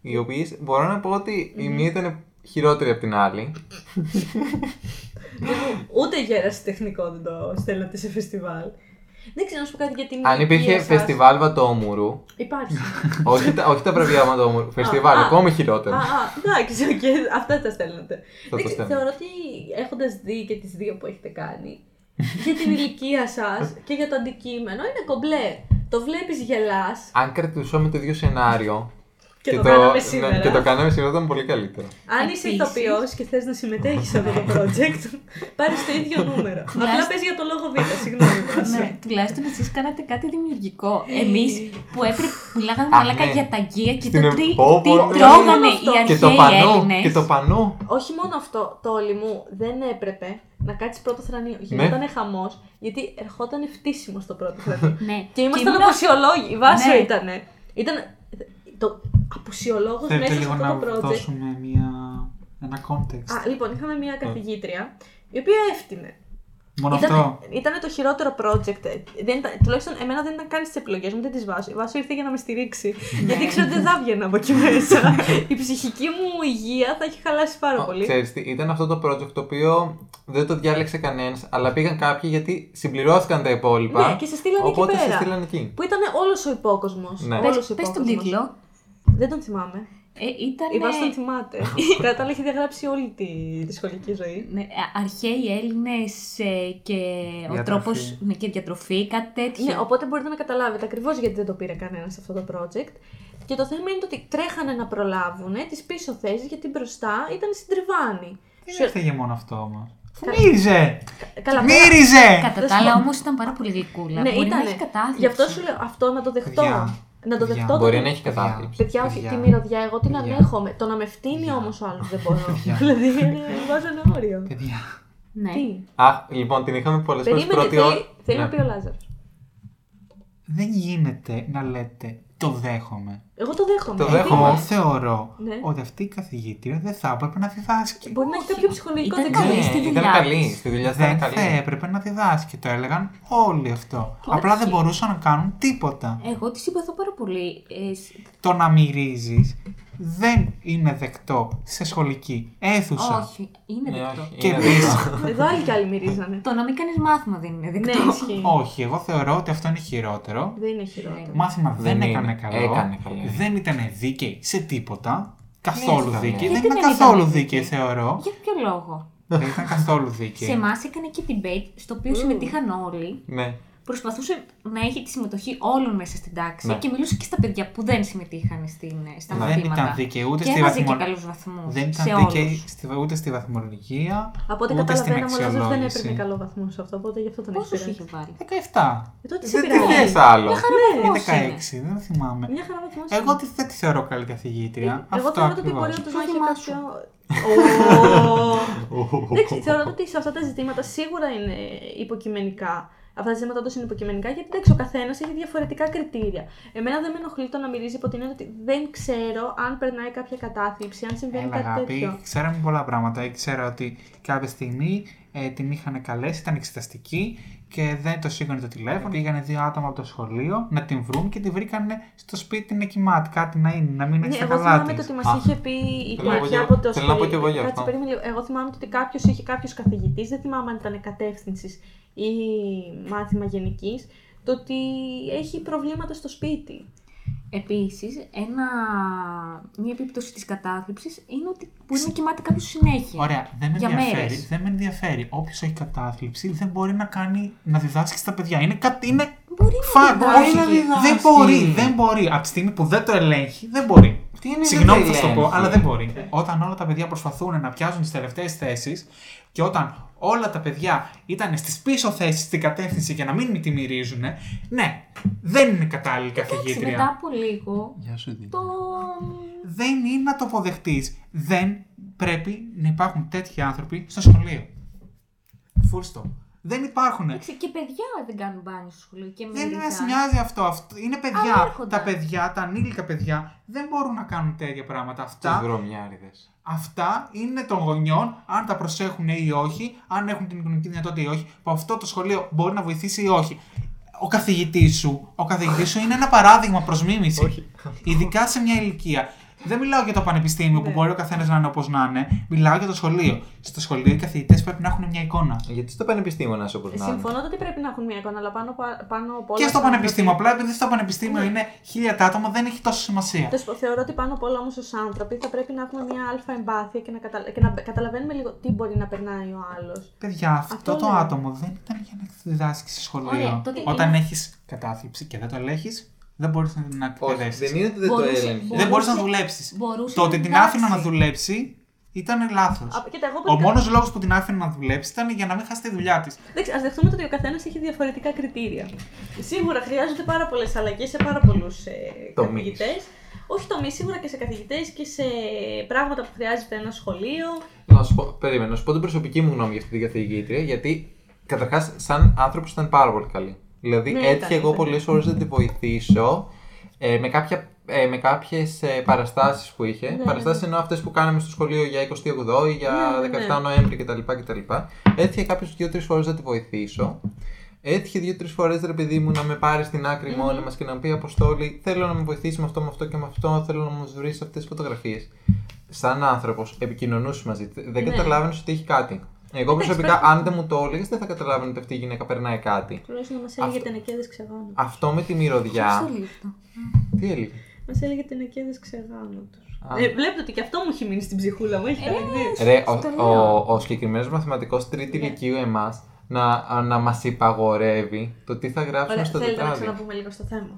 Οι οποίες μπορώ να πω ότι η μία ήταν χειρότερη από την άλλη.
Ούτε γέραση τεχνικό δεν το στέλνατε σε φεστιβάλ. Δεν ξέρω να σου πω κάτι για την
Αν υπήρχε
ηλικία σας.
φεστιβάλ Βατόμουρου. *laughs*
Υπάρχει.
όχι, τα, όχι τα βραβεία Βατόμουρου. Φεστιβάλ,
α.
ακόμη
α,
χειρότερο.
α, εντάξει, οκ, αυτά τα στέλνατε.
το
Δεν ξέρω,
στέλνω.
θεωρώ ότι έχοντας δει και τις δύο που έχετε κάνει, για την ηλικία σας και για το αντικείμενο είναι κομπλέ. Το βλέπεις, γελάς
Αν κρατούσαμε το ίδιο σενάριο.
και, το, κάναμε
ναι,
σήμερα.
και το κάναμε σήμερα ήταν πολύ καλύτερο.
Αν είσαι
Επίσης.
ηθοποιός και θες να συμμετέχεις σε αυτό το project, *laughs* πάρει το ίδιο νούμερο. Απλά πες για το λόγο Β, συγγνώμη. Βάση.
ναι, τουλάχιστον εσείς κάνατε κάτι δημιουργικό.
Ε,
Εμείς που έπρεπε, μιλάγαμε
Α,
μαλάκα
ναι.
για τα γκία και το
Στην
τρι,
Ευρώ-
τι
Πω, πω,
τρώγανε
ναι.
οι
Και
αρχαίοι
το πανό.
Έλληνες.
Και το πανό.
Όχι μόνο αυτό, το όλη μου δεν έπρεπε να κάτσεις πρώτο θρανείο. Γινόταν ναι. χαμός, γιατί ερχόταν φτύσιμος στο πρώτο
*laughs*
θρανείο.
Ναι.
και ήμασταν
ήμουνα-
αποσιολόγοι. Βάσο
Ναι.
ήτανε. Ήταν το αποσιολόγο
Θέλετε
μέσα σε
λίγο
αυτό
να
το project.
δώσουμε μια... ένα context.
Α, λοιπόν, είχαμε μια καθηγήτρια η οποία έφτιανε.
Μόνο αυτό.
Ήταν το χειρότερο project. ε, Δεν ήταν, τουλάχιστον εμένα δεν ήταν καν στις επιλογές μου, δεν τις βάζω. Η Βάσο ήρθε για να με στηρίξει. γιατί ξέρω ότι δεν θα βγαίνα από εκεί μέσα. η ψυχική μου υγεία θα έχει χαλάσει πάρα
Ω,
πολύ.
Ξέρεις τι, ήταν αυτό το project το οποίο δεν το διάλεξε κανένας, αλλά πήγαν κάποιοι γιατί συμπληρώθηκαν τα υπόλοιπα.
Ναι, και σε στείλανε εκεί
Οπότε σε
πέρα.
στείλανε εκεί.
Που ήταν όλος ο υπόκοσμος.
Ναι.
Όλος ο
Πες τον
υπόκοσμος.
τίτλο.
Δεν τον θυμάμαι.
Ε, ήταν
Η Βάση τον
*laughs*
θυμάται. Κατά τα άλλα, έχει διαγράψει όλη τη, τη σχολική ζωή.
ναι, α- αρχαίοι Έλληνες ε, και ο
Διατροφή.
τρόπος ναι, και διατροφή, κάτι τέτοιο.
Ναι, οπότε μπορείτε να καταλάβετε ακριβώς γιατί δεν το πήρε κανένας σε αυτό το project. Και το θέμα είναι το ότι τρέχανε να προλάβουν τις πίσω θέσεις γιατί μπροστά ήταν στην τριβάνη.
Δεν
Σε-
έφταιγε μόνο αυτό όμως. Μύριζε!
Ε, Καλά,
Μύριζε!
Ε, Κατά τα άλλα όμως ήταν πάρα πολύ γλυκούλα.
Ναι,
Μπορεί
ήτανε.
να έχει κατάθλιψη.
Γι' αυτό σου λέω αυτό να το δεχτώ.
Παιδιά.
Να το
Παιδιά.
δεχτώ.
Μπορεί
το...
να έχει κατάθλιψη.
Παιδιά, όχι,
Παιδιά.
τη μυρωδιά, εγώ την
Παιδιά.
ανέχομαι. Το να με φτύνει όμως ο άλλος δεν μπορώ. *laughs*
Παιδιά.
δηλαδή, είναι- βάζω ένα όριο.
Παιδιά,
Ναι.
Τι.
Αχ, λοιπόν, την είχαμε πολλές φορέ
Περίμενε,
πρώτη
θέλει,
ώρα.
θέλει να
Ναι.
πει ο Λάζαρο.
δεν γίνεται να λέτε το δέχομαι.
Εγώ το δέχομαι.
Το
Γιατί
δέχομαι.
Εγώ θεωρώ
Ναι.
ότι αυτή η καθηγήτρια δεν θα έπρεπε να διδάσκει.
Μπορεί να έχει
Όχι.
κάποιο ψυχολογικό
Ήταν
δεξί.
καλή
Ναι,
στη
ήταν
δουλειά
καλή.
της.
Στη δουλειά της
Δεν
ήταν
θα
καλή.
έπρεπε να διδάσκει. Το έλεγαν όλοι αυτό. Απλά δεν μπορούσαν να κάνουν τίποτα.
Εγώ της συμπαθώ πάρα πολύ. Ε, σ-
Το να μυρίζεις δεν είναι δεκτό σε σχολική αίθουσα.
Όχι, είναι
Ναι,
δεκτό.
όχι,
Και
είναι
επίσης-
δεκτό.
Εδώ άλλοι κι άλλοι μυρίζανε.
Το να μην κάνεις μάθημα δεν είναι
ναι,
δεκτό.
ισχύει.
Όχι, εγώ θεωρώ ότι αυτό είναι χειρότερο.
Δεν είναι χειρότερο.
Μάθημα δεν,
Δεν
έκανε
είναι.
καλό.
Έκανε καλά.
Δεν ήταν δίκαιη σε τίποτα. Καθόλου
ήταν.
δίκαιη.
Γιατί
Δεν ήταν
δεν ήταν
καθόλου
δίκαιη?
δίκαιη, θεωρώ.
Για ποιο λόγο.
Δεν ήταν καθόλου
Σε
δίκαιη.
εμάς έκανε και debate, στο οποίο συμμετείχαν όλοι.
Ναι.
Προσπαθούσε να έχει τη συμμετοχή όλων μέσα στην τάξη
Ναι.
και μιλούσε και στα παιδιά που δεν συμμετείχαν στην, ε, στα
Δεν
μαθήματα.
ήταν δίκαιη ούτε
και
στη
έβαζε
βαθμο-
και καλούς βαθμούς.
Δεν
σε
ήταν
όλους.
δίκαιη στη- ούτε στη βαθμολογία.
Από ό,τι
Ούτε στην
καταλαβαίναμε, ο Λάζος δεν
αξιολόγηση.
έπαιρνε καλό βαθμό σε αυτό, οπότε γι' αυτό τον έχει
Πόσους
πειράξει.
είχε βάλει.
17
Ε, τότε σε
Δεν
πειράζει.
τι θες άλλο.
Ναι,
ή
Πώς
16,
είναι?
δεν θυμάμαι.
μια χαρά βαθμός.
Εγώ τη- δεν τη θεωρώ καλή καθηγήτρια.
Εγώ
Αυτό
θεωρώ ότι
ακριβώς.
μπορεί να τους
Ποιο
έχει
θυμάσαι?
κάποιο. Ω.
Ου.
Εντάξει, θεωρώ ότι σε αυτά τα ζητήματα σίγουρα είναι υποκειμενικά. Αυτά τα ζητήματα όντως είναι υποκειμενικά γιατί εντάξει, ο καθένας έχει διαφορετικά κριτήρια. Εμένα δεν με ενοχλεί το να μυρίζει υπό την έννοια ότι δεν ξέρω αν περνάει κάποια κατάθλιψη, αν συμβαίνει
Έλα,
κάτι
αγάπη,
τέτοιο.
ξέραμε πολλά πράγματα. Ξέρω ότι κάποια στιγμή ε, την είχαν καλέσει, ήταν εξεταστική και δεν το σήκωνε το τηλέφωνο. Πήγανε δύο άτομα από το σχολείο να την βρουν και τη βρήκανε στο σπίτι να κοιμάται. Κάτι να είναι, να μην
Ναι,
έχει τα
εγώ
καλά
θυμάμαι
της.
το ότι
Α,
μα είχε πει η
θέλω να πω κι
παιδιά
εγώ-
από το
θέλω να πω κι εγώ γι'
Κάτσε,
αυτό.
περίμενε λίγο. Εγώ θυμάμαι το ότι κάποιος είχε κάποιος καθηγητής, δεν θυμάμαι αν ήταν κατεύθυνσης ή μάθημα γενικής, το ότι έχει προβλήματα στο σπίτι.
Επίσης, ένα... μια επίπτωση της κατάθλιψης είναι ότι μπορεί να κοιμάται κάποιος συνέχεια.
Ωραία, δεν με
Για
ενδιαφέρει.
μέρες.
Δεν με ενδιαφέρει. Όποιος έχει κατάθλιψη δεν μπορεί να κάνει να διδάσκει στα παιδιά. Είναι κάτι. Είναι
Μπορεί να
φα-
διδάσκει.
όχι,
να διδάσκει.
Δεν μπορεί, δεν μπορεί. Από τη στιγμή που δεν το ελέγχει, δεν μπορεί.
Τι είναι
Συγγνώμη
δεν
που θα το πω,
ελέγχει.
αλλά δεν μπορεί. Όταν όλα τα παιδιά προσπαθούν να πιάσουν τις τελευταίες θέσεις και όταν όλα τα παιδιά ήταν στις πίσω θέσεις στην κατεύθυνση για να μην τη μυρίζουν, ναι, δεν είναι κατάλληλη
Εντάξει,
καθηγήτρια.
μετά από λίγο
Γεια σου, Δήμητρο.
το...
Δεν είναι να το αποδεχτεί. Δεν πρέπει να υπάρχουν τέτοιοι άνθρωποι στο σχολείο. Full stop. Δεν υπάρχουν.
Εντάξει, και παιδιά δεν κάνουν μπάνιο στο σχολείο και
Δεν
μυρίζαν.
είναι να νοιάζει αυτό. αυτό. Είναι
Αλλά
παιδιά.
έρχονταν.
Τα παιδιά, τα ανήλικα παιδιά, δεν μπορούν να κάνουν τέτοια πράγματα.
Τους
Αυτά
δρομιάριδες.
Αυτά είναι των γονιών, αν τα προσέχουν ή όχι, αν έχουν την οικονομική δυνατότητα ή όχι, που αυτό το σχολείο μπορεί να βοηθήσει ή όχι. Ο καθηγητής σου, ο καθηγητής σου είναι ένα παράδειγμα προς μίμηση. Ειδικά σε μια ηλικία. Δεν μιλάω για το πανεπιστήμιο που
Ναι.
μπορεί ο καθένας να είναι όπως να είναι. Μιλάω για το σχολείο. Στο σχολείο οι καθηγητές πρέπει να έχουν μια εικόνα.
Γιατί στο πανεπιστήμιο να είσαι όπως να είναι.
Ε, Συμφωνώ ότι πρέπει να έχουν μια εικόνα, αλλά πάνω, απ' πάνω απ' όλα.
Και στο
θεωρώ
πανεπιστήμιο.
ότι-
Απλά επειδή στο πανεπιστήμιο είναι χίλια τα άτομα, δεν έχει τόσο σημασία.
Τέλος πάντων, Θεωρώ ότι πάνω απ' όλα όμως ως άνθρωποι θα πρέπει να έχουμε μια αλφα εμπάθεια και να, καταλα... και να καταλαβαίνουμε λίγο τι μπορεί να περνάει ο άλλος.
Παιδιά, αυτό,
Αυτό
το
λέω.
άτομο δεν ήταν για να διδάσκει σε σχολείο.
Ωραία, τότε
Όταν έχεις κατάθλιψη και δεν το ελέγχεις, δεν μπορείς να την
Ε,
Όχι,
εκπαιδεύσει.
δεν είναι ότι δεν το
Μπορούσε-
έλεγχε.
Δεν μπορείς να
Μπορούσε-
δουλέψεις.
Μπορούσε
Το ότι
να
την άφηνα να
διδάξει.
δουλέψει ήταν λάθος.
Α, Κοίτα, εγώ
Ο
παιδιά-
μόνος λόγος που την άφηνα να δουλέψει ήταν για να μην χάσει τη δουλειά της.
Εντάξει, ας δεχτούμε το ότι ο καθένας έχει διαφορετικά κριτήρια. Σίγουρα χρειάζονται πάρα πολλές αλλαγές σε πάρα πολλούς ε,
Τομείς.
καθηγητές. Όχι τομεί, σίγουρα και σε καθηγητές και σε πράγματα που χρειάζεται ένα σχολείο.
Να σου πω, περίμενα, να σου πω την προσωπική μου γνώμη για αυτή την καθηγήτρια, γιατί καταρχάς, σαν άνθρωπος ήταν πάρα πολύ καλή. Δηλαδή,
Ναι,
έτυχε
ήταν,
εγώ
ήταν.
πολλές φορές να τη βοηθήσω ε, με, κάποια, ε, με κάποιες παραστάσεις που είχε.
ναι.
παραστάσεις εννοώ αυτές που κάναμε στο σχολείο για 28 ή για
Ναι, ναι,
17 Νοέμβρη κτλ. κτλ. Έτυχε κάποιες δύο-τρει φορές να τη βοηθήσω. Έτυχε δύο-τρει φορές ρε παιδί μου να με πάρει στην άκρη μόνη μας και να μου πει Αποστόλη, θέλω να με βοηθήσεις με αυτό, με αυτό και με αυτό. Θέλω να μου βρεις αυτές τις φωτογραφίες. Σαν άνθρωπος, επικοινωνούσες μαζί τη. Δεν
Ναι.
καταλάβαινες ότι έχει κάτι. Εγώ προσωπικά,
πρέπει-
αν δεν μου το έλεγες, δεν θα καταλάβαινε ότι αυτή η γυναίκα περνάει κάτι.
Τουλάχιστον μας
Αυτό.
έλεγε τενεκέδε ξεγάνου.
Αυτό με τη μυρωδιά.
Μισό λεπτό.
Τι έλεγε.
Μας έλεγε τενεκέδε ξεγάνου τους.
Α.
Ε, βλέπετε ότι και αυτό μου έχει μείνει στην ψυχούλα μου, έχει καλυφθεί.
Ρε,
Στο
ο,
λέω.
ο, ο συγκεκριμένος μαθηματικός τρίτη
Ναι.
ηλικίου εμάς να, να μας υπαγορεύει το τι θα γράψουμε
Ωραία,
στο
θέλετε να
τετράδι.
ξαναπούμε λίγο στο θέμα.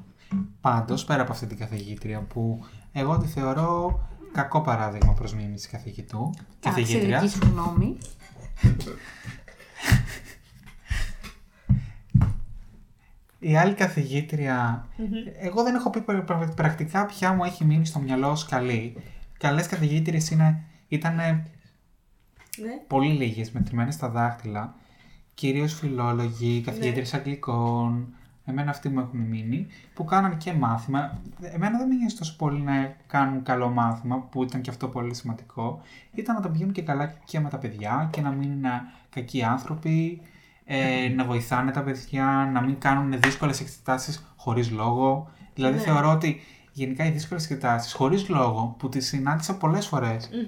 Πάντως, πέρα από αυτή την καθηγήτρια που εγώ τη θεωρώ κακό παράδειγμα προς μίμηση καθηγητού.
Εντάξει, δική
Καθηγήτρια.
σου γνώμη.
Η άλλη καθηγήτρια, εγώ δεν έχω πει πρα- πρα- πρακτικά ποια μου έχει μείνει στο μυαλό ως καλή. Καλές καθηγήτριες είναι, ήταν
Ναι.
πολύ λίγες, μετρημένες στα δάχτυλα. Κυρίως
Ναι.
φιλόλογοι, καθηγήτριες αγγλικών, εμένα αυτοί μου έχουν μείνει, που κάναν και μάθημα. Εμένα δεν με νοιάζει τόσο πολύ να κάνουν καλό μάθημα, που ήταν και αυτό πολύ σημαντικό. Ήταν να τα πηγαίνουν και καλά και με τα παιδιά και να μην είναι κακοί άνθρωποι, ε, να βοηθάνε τα παιδιά, να μην κάνουν δύσκολες εξετάσεις χωρίς λόγο. Δηλαδή
Ναι.
θεωρώ ότι γενικά οι δύσκολες εκτάσει, χωρίς λόγο, που τις συνάντησα πολλές φορές,
Μμμ.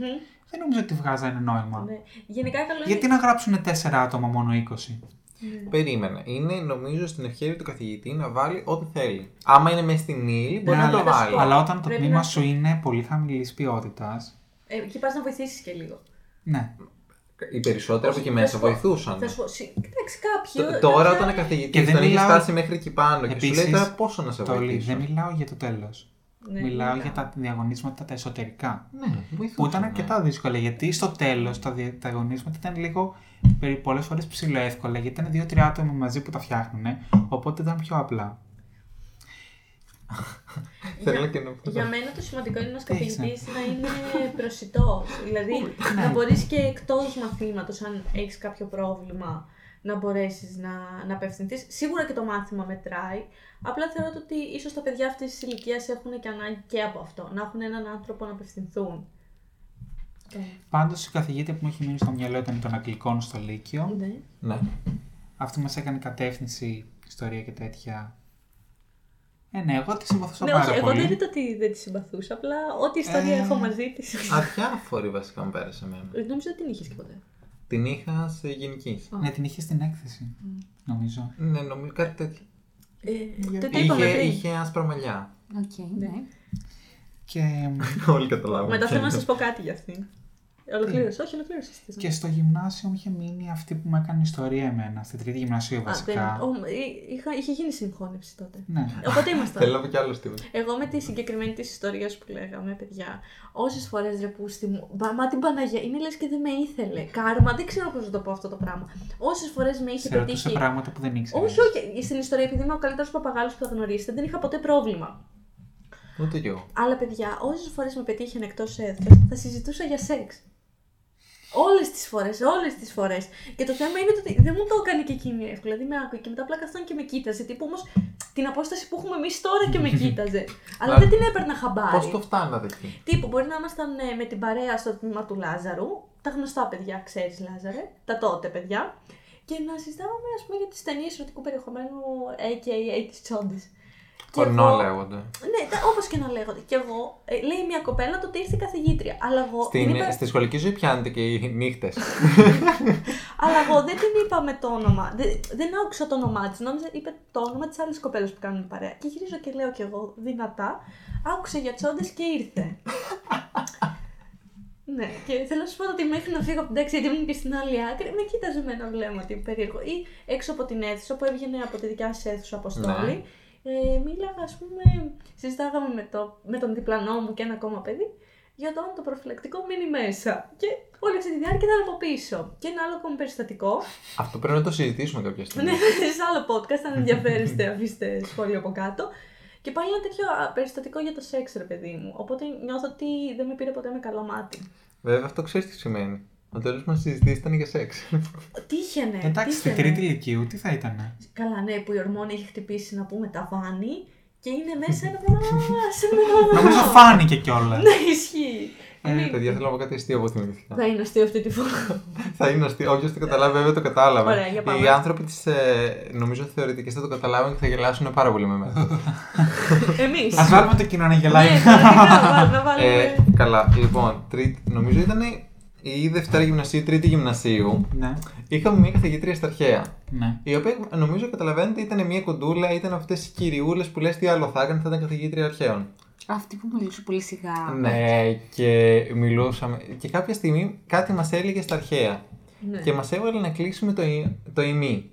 δεν νομίζω ότι βγάζανε νόημα.
Ναι. Γενικά καλό είναι.
Γιατί να γράψουν τέσσερα άτομα μόνο 20.
Περίμενε. Είναι νομίζω στην ευχαίρεια του καθηγητή να βάλει ό,τι θέλει. Άμα είναι μέσα στην ύλη, μπορεί
Ναι,
να το
αλλά-
βάλει.
Αλλά όταν το
Πρέπει
τμήμα
να-
σου είναι πολύ χαμηλής ποιότητας.
Ε, εκεί πας να βοηθήσεις και λίγο.
Ναι.
Οι περισσότεροι από
Όχι,
εκεί
θα
μέσα
σου πω-
βοηθούσαν.
Θα σου πω, συ- Κοιτάξει, κάποιοι.
Τ- Τώρα
κάποια-
όταν ο
Και
καθηγητή
δεν
τον έχεις
μιλάω-
φτάσει μέχρι εκεί πάνω και σου λέει
Επίσης,
τώρα πόσο να σε
Το λέει.
βοηθήσω.
Δεν μιλάω για το τέλος.
Ναι,
μιλάω
ναι.
για τα διαγωνίσματα τα εσωτερικά.
Ναι, βοηθούσαν,
Που ήταν
ναι.
αρκετά δύσκολα γιατί στο τέλος τα δια- τα διαγωνίσματα ήταν λίγο πολλές φορές ψηλοεύκολα γιατί ήταν δύο-τρία άτομα μαζί που τα φτιάχνουν. Οπότε ήταν πιο απλά.
Θέλω και να Ναι. πω.
Για μένα το σημαντικό είναι ένας
έχεις
καθηγητής να είναι προσιτός. δηλαδή να
ναι.
μπορείς και εκτός μαθήματος, αν έχεις κάποιο πρόβλημα, να μπορέσεις να, να απευθυνθείς. Σίγουρα και το μάθημα μετράει. Απλά θεωρώ το ότι ίσως τα παιδιά αυτής της ηλικίας έχουν και ανάγκη και από αυτό. Να έχουν έναν άνθρωπο να απευθυνθούν.
Πάντως η καθηγήτρια που μου έχει μείνει στο μυαλό ήταν των Αγγλικών στο Λύκειο.
Ναι.
Ναι.
Αυτή μας έκανε κατεύθυνση, ιστορία και τέτοια. Ε, ναι, εγώ τη συμπαθούσα
Ναι,
πάρα
όχι, εγώ
πολύ.
δεν είδα ότι δεν τη συμπαθούσα. Απλά ό,τι ιστορία
Ε.
έχω μαζί της.
Αδιάφορη βασικά μου πέρασε εμένα.
Νόμιζα ότι την είχες και ποτέ.
Την είχα σε γενική.
Ναι, την είχες στην έκθεση, νομίζω.
Ναι, νομίζω κάτι τέτοιο.
Ε, το- το είπαμε
Είχε,
πριν.
είχε άσπρα μαλλιά. *laughs*
Οκ, ναι.
Και,
*laughs*
Όλοι καταλάβαμε.
Μετά θέλω να
ποιο
σα πω κάτι για αυτήν. Ολοκλήρωσε, όχι, ολοκλήρωσε.
και στο γυμνάσιο μου είχε μείνει αυτή που μου έκανε ιστορία εμένα, στην τρίτη γυμνασίου
Α,
βασικά.
δεν- ο, ε, είχα- είχε γίνει συγχώνευση τότε.
Ναι.
είναι.
Οπότε
Θέλω
ήμασταν.
να πω κι άλλο τίποτα.
Εγώ με τη συγκεκριμένη της ιστορίας που λέγαμε, παιδιά, όσες φορές ρε πούστη μου. Μα, μα την Παναγία, είναι λες και δεν με ήθελε. Κάρμα, δεν ξέρω πώς να το πω αυτό το πράγμα. Όσες φορές με είχε
Σε ρωτούσε
πετύχει.
πράγματα που δεν ήξερα.
Όχι, όχι, στην ιστορία, επειδή είμαι ο καλύτερος παπαγάλος που θα γνωρίσετε, δεν είχα ποτέ πρόβλημα.
Ούτε κι εγώ.
Αλλά παιδιά, όσες φορές με πετύχαινε εκτός έδρας, θα συζητούσα για σεξ. Όλες τις φορές, όλες τις φορές. Και το θέμα είναι ότι δεν μου το έκανε και εκείνη εύκολα. Δηλαδή με άκουγε και μετά απλά καθόταν και με κοίταζε. Τύπου όμως την απόσταση που έχουμε εμείς τώρα και με κοίταζε. Αλλά δεν την έπαιρνα χαμπάρι.
Πώς το φτάνατε εκεί.
Τύπου μπορεί να ήμασταν ε, με την παρέα στο τμήμα του Λάζαρου. Τα γνωστά παιδιά, ξέρεις Λάζαρε. Τα τότε παιδιά. Και να συζητάμε, ας πούμε, για τις ταινίες ερωτικού περιεχομένου, AKA της Τσόντι.
Πορνό λέγονται.
Ναι, όπως και να λέγονται. Και εγώ, ε, λέει μια κοπέλα το ότι ήρθε καθηγήτρια. Αλλά εγώ, την
Στην,
είπα,
στη σχολική ζωή πιάνετε και οι νύχτες.
*laughs* αλλά εγώ δεν την είπα με το όνομα. Δεν, δεν άκουσα το όνομά της. Νόμιζα, είπε το όνομα της άλλης κοπέλας που κάνουν παρέα. Και γυρίζω και λέω κι εγώ δυνατά. Άκουσε για τσόντες και
*laughs*
ήρθε. ναι, και θέλω να σου πω ότι μέχρι να φύγω από την τάξη, γιατί ήμουν και στην άλλη άκρη, με κοίταζε με ένα βλέμμα ότι περίεργο. Ή έξω από την αίθουσα που έβγαινε από τη δικιά σας αίθουσα αποστόλη.
Ναι.
Ε, μίλαγα, ας πούμε, συζητάγαμε με, το, με τον διπλανό μου και ένα ακόμα παιδί για το αν το προφυλακτικό μείνει μέσα. Και όλη αυτή τη διάρκεια ήταν από πίσω. Και ένα άλλο ακόμη
*laughs*
περιστατικό.
Αυτό πρέπει να το συζητήσουμε κάποια στιγμή.
Ναι, σε άλλο podcast, αν ενδιαφέρεστε, αφήστε σχόλιο από κάτω. Και πάλι ένα τέτοιο α, περιστατικό για το σεξ, ρε παιδί μου. Οπότε νιώθω ότι δεν με πήρε ποτέ με καλό μάτι.
Βέβαια, αυτό ξέρεις τι σημαίνει. Ο τέλος μας συζητήσει ήταν για σεξ.
Τύχαινε.
Εντάξει, στην
τύχαινε.
τρίτη ηλικίου τι θα
*laughs*
ήταν.
Καλά, ναι, που η ορμόνη έχει χτυπήσει να πούμε τα βάνη και είναι μέσα ένα πράγμα. σε
*laughs*
ένα-
Νομίζω φάνηκε κιόλας.
*laughs* Ναι, ισχύει.
Ε,
Είναι-
παιδιά, θέλω να πω κάτι αστείο που θυμηθήκα.
Θα είναι αστείο αυτή τη
*laughs*
φορά.
Θα είναι αστείο. Όποιος το καταλάβει, βέβαια το κατάλαβε.
Ωραία, για πάμε.
Οι άνθρωποι της, ε, νομίζω, θεωρητικές θα το καταλάβουν και θα γελάσουν πάρα πολύ με μένα.
Εμείς.
Ας βάλουμε το κοινό να γελάει.
Ναι, πραγματικά,
*laughs*
να βάλουμε- να
ε,
βάλουμε.
καλά, λοιπόν, τρίτη, νομίζω ήταν η Δευτέρα Γυμνασίου, η Τρίτη Γυμνασίου.
ναι,
Είχαμε μια καθηγήτρια στα αρχαία.
ναι.
Η οποία νομίζω καταλαβαίνετε ήταν μια κοντούλα, ήταν αυτές οι κυριούλες που λες τι άλλο θα έκανε, θα ήταν καθηγήτρια αρχαίων.
Αυτή που μιλούσε πολύ σιγά.
Ναι, και μιλούσαμε. Και κάποια στιγμή κάτι μας έλεγε στα αρχαία.
Ναι.
Και μας έβαλε να κλείσουμε το, ι- το ημί.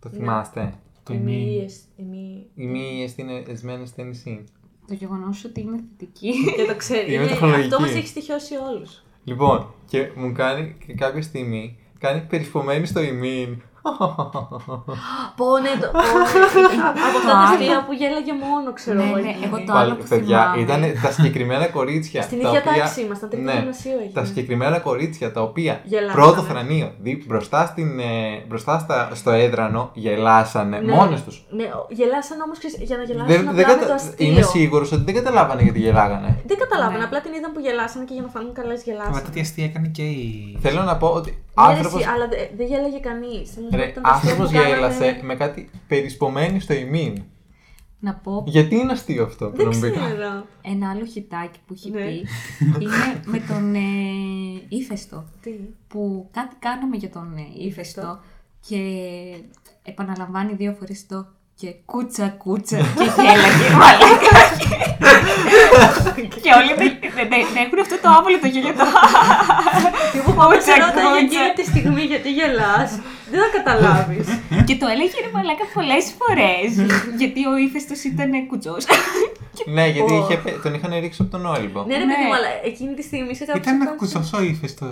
Το
Ναι.
θυμάστε.
Το ημί.
Εμεί.
Ημί εστίνε εσμένε στην νησί.
Το γεγονός ότι είναι
*laughs*
θετική.
Δεν το ξέρεις.
Είμαι
Είναι-
τεχνολογική.
Αυτό μας έχει στοιχειώσει όλους.
Λοιπόν, και μου κάνει και κάποια στιγμή κάνει περιφωμένη στο ημί.
ναι,
Πόνε το. πόνε. *laughs* Από αυτά τα αστεία που γέλαγε μόνο, ξέρω
Ναι,
εγώ.
ναι,
εκεί.
εγώ το-
Πάλι,
άλλο που
παιδιά,
θυμάμαι.
ήταν τα συγκεκριμένα κορίτσια.
Στην
τα
ίδια
οποία-
τάξη ήμασταν, τρίτη
Ναι,
γυμνασίου έγινε.
Τα συγκεκριμένα κορίτσια τα οποία
Γελάσανε.
πρώτο θρανείο δι- μπροστά, στην, ε, μπροστά στα, στο έδρανο γελάσανε
Ναι.
μόνες τους.
Ναι, γελάσαν όμω για να
Δεν-
γελάσουν
δεν
απλά με
κατα-
το αστείο.
Είμαι σίγουρος ότι δεν καταλάβανε γιατί γελάγανε.
Δεν καταλάβαινα,
Ναι.
απλά την είδαν που γελάσανε και για να φανούν καλές γελάσανε.
Αλλά τέτοια αστεία έκανε και η.
Θέλω να πω ότι
Ναι, ρε,
άνθρωπος
εσύ, αλλά δε- δεν γέλαγε κανείς.
Ρε, άνθρωπος γέλασε με κάτι περισπομένη στο ημίν.
να πω
Γιατί είναι αστείο αυτό που
Δεν
να μου πείτε.
ξέρω.
ένα άλλο χιτάκι που έχει
*laughs*
Ναι.
πει. Είναι με τον ε, ύφεστο.
Τι.
που κάτι κάναμε για τον ε, ύφεστο και επαναλαμβάνει δύο φορές το και κούτσα κούτσα και γέλαγε μαλάκα
*laughs*
και όλοι δεν, δεν, δεν- δεν έχουν αυτό το άβολο το γέλιο το
Τι που πάμε σε
Τσακούτσα.
ρώτα για εκείνη τη στιγμή γιατί γελάς, δεν θα
*laughs*
καταλάβεις.
και το έλεγε ρε μαλάκα πολλές φορές γιατί ο ύφεστος ήταν κουτσός
Ναι, γιατί
Ω.
είχε πε- τον είχαν ρίξει από τον Όλυμπο.
ναι, ρε
Ναι.
παιδί μου, αλλά εκείνη τη στιγμή σε κάποιο.
Ήταν κουτσός ο ύφεστος.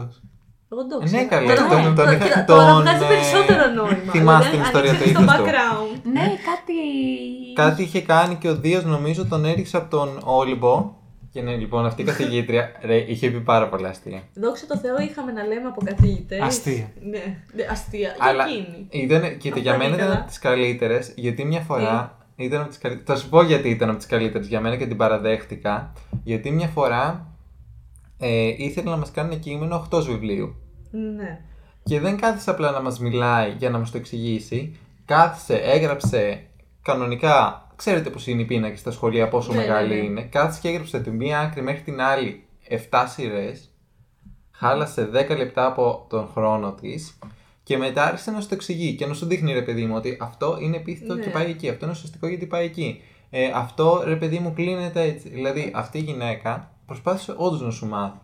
Εγώ το
Ναι,
ξέρω.
καλέ,
Τώρα-
τον- τον-
τώρα-
τον-
Τώρα βγάζει
ε,
περισσότερο νόημα.
*laughs* θυμάστε
Δηλαδή,
την ιστορία
ανοίξε
του
το
ύφεστο.
background.
ναι κάτι
Κάτι είχε κάνει και ο Δίο, νομίζω, τον έριξε από τον Όλυμπο. Και ναι, λοιπόν, αυτή η καθηγήτρια ρε, είχε πει πάρα πολλά αστεία.
Δόξα τω Θεώ, είχαμε να λέμε από καθηγητές.
Αστεία.
Ναι, ναι, αστεία. Και
Αλλά
εκείνη.
ήταν, κοίτα, για
Αυτά
μένα ήταν
ήθελα.
από τις καλύτερες, γιατί μια φορά ήταν από τις καλύτερε. Θα σου πω γιατί ήταν από τις καλύτερες για μένα και την παραδέχτηκα. Γιατί μια φορά ε, ήθελε να μας κάνει ένα κείμενο 8 βιβλίου.
Ναι.
Και δεν κάθισε απλά να μας μιλάει για να μας το εξηγήσει. Κάθισε, έγραψε κανονικά. Ξέρετε πώς είναι οι πίνακες στα σχολεία, πόσο
Ναι, ναι,
μεγάλη
ναι.
είναι. Κάθισε και έγραψε από τη μία άκρη μέχρι την άλλη 7 σειρές. Χάλασε 10 λεπτά από τον χρόνο της. Και μετά άρχισε να σου το εξηγεί και να σου δείχνει ρε παιδί μου ότι αυτό είναι επίθετο
Ναι.
και πάει εκεί. Αυτό είναι σωστικό γιατί πάει εκεί. Ε, αυτό ρε παιδί μου κλείνεται έτσι. Δηλαδή αυτή η γυναίκα προσπάθησε όντως να σου μάθει.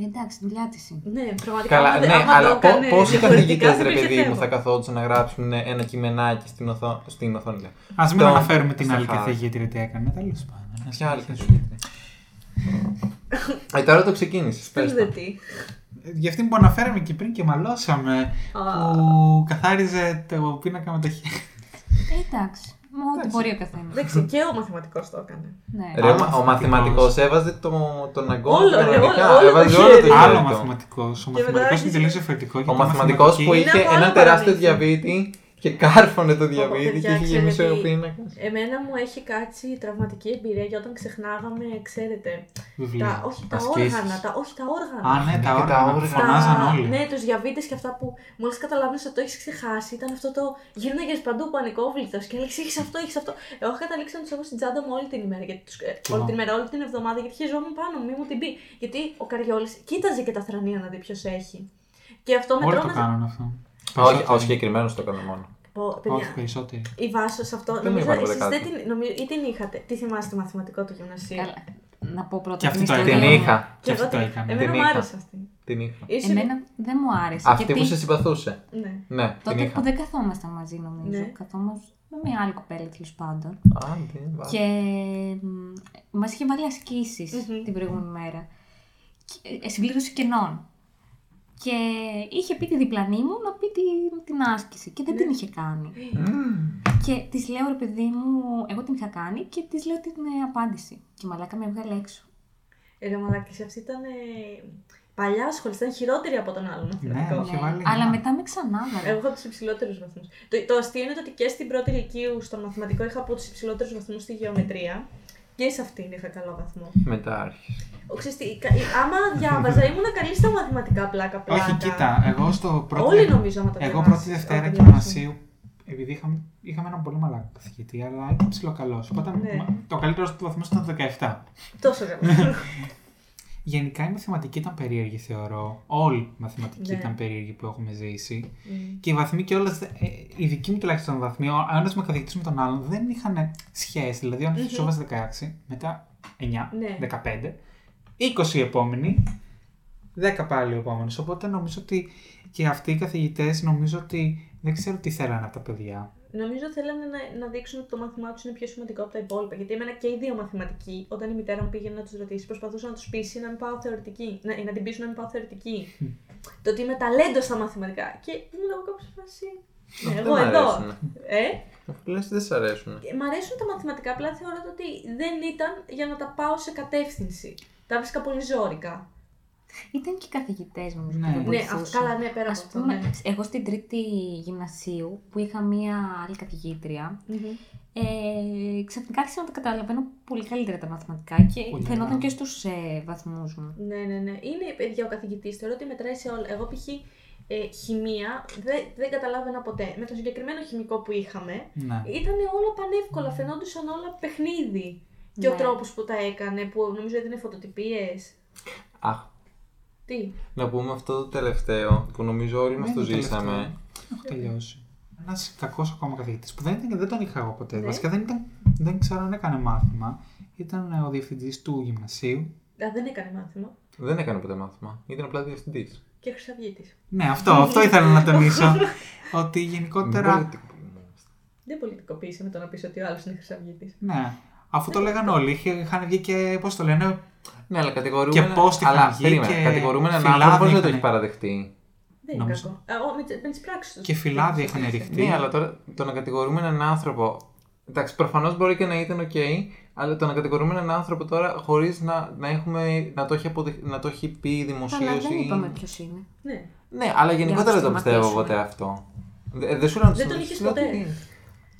Ε, εντάξει δουλειά της είναι
Ναι, πραγματικά.
Καλά,
άμα δεν-
ναι,
άμα
αλλά
το
πο,
έκανε
πόσοι
διαφορετικά,
καθηγητέ
θα
ρε
υπήρχε
παιδί μου
θέμα.
θα καθόντουσαν να γράψουν ένα κειμενάκι στην, οθό... στην οθόνη. λέω.
Ας μην
Το-
αναφέρουμε την άλλη
Σαχάρα.
καθηγήτρια τι έκανε. Τέλος πάντων.
Ποια άλλη καθηγήτρια. Ε, τώρα το ξεκίνησες. Πες
Στείλτε
το.
τι.
Γι' αυτήν που αναφέραμε και πριν και μαλώσαμε.
Α.
Που καθάριζε το πίνακα με τα χέρια.
Ε, εντάξει μα ό,τι μπορεί ο καθένας
*laughs*
Εντάξει, και ο μαθηματικός το έκανε.
ναι.
Ρε, μα- ο
μαθηματικός.
μαθηματικός έβαζε το, τον αγκόνο
Όλο,
του
ρε,
κανονικά.
όλο, όλο
Έβαζε
το
όλο το
χέρι.
χέρι
Άλλο
του.
μαθηματικός. Ο μαθηματικό
άρχισε-
είναι τελείως διαφορετικό. γιατί
Ο
η
μαθηματικό που
μαθηματική-
είχε
Είναι από
ένα
άλλο
τεράστιο
παραμύθι.
διαβήτη και κάρφωνε το διαβήτη και
παιδιά,
είχε γεμίσει
ξέρετε
ο
τι-
πίνακας.
Εμένα μου έχει κάτσει τραυματική εμπειρία για όταν ξεχνάγαμε, ξέρετε.
βιβλία.
Τα, όχι τα
ασκήσεις.
όργανα, τα, όχι τα όργανα.
Α, ναι,
Και
τα
τα
όργανα που
όργανα.
φωνάζαν
Τα-
όλοι.
Ναι, τους διαβίτε και αυτά που μόλις καταλάβει ότι το έχεις ξεχάσει ήταν αυτό το γύρναγες παντού πανικόβλητος και έλεγες Έχεις αυτό, έχεις αυτό. Εγώ είχα καταλήξει να τους έχω στην τσάντα μου όλη την ημέρα. Γιατί τους, ε,
Κι εγώ.
όλη την ημέρα, όλη την εβδομάδα γιατί χειριζόμουν πάνω μου, μη μου την πει. Γιατί ο Καριόλης κοίταζε και τα θρανία να δει ποιος έχει. Και αυτό με
Όλοι το
τρόμαζε.
κάνουν αυτό.
Όχι, ο συγκεκριμένος το έκανε μόνο.
Πω, παιδιά,
Όχι, περισσότεροι.
η Βάσο σε αυτό,
Δεν
νομίζω
είπα τίποτα
εσείς δεν
κάτι.
την, νομίζω, ή την είχατε. Τι θυμάστε το μαθηματικό του γυμνασίου.
Καλά. να πω πρώτα
Και αυτή το
ιστορία
Ε, Την
έκανε.
μου.
είχα.
Και
Και
εγώ
αυτή
την.
το έκανα.
Εμένα
Την
μου
είχα.
άρεσε αυτή.
Την είχα.
Ίσως-
Εμένα δεν μου άρεσε.
Αυτή
γιατί
που σε συμπαθούσε.
Ναι.
Ναι, την
Τότε που
είχα.
δεν καθόμασταν μαζί, νομίζω.
Ναι.
Καθόμασταν με μια άλλη κοπέλα τέλος πάντων.
Α, την βάζω.
Και μας είχε βάλει ασκήσεις
Μμμ.
την προηγούμενη μέρα. Και, ε, Συμπλήρωση κενών. Και είχε πει τη διπλανή μου να πει τη- την άσκηση και δεν την
Ναι.
είχε κάνει.
Μμμ.
Και της λέω, ρε παιδί μου, εγώ την είχα κάνει και της λέω την ε, απάντηση. Και η μαλάκα με έβγαλε έξω.
Ε, Ρε μαλάκι, αυτή ήταν ε, παλιά σχολή, ήταν χειρότερη από τον άλλον μαθηματικό.
Ναι. Είχε βάλει
Αλλά
ένα.
μετά με ξανά έβαλε.
Εγώ είχα τους υψηλότερους βαθμούς. Το, το αστείο είναι το ότι και στην πρώτη ηλικίου στο μαθηματικό είχα από τους υψηλότερους βαθμούς στη γεωμετρία. Και σε αυτήν είχα καλό βαθμό.
Μετά άρχισε.
Ο, ξέρεις τι, η κα- η- άμα διάβαζα, ήμουν καλή στα μαθηματικά πλάκα πλάκα.
Όχι, κοίτα, εγώ στο πρώτο.
Όλοι νομίζω άμα το
Εγώ
διαβάσεις,
πρώτη Δευτέρα
όταν
γυμνασίου, επειδή είχαμε, είχαμε έναν πολύ μαλάκα καθηγητή, αλλά ήταν ψηλοκαλό. Οπότε
Ναι.
μα- το καλύτερο του βαθμό ήταν 17.
Τόσο
*laughs*
καλός.
Γενικά η μαθηματική ήταν περίεργη, θεωρώ. Όλη η μαθηματική
Ναι.
ήταν περίεργη που έχουμε ζήσει.
Mm.
Και οι βαθμοί και όλες. Οι δικοί μου τουλάχιστον βαθμοί, ο ένας με καθηγητής με τον άλλον, δεν είχαν σχέση. Δηλαδή, αν
Μμμ.
σου έβαζε 16, μετά 9,
Ναι.
15, 20 η επόμενη, 10 πάλι ο επόμενο. Οπότε νομίζω ότι και αυτοί οι καθηγητές νομίζω ότι δεν ξέρω τι θέλανε από τα παιδιά.
Νομίζω θέλανε να, να δείξουν ότι το μάθημά τους είναι πιο σημαντικό από τα υπόλοιπα. Γιατί εμένα και οι δύο μαθηματικοί, όταν η μητέρα μου πήγαινε να τους ρωτήσει, προσπαθούσαν να τους πείσει να μην πάω θεωρητική. Να, να την πείσουν να μην πάω
*laughs*
θεωρητική. το ότι είμαι ταλέντος στα μαθηματικά. Και ήμουν εγώ κάπου σε φάση. «Ναι,
Δεν
εγώ
μ'
εδώ.
αρέσουνε.
Ε,
Μου Λες δεν σ' αρέσουν.
και μ' αρέσουν τα μαθηματικά, απλά θεωρώ το ότι δεν ήταν για να τα πάω σε κατεύθυνση. Τα βρίσκα πολύ ζώρικα.
Ήταν και οι καθηγητές μου.
Ναι.
που
Ναι,
Ναι,
βοηθούσαν.
αυτό καλά, ναι, πέρα από
Ας
αυτό.
πούμε,
ναι.
εγώ στην τρίτη γυμνασίου που είχα μία άλλη καθηγήτρια,
Μμμ.
ε, ξαφνικά άρχισα να τα καταλαβαίνω πολύ καλύτερα τα μαθηματικά και
Πολύ
φαινόταν
καλά.
και στους ε, βαθμούς μου.
Ναι, ναι, ναι. Είναι παιδιά ο καθηγητής. Θεωρώ ότι μετράει σε όλα. Εγώ π.χ. ε, χημεία δεν, δεν καταλάβαινα ποτέ. Με το συγκεκριμένο χημικό που είχαμε,
Ναι.
ήταν όλα πανεύκολα, φαινόντουσαν όλα παιχνίδι. Και ο
Ναι.
τρόπος που τα έκανε, που νομίζω έδινε φωτοτυπίες.
Αχ,
Τι.
να πούμε αυτό το τελευταίο που νομίζω όλοι μας
Δεν
το
είναι Ναι, τελευταίο.
ζήσαμε.
Έχω τελειώσει. Ένας κακός ακόμα καθηγητής που δεν, ήταν- δεν τον είχα εγώ ποτέ.
Ναι.
Βασικά δεν, ήταν, δεν ξέρω αν έκανε μάθημα. Ήταν ε, ο διευθυντής του γυμνασίου.
Α, δεν έκανε μάθημα.
Δεν έκανε ποτέ μάθημα. Ήταν απλά διευθυντής.
Και χρυσαυγήτης.
Ναι, αυτό, αυτό ήθελα να
*laughs*
τονίσω. ότι γενικότερα.
Δεν πολιτικοποίησε με το να πεις ότι ο άλλος είναι χρυσαυγήτης.
ναι, αφού το λέγαν όλοι, είχε- είχαν βγει και. Πώς το λένε,
Ναι, αλλά κατηγορούμε.
Και πώς τη
Αλλά
είχαν βγει
περίμενε.
και
Κατηγορούμε έναν
φυλάδι
άνθρωπο δεν το
είχανε.
έχει παραδεχτεί.
Δεν είναι
Νομίζω.
κακό. Α, ο, με, τις- με τις πράξεις τους.
Και φυλάδια είχαν ρηχτεί. Τι?
Ναι, αλλά τώρα το να κατηγορούμε έναν άνθρωπο. Εντάξει, προφανώς μπορεί και να ήταν οκ, αλλά το να κατηγορούμε έναν άνθρωπο τώρα χωρίς να, να, έχουμε, να, το έχει αποδεχ- να το έχει πει
Αλλά
δημοσίω.
δεν είπαμε ποιος είναι.
Ναι.
Ναι, αλλά γενικότερα
Για να
δεν το πιστεύω
σταματήσουμε.
ποτέ αυτό. Δε- Δεν σου λέω να το
Δεν τον
σταματήσεις,
είχες
λέω
ποτέ.
ότι-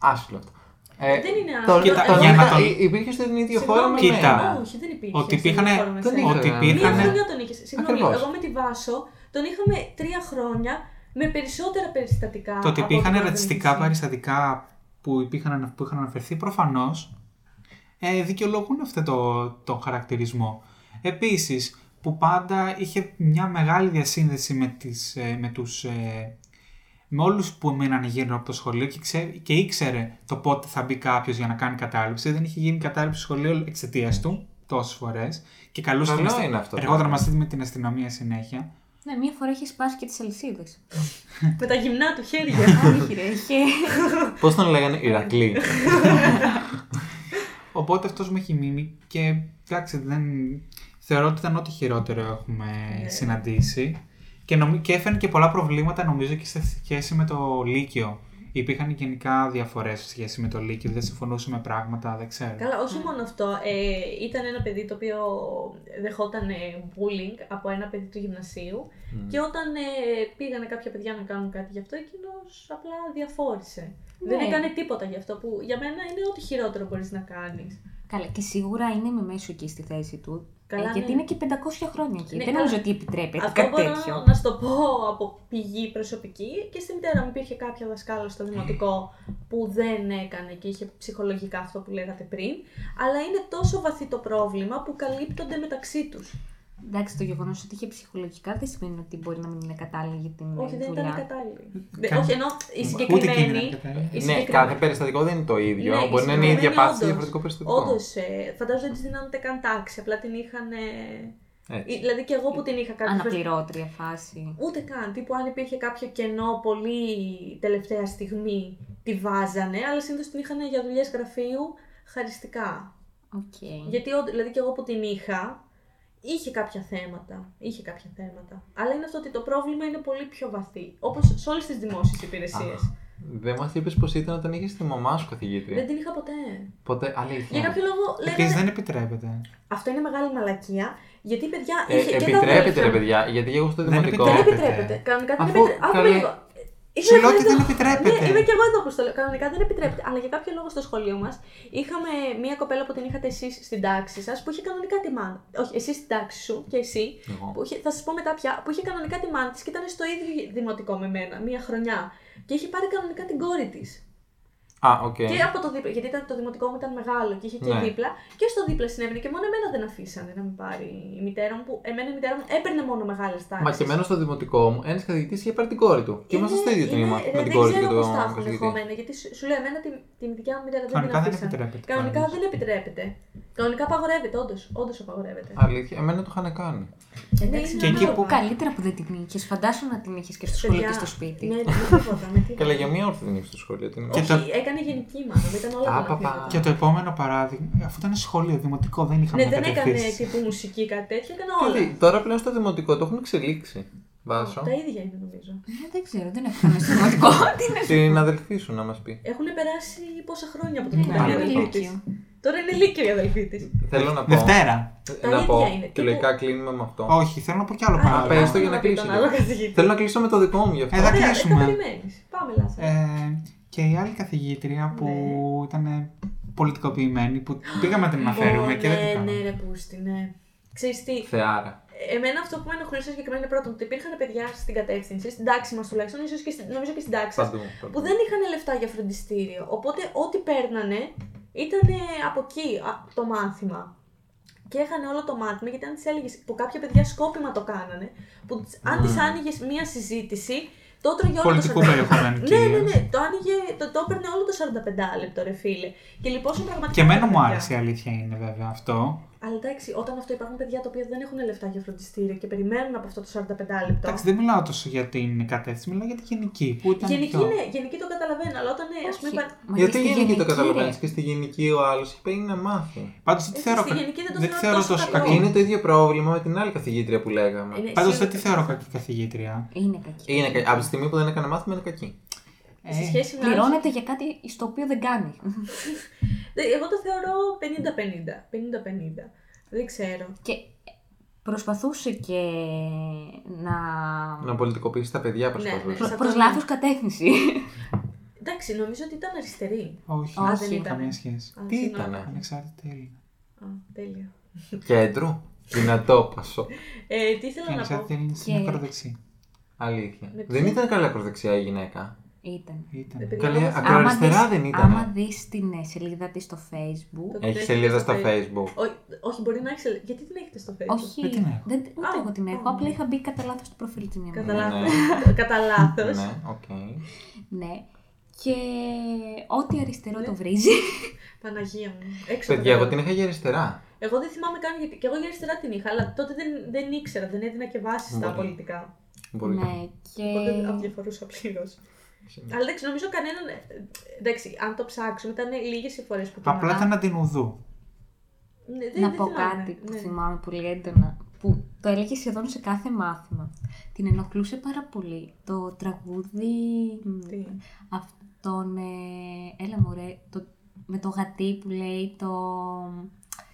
Άσυλο αυτό. Ε,
Δεν είναι
τον-
άσυλο.
τον
Κοίτα,
για να
είχα-
τον-
υ- Υπήρχε στην ίδια
Συγγνώμη.
χώρα με
Κοίτα.
εμένα.
Όχι, δεν υπήρχε.
Ότι
στην
πήγανε-
χώρα μας,
Δεν
ε.
είχα. Ότι
ήξερα.
Μία
Είχανε-
χρονιά τον είχες. Συγγνώμη,
Ακριβώς.
εγώ με τη Βάσο τον είχαμε τρία χρόνια με περισσότερα περιστατικά.
Το ότι
από
υπήρχαν
τον
ρατσιστικά
Άδωνη.
περιστατικά που, υπήρχαν, που είχαν αναφερθεί προφανώς ε, δικαιολογούν αυτό το, τον χαρακτηρισμό. Επίσης, που πάντα είχε μια μεγάλη διασύνδεση με, τις, ε, με τους ε, με όλους που μείνανε γύρω από το σχολείο και, ξέ, και ήξερε το πότε θα μπει κάποιος για να κάνει κατάληψη. Δεν είχε γίνει κατάληψη στο σχολείο εξαιτίας του τόσες φορές και καλούσε την
Καλό
αστε-
είναι αυτό.
εργόταν μαζί με την αστυνομία συνέχεια.
Ναι, μία φορά είχε σπάσει και τις αλυσίδες.
Με τα γυμνά του
*laughs*
χέρια.
Όχι, ρε, είχε.
Πώς τον λέγανε,
Ε,
Ηρακλή.
Οπότε αυτός μου έχει μείνει και εντάξει, δεν... θεωρώ ότι ήταν ό,τι χειρότερο έχουμε
Ναι.
συναντήσει. Και, νομι... και έφερε και πολλά προβλήματα νομίζω και σε σχέση με το Λύκειο. Υπήρχαν γενικά διαφορές σε σχέση με το Λύκειο, δεν συμφωνούσαμε πράγματα, δεν ξέρω.
Καλά, όχι μόνο αυτό. Ε, ήταν ένα παιδί το οποίο δεχόταν ε, bullying από ένα παιδί του γυμνασίου. Και όταν ε, πήγανε κάποια παιδιά να κάνουν κάτι γι' αυτό, εκείνος απλά διαφόρησε. Δεν
Ναι.
έκανε τίποτα γι' αυτό που για μένα είναι ό,τι χειρότερο μπορείς να κάνεις.
Καλά, και σίγουρα είναι με μέσο εκεί στη θέση του.
Καλά,
ε, γιατί
ναι.
είναι και 500 χρόνια εκεί.
Ναι,
δεν
καλά.
νομίζω ότι επιτρέπεται
Αυτό
κάτι
μπορώ
τέτοιο.
να σου το πω από πηγή προσωπική και στη μητέρα μου υπήρχε κάποια δασκάλα στο δημοτικό που δεν έκανε και είχε ψυχολογικά αυτό που λέγατε πριν, αλλά είναι τόσο βαθύ το πρόβλημα που καλύπτονται μεταξύ τους.
Εντάξει, το γεγονός ότι είχε ψυχολογικά δεν σημαίνει ότι μπορεί να μην είναι κατάλληλη για την
Όχι,
ε,
δεν
δουλειά.
ήταν κατάλληλη. Δε-
Κα-
Όχι, ενώ η
Ούτε εκείνη
συγκεκριμένη.
δεν κατάλαβε.
η
Ναι,
συγκεκριμένη-
κάθε περιστατικό δεν είναι το ίδιο.
Ναι,
Μπορεί να είναι η
συγκεκριμένη
ίδια πάση σε
όντως.
διαφορετικό περιστατικό.
Όντως, ε, φαντάζομαι δεν τη δίνανε καν τάξη. Απλά την είχαν. ε,
Έτσι.
ή- Δηλαδή και εγώ που την είχα κάποιες φορές,
Αναπληρώτρια φάση.
Ούτε καν. Τύπου αν υπήρχε κάποιο κενό πολύ τελευταία στιγμή, τη βάζανε. Αλλά συνήθως την είχαν για δουλειές γραφείου χαριστικά.
Οκ.
Γιατί όντ- δηλαδή και εγώ που την είχα, είχε κάποια θέματα. Είχε κάποια θέματα. Αλλά είναι αυτό ότι το πρόβλημα είναι πολύ πιο βαθύ. Όπως σε όλες τις δημόσιες υπηρεσίες.
Δεν μας είπες πώ ήταν όταν είχες τη μαμά σου καθηγήτρια.
Δεν την είχα ποτέ.
Ποτέ, αλήθεια.
Για κάποιο λόγο
Επίσης
λέγανε.
δεν επιτρέπεται.
Αυτό είναι μεγάλη μαλακία. Γιατί παιδιά.
Ε,
είχε και τα
επιτρέπεται,
αδέλφια
ρε
μου.
παιδιά, γιατί εγώ στο
Δεν
δημοτικό.
Δεν
επιτρέπεται.
επιτρέπεται. Κανονικά δεν
Αφού
επιτρέπεται. Άκου με
καλέ-
λίγο.
Σου λέω
Είμαι
ότι
εδώ.
δεν επιτρέπεται.
Ναι, είμαι και εγώ εδώ που το λέω. Κανονικά δεν επιτρέπεται. Αλλά για κάποιο λόγο στο σχολείο μας είχαμε μία κοπέλα που την είχατε εσείς στην τάξη σας που είχε κανονικά τη μάνα. Όχι, εσύ στην τάξη σου και εσύ.
Εγώ.
Που είχε, θα σας πω μετά πια. Που είχε κανονικά τη μάνα της και ήταν στο ίδιο δημοτικό με μένα, μία χρονιά. Και είχε πάρει κανονικά την κόρη της.
Α, οκ.
Και από το δίπλα. Γιατί ήταν, το δημοτικό μου ήταν μεγάλο και είχε και
Ναι.
δίπλα. Και στο δίπλα συνέβαινε και μόνο εμένα δεν αφήσανε να με πάρει η μητέρα μου. Που εμένα η μητέρα μου έπαιρνε μόνο μεγάλες τάξεις.
Μα και μένω στο δημοτικό μου, ένας καθηγητής είχε πάρει την κόρη του.
Ε,
Και είμαστε στο ίδιο τμήμα με
δεν
την κόρη του και
ξέρω
τον
πώς τα έχουν
καθηγητή.
χωμένα, γιατί σου, σου λέω εμένα την, την δικιά μου μητέρα δεν την
Κανονικά δεν
αφήσανε.
επιτρέπεται.
Κανονικά
πάντως.
δεν επιτρέπεται. Κανονικά απαγορεύεται, όντως. Όντως απαγορεύεται.
Αλήθεια, εμένα το είχαν κάνει.
Εντάξει,
Και εκεί
Που
που-
καλύτερα που δεν την είχε. Φαντάσου να την είχε και στο σχολείο και στο σπίτι.
Με, με τίποτα, ναι, με τίποτα.
Καλά, για μία όρθια δεν είχε στο σχολείο. την
Και
Όχι,
το-
έκανε γενική μάλλον, ήταν όλα
Α,
τα
παπα.
μαθήματα.
Και το επόμενο παράδειγμα, αφού ήταν σχολείο δημοτικό, δεν είχαμε
Ναι, δεν έκανε
κατευθύνσεις.
τύπου μουσική κάτι τέτοιο, έκανε
Και
όλα.
τι, ε. Τώρα πλέον στο δημοτικό το έχουν εξελίξει. Βάσο.
Τα ίδια είναι νομίζω.
Ε, δεν ξέρω, δεν έχω κανένα
*laughs*
σημαντικό.
Την αδελφή σου να μας πει.
Έχουν περάσει πόσα χρόνια από την
Ναι,
ήταν η
είναι
αδελφή της. Τώρα είναι λύκειο η αδελφή της.
Θέλω να πω.
Δευτέρα.
Τα
να
ίδια
πω.
είναι.
Και
Τύπου-
λογικά κλείνουμε με αυτό.
Όχι, θέλω να πω κι άλλο
πες
παράδειγμα.
το για να κλείσει λίγο. Θέλω να κλείσω με το δικό μου γι' αυτό.
Ε, δεν- Θα
Ωραία,
κλείσουμε.
δεν περιμένει. Πάμε, Λάσα.
Ε, και η άλλη καθηγήτρια που ήταν πολιτικοποιημένη, που πήγαμε να την αναφέρουμε
Ναι. Ω,
και δεν την
Ναι,
κάναμε.
ναι, ρε, πούστη, ναι. Ξέρεις τι,
Θεάρα.
εμένα αυτό που με ενοχλούσε συγκεκριμένα είναι πρώτον ότι υπήρχαν παιδιά στην κατεύθυνση, στην τάξη μας τουλάχιστον, ίσως και στην, νομίζω και στην τάξη. σας,
Παντού. παντού.
που δεν είχαν λεφτά για φροντιστήριο. Οπότε ό,τι παίρνανε ήταν από εκεί α, το μάθημα. Και έχανε όλο το μάθημα γιατί αν τις έλεγες. που κάποια παιδιά σκόπιμα το κάνανε. που τις- αν τη
Ναι.
άνοιγες μία συζήτηση, το έτρωγε όλο
Πολιτικού
το 45
περιεχομένου
Ναι, ναι,
κυρίως.
ναι. Το άνοιγε, το, το έπαιρνε όλο το 45 λεπτό, ρε φίλε. Και λοιπόν πραγματικά.
Και εμένα μου
παιδιά.
άρεσε η αλήθεια είναι βέβαια αυτό.
Αλλά εντάξει, όταν αυτό υπάρχουν παιδιά τα οποία δεν έχουν λεφτά για φροντιστήριο και περιμένουν από αυτό το 45 λεπτό.
Εντάξει, δεν μιλάω τόσο για την κατεύθυνση, μιλάω για τη γενική. Που ήταν
Γενική,
πιο-
ναι, γενική το καταλαβαίνω, αλλά όταν ε, ας πούμε.
Όχι,
υπά-
μα
Γιατί
και στη
γενική το
γενική,
καταλαβαίνεις
ρε.
και στη γενική ο άλλος έχει πάει να μάθει.
Πάντως δεν τη
Ε,
θεωρώ,
στη
κα-
γενική δεν το
δεν τη
θεωρώ
θεωρώ
τόσο
τόσο
κακό. Ε,
κακή.
Είναι το ίδιο πρόβλημα με την άλλη καθηγήτρια που λέγαμε.
Είναι-
Πάντως
εσύ-
δεν τη θεωρώ κακή καθηγήτρια.
Είναι κακή.
Είναι, κα- από τη στιγμή που δεν έκανε μάθημα είναι κακή.
Σε
Ε,
σχέση με. άλλους-
Πληρώνεται για κάτι στο οποίο δεν κάνει.
Ε, Εγώ το θεωρώ 50-50. 50-50. Δεν ξέρω.
Και προσπαθούσε και να.
Να πολιτικοποιήσει τα παιδιά προσπαθούσε.
ναι.
Προ,
σε
προς
αυτό είναι.
λάθος κατεύθυνση.
Εντάξει, νομίζω ότι ήταν αριστερή.
Όχι,
Α,
δεν
δεν
είχε
ήταν.
καμία σχέση.
Α,
Τι
συγγνώμη.
ήταν,
ήτανε.
ανεξάρτητη Έλληνα.
Α, τέλεια.
Κέντρο, δυνατό πασό.
Ε, τι ήθελα
Και
να πω.
ανεξάρτητη Έλληνα στην
Και-
ακροδεξή.
Αλήθεια.
Με
δεν
ποιο?
ήταν καλή ακροδεξιά η γυναίκα.
Ήταν.
Ήταν.
Επειδή
Καλή
όμως-
ακρο- Ακροαριστερά
Άμα δεις-
δεν ήταν.
Άμα δεις την ε, σελίδα της στο facebook,
Το
Έχει
έχετε
σελίδα
στο
στα facebook.
Ό- Όχι, μπορεί να έχει. Γιατί Ε, την έχετε στο Facebook.
όχι,
Δεν την έχω.
δεν, ούτε
Α,
εγώ την έχω,
α.
απλά είχα μπει κατά λάθος στο προφίλ της μια μέρα.
Κατά
Ναι.
λάθο. Κατά λάθος.
Ναι, οκ.
Ναι. Και ό,τι
Ναι.
αριστερό το βρίζει.
Παναγία μου. Έξω.
Παιδιά,
από
εγώ
τα-
την είχα για αριστερά.
Εγώ δεν θυμάμαι καν γιατί. Και εγώ για αριστερά την είχα, αλλά τότε δεν, δεν ήξερα, δεν έδινα και βάση στα
Μπορεί.
πολιτικά.
Μπορεί.
ναι, και...
Οπότε αδιαφορούσα πλήρως.
Ναι.
Αλλά εντάξει, νομίζω κανέναν. ε, Εντάξει, αν το ψάξουμε, ήταν λίγες οι φορές που. την
Απλά ήταν αντινουδού.
Ναι, δεν-
Να
δεν
πω
θυμάμαι,
κάτι που
ναι.
θυμάμαι πολύ έντονα, που το έλεγε σχεδόν σε κάθε μάθημα. Την ενοχλούσε πάρα πολύ το τραγούδι
Τι.
αυτόν, ε, έλα μωρέ, το, με το γατί που λέει το...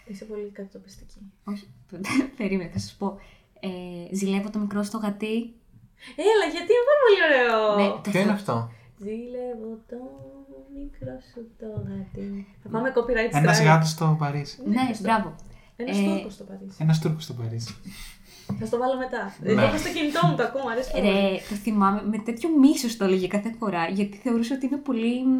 Είσαι πολύ κατοπιστική.
Όχι, *laughs* περίμενα, θα σας πω. Ε, ζηλεύω το μικρό στο γατί.
Έλα, Ε, γιατί είναι πάρα πολύ ωραίο.
Ναι, το
Ποιο είναι
θεω-
αυτό.
Ζηλεύω το μικρό σου το γατί. Θα πάμε copyright strike.
Ένας γάτος στο Παρίσι.
Ναι, μπράβο.
Ένας
Ε,
Τούρκος στο Παρίσι.
Ένας Τούρκος στο Παρίσι.
Θα στο βάλω μετά.
Ναι.
Εγώ έχω στο κινητό μου το ακούω, αρέσει πολύ.
Ρε, το θυμάμαι με τέτοιο μίσος το έλεγε κάθε φορά, γιατί θεωρούσε ότι είναι πολύ. μ,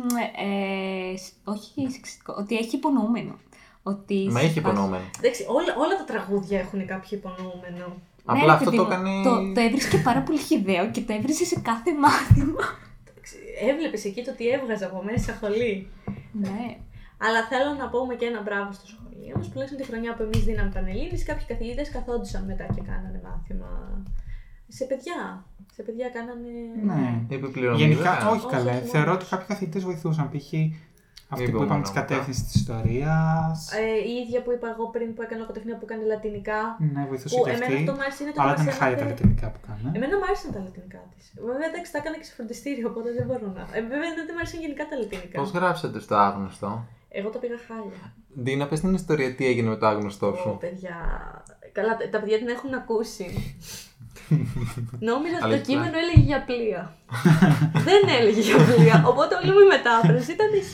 Ε, σ- όχι σεξιστικό, ότι έχει υπονοούμενο. Ότι
Μα
σε
είχε
φάση-
υπονοούμενο.
Εντάξει, όλα, όλα τα τραγούδια έχουν κάποιο υπονοούμενο.
Ναι,
Απλά
ρε,
αυτό
παιδί
το
μου,
έκανε-
Το, το έβρισκε πάρα πολύ χιδαίο και το έβρισκε σε κάθε *laughs* μάθημα.
Έβλεπες εκεί το τι έβγαζε από μέσα χολή.
ναι.
Αλλά θέλω να πούμε και ένα μπράβο στο σχολείο μα. Τουλάχιστον τη χρονιά που εμείς δίναμε πανελίδε, κάποιοι καθηγητές καθόντουσαν μετά και κάνανε μάθημα. Σε παιδιά. Σε παιδιά κάνανε.
Ναι.
Επιπληρωμή.
Γενικά,
βέβαια.
όχι
Όχι,
καλέ.
όχι,
Θεωρώ
όχι.
ότι κάποιοι καθηγητές βοηθούσαν. Π.χ. αυτοί που
Είπαμε
είπαμε της
ονόματα.
κατεύθυνσης της ιστορίας.
Ε, η ίδια που είπα εγώ πριν που έκανα λογοτεχνία που έκανε λατινικά.
Ναι, βοηθούσε
Που
και
εμένα
αυτή.
αυτό μου άρεσε είναι το
Αλλά
που
ήταν
μας
χάρη τα
έμαθε-
λατινικά που κάνανε.
Εμένα μου άρεσαν τα λατινικά της. Βέβαια εντάξει, τα έκανα και σε φροντιστήριο, οπότε δεν μπορώ να. Ε, βέβαια δεν μου άρεσαν γενικά τα λατινικά.
Πώς γράψατε στο άγνωστο.
Εγώ τα πήγα χάλια.
Ντί να πες την ιστορία τι έγινε με το άγνωστό
Ω,
σου.
παιδιά. Καλά, τα τα παιδιά την έχουν ακούσει. Νόμιζα ότι το
Αλήθεια.
κείμενο έλεγε για πλοία. Δεν έλεγε για πλοία. Οπότε όλη μου η μετάφραση ήταν χ.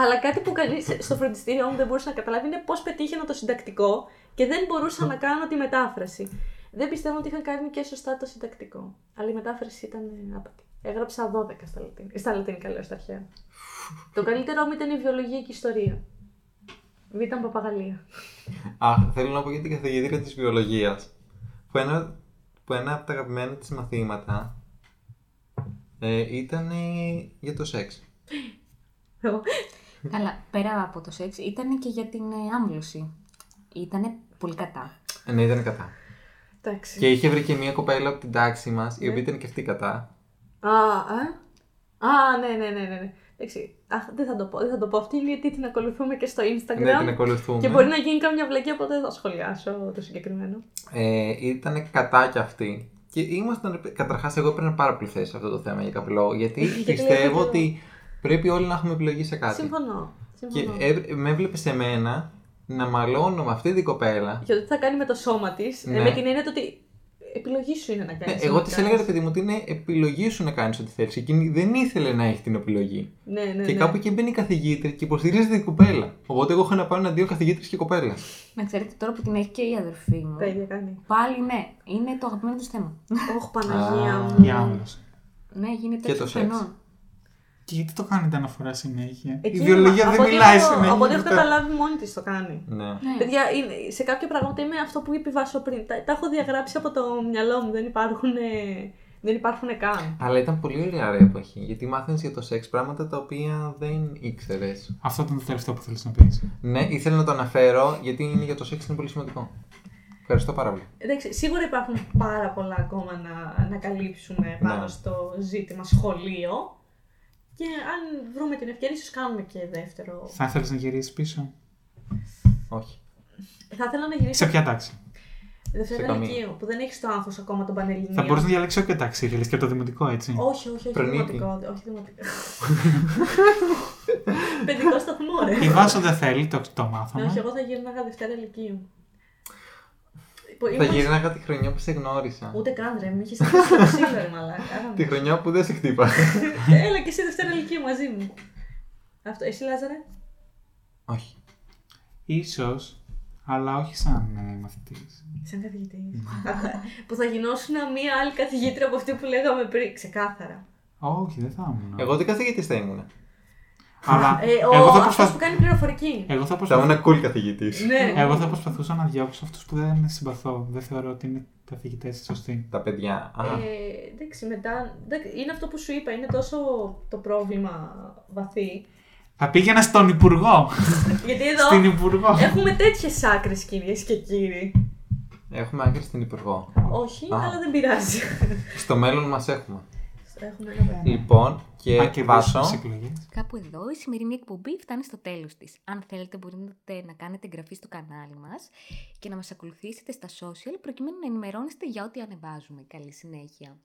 Αλλά κάτι που κανεί στο φροντιστήριό μου δεν μπορούσε να καταλάβει είναι πώς πετύχαινα το συντακτικό και δεν μπορούσα να κάνω τη μετάφραση. Δεν πιστεύω ότι είχα κάνει και σωστά το συντακτικό. Αλλά η μετάφραση ήταν ε, άπατη. Έγραψα 12 στα λατινικά. Στα λατινικά λέω στα αρχαία. το καλύτερό μου ήταν η βιολογία και η ιστορία. Β' ήταν παπαγαλία.
Αχ, θέλω να πω για την καθηγήτρια της βιολογίας. Που ένα, που ένα από τα αγαπημένα της μαθήματα ε, ήταν ε, για το σεξ.
Καλά, πέρα από το σεξ, ήταν και για την ε, άμβλωση. Ήταν πολύ κατά.
Ε, ναι, ήταν κατά.
Εντάξει.
Και είχε βρει και μια κοπέλα από την τάξη μας, η οποία
Ναι.
ήταν και αυτή κατά.
Α, α. Α, ναι, ναι, ναι, ναι. ναι. Εντάξει. Αχ, δεν θα το πω, δεν θα το πω αυτή γιατί την ακολουθούμε και στο Instagram.
Ναι, την ακολουθούμε.
και μπορεί να γίνει καμιά βλακία, οπότε δεν θα σχολιάσω το συγκεκριμένο.
ε, ήταν κατά κι αυτή. Και ήμασταν. Καταρχάς, εγώ έπαιρνα πάρα πολύ θέση σε αυτό το θέμα για κάποιο λόγο. Γιατί
Γιατί
πιστεύω
λέω,
ότι πρέπει όλοι να έχουμε επιλογή σε κάτι.
Συμφωνώ.
Και ε,
Συμφωνώ.
έβρε- με έβλεπε σε μένα να μαλώνω με αυτή την κοπέλα.
Ναι, Και ότι θα κάνει με το σώμα της,
Ναι.
με την έννοια του ότι επιλογή σου είναι να κάνει.
Ναι, εγώ τη έλεγα, ρε παιδί μου, ότι είναι επιλογή σου να κάνεις ό,τι θέλεις. Εκείνη δεν ήθελε να έχει την επιλογή.
Ναι, ναι, ναι.
Και κάπου εκεί μπαίνει η καθηγήτρια και υποστηρίζεται η κοπέλα. Οπότε εγώ είχα να πάω εναντίον καθηγήτρια και κοπέλα.
Να ξέρετε τώρα που την έχει και η αδερφή μου.
Τα ίδια κάνει.
Πάλι ναι, είναι το αγαπημένο του θέμα.
Ωχ, Παναγία
Α,
μου.
Διάβολο.
Ναι, γίνεται
Και το σεξ.
πενών.
Και γιατί το κάνετε αναφορά συνέχεια.
Εκεί,
η βιολογία
από
δεν
ό,τι
μιλάει
έχω-
συνέχεια.
Από ό,τι έχω
για
καταλάβει, μόνη της το κάνει.
Ναι.
Ναι.
Παιδιά, είναι- σε κάποια πράγματα είμαι αυτό που είπε η Βάσο πριν. Τα, τα έχω διαγράψει από το μυαλό μου. Δεν υπάρχουν, δεν υπάρχουν καν.
Αλλά ήταν πολύ ωραία ρε εποχή, γιατί μάθαινες για το σεξ πράγματα τα οποία δεν ήξερες.
Αυτό ήταν το τελευταίο που θέλεις να πεις.
Ναι, ήθελα να το αναφέρω γιατί είναι για το σεξ είναι πολύ σημαντικό. Ευχαριστώ πάρα πολύ.
Εντάξει, σίγουρα υπάρχουν πάρα πολλά ακόμα να, να καλύψουμε πάνω
Ναι.
στο ζήτημα σχολείο. Και αν βρούμε την ευκαιρία, ίσως κάνουμε και δεύτερο.
Θα ήθελες να γυρίσεις πίσω.
Όχι.
Θα ήθελα να γυρίσω
Σε ποια τάξη.
σε
δεύτερο
καμία.
ηλικείο, που δεν έχεις το άγχος ακόμα τον Πανελληνίων.
Θα μπορούσε να διαλέξεις όποια τάξη ήθελε και το δημοτικό, έτσι.
Όχι, όχι, όχι.
Προνίτη.
Δημοτικό, δε- όχι δημοτικό. *laughs* Παιδικός σταθμός, ρε.
Η Βάσο δεν θέλει, το, το
Ναι, όχι,
μάθαμε.
εγώ θα γύρναγα Δευτέρα ηλικίου.
Θα
Ήμουν-
γυρνάγα τη χρονιά που σε γνώρισα.
Ούτε καν ρε, μη είχε χτυπήσει το ξύλο, ρε
*laughs*
μαλάκα. Ε,
Τη χρονιά που δεν σε
*laughs*
χτύπα.
Έλα και εσύ Δευτέρα ηλικίου μαζί μου. Αυτό, εσύ Λάζαρε.
Όχι.
Ίσως, αλλά όχι σαν ε, μαθητής. *laughs*
Σαν καθηγητής. Αυτά, που θα γινώσουν μία άλλη καθηγήτρια από αυτή που λέγαμε πριν. Ξεκάθαρα.
Όχι, δεν θα ήμουν.
Εγώ τι καθηγητής θα ήμουν.
Αλλά
Ε, ο,
εγώ, θα
αυτός
προσπαθ... Ε,
που κάνει πληροφορική.
εγώ, θα
Θα
προσπαθ-
ήμουν cool καθηγητής.
ναι.
εγώ θα προσπαθούσα να διώξω αυτούς που δεν συμπαθώ. Δεν θεωρώ ότι είναι καθηγητές σωστοί.
Τα παιδιά. Α,
Ε, εντάξει, μετά. εντάξει, είναι αυτό που σου είπα, είναι τόσο το πρόβλημα βαθύ.
Θα πήγαινα στον Υπουργό.
Γιατί
Στην
εδώ
Υπουργό.
έχουμε τέτοιες άκρες, κυρίες και κύριοι.
έχουμε άκρη στην υπουργό.
Όχι,
Α.
αλλά δεν πειράζει.
*laughs*
*laughs*
Στο μέλλον μας έχουμε.
Έχουμε ένα
Ναι.
Λοιπόν,
Αν
και
και
βάσω.
στις εκλογές.
Κάπου εδώ η σημερινή εκπομπή φτάνει στο τέλος της. Αν θέλετε μπορείτε να κάνετε εγγραφή στο κανάλι μας και να μας ακολουθήσετε στα social προκειμένου να ενημερώνεστε για ό,τι ανεβάζουμε. Καλή συνέχεια.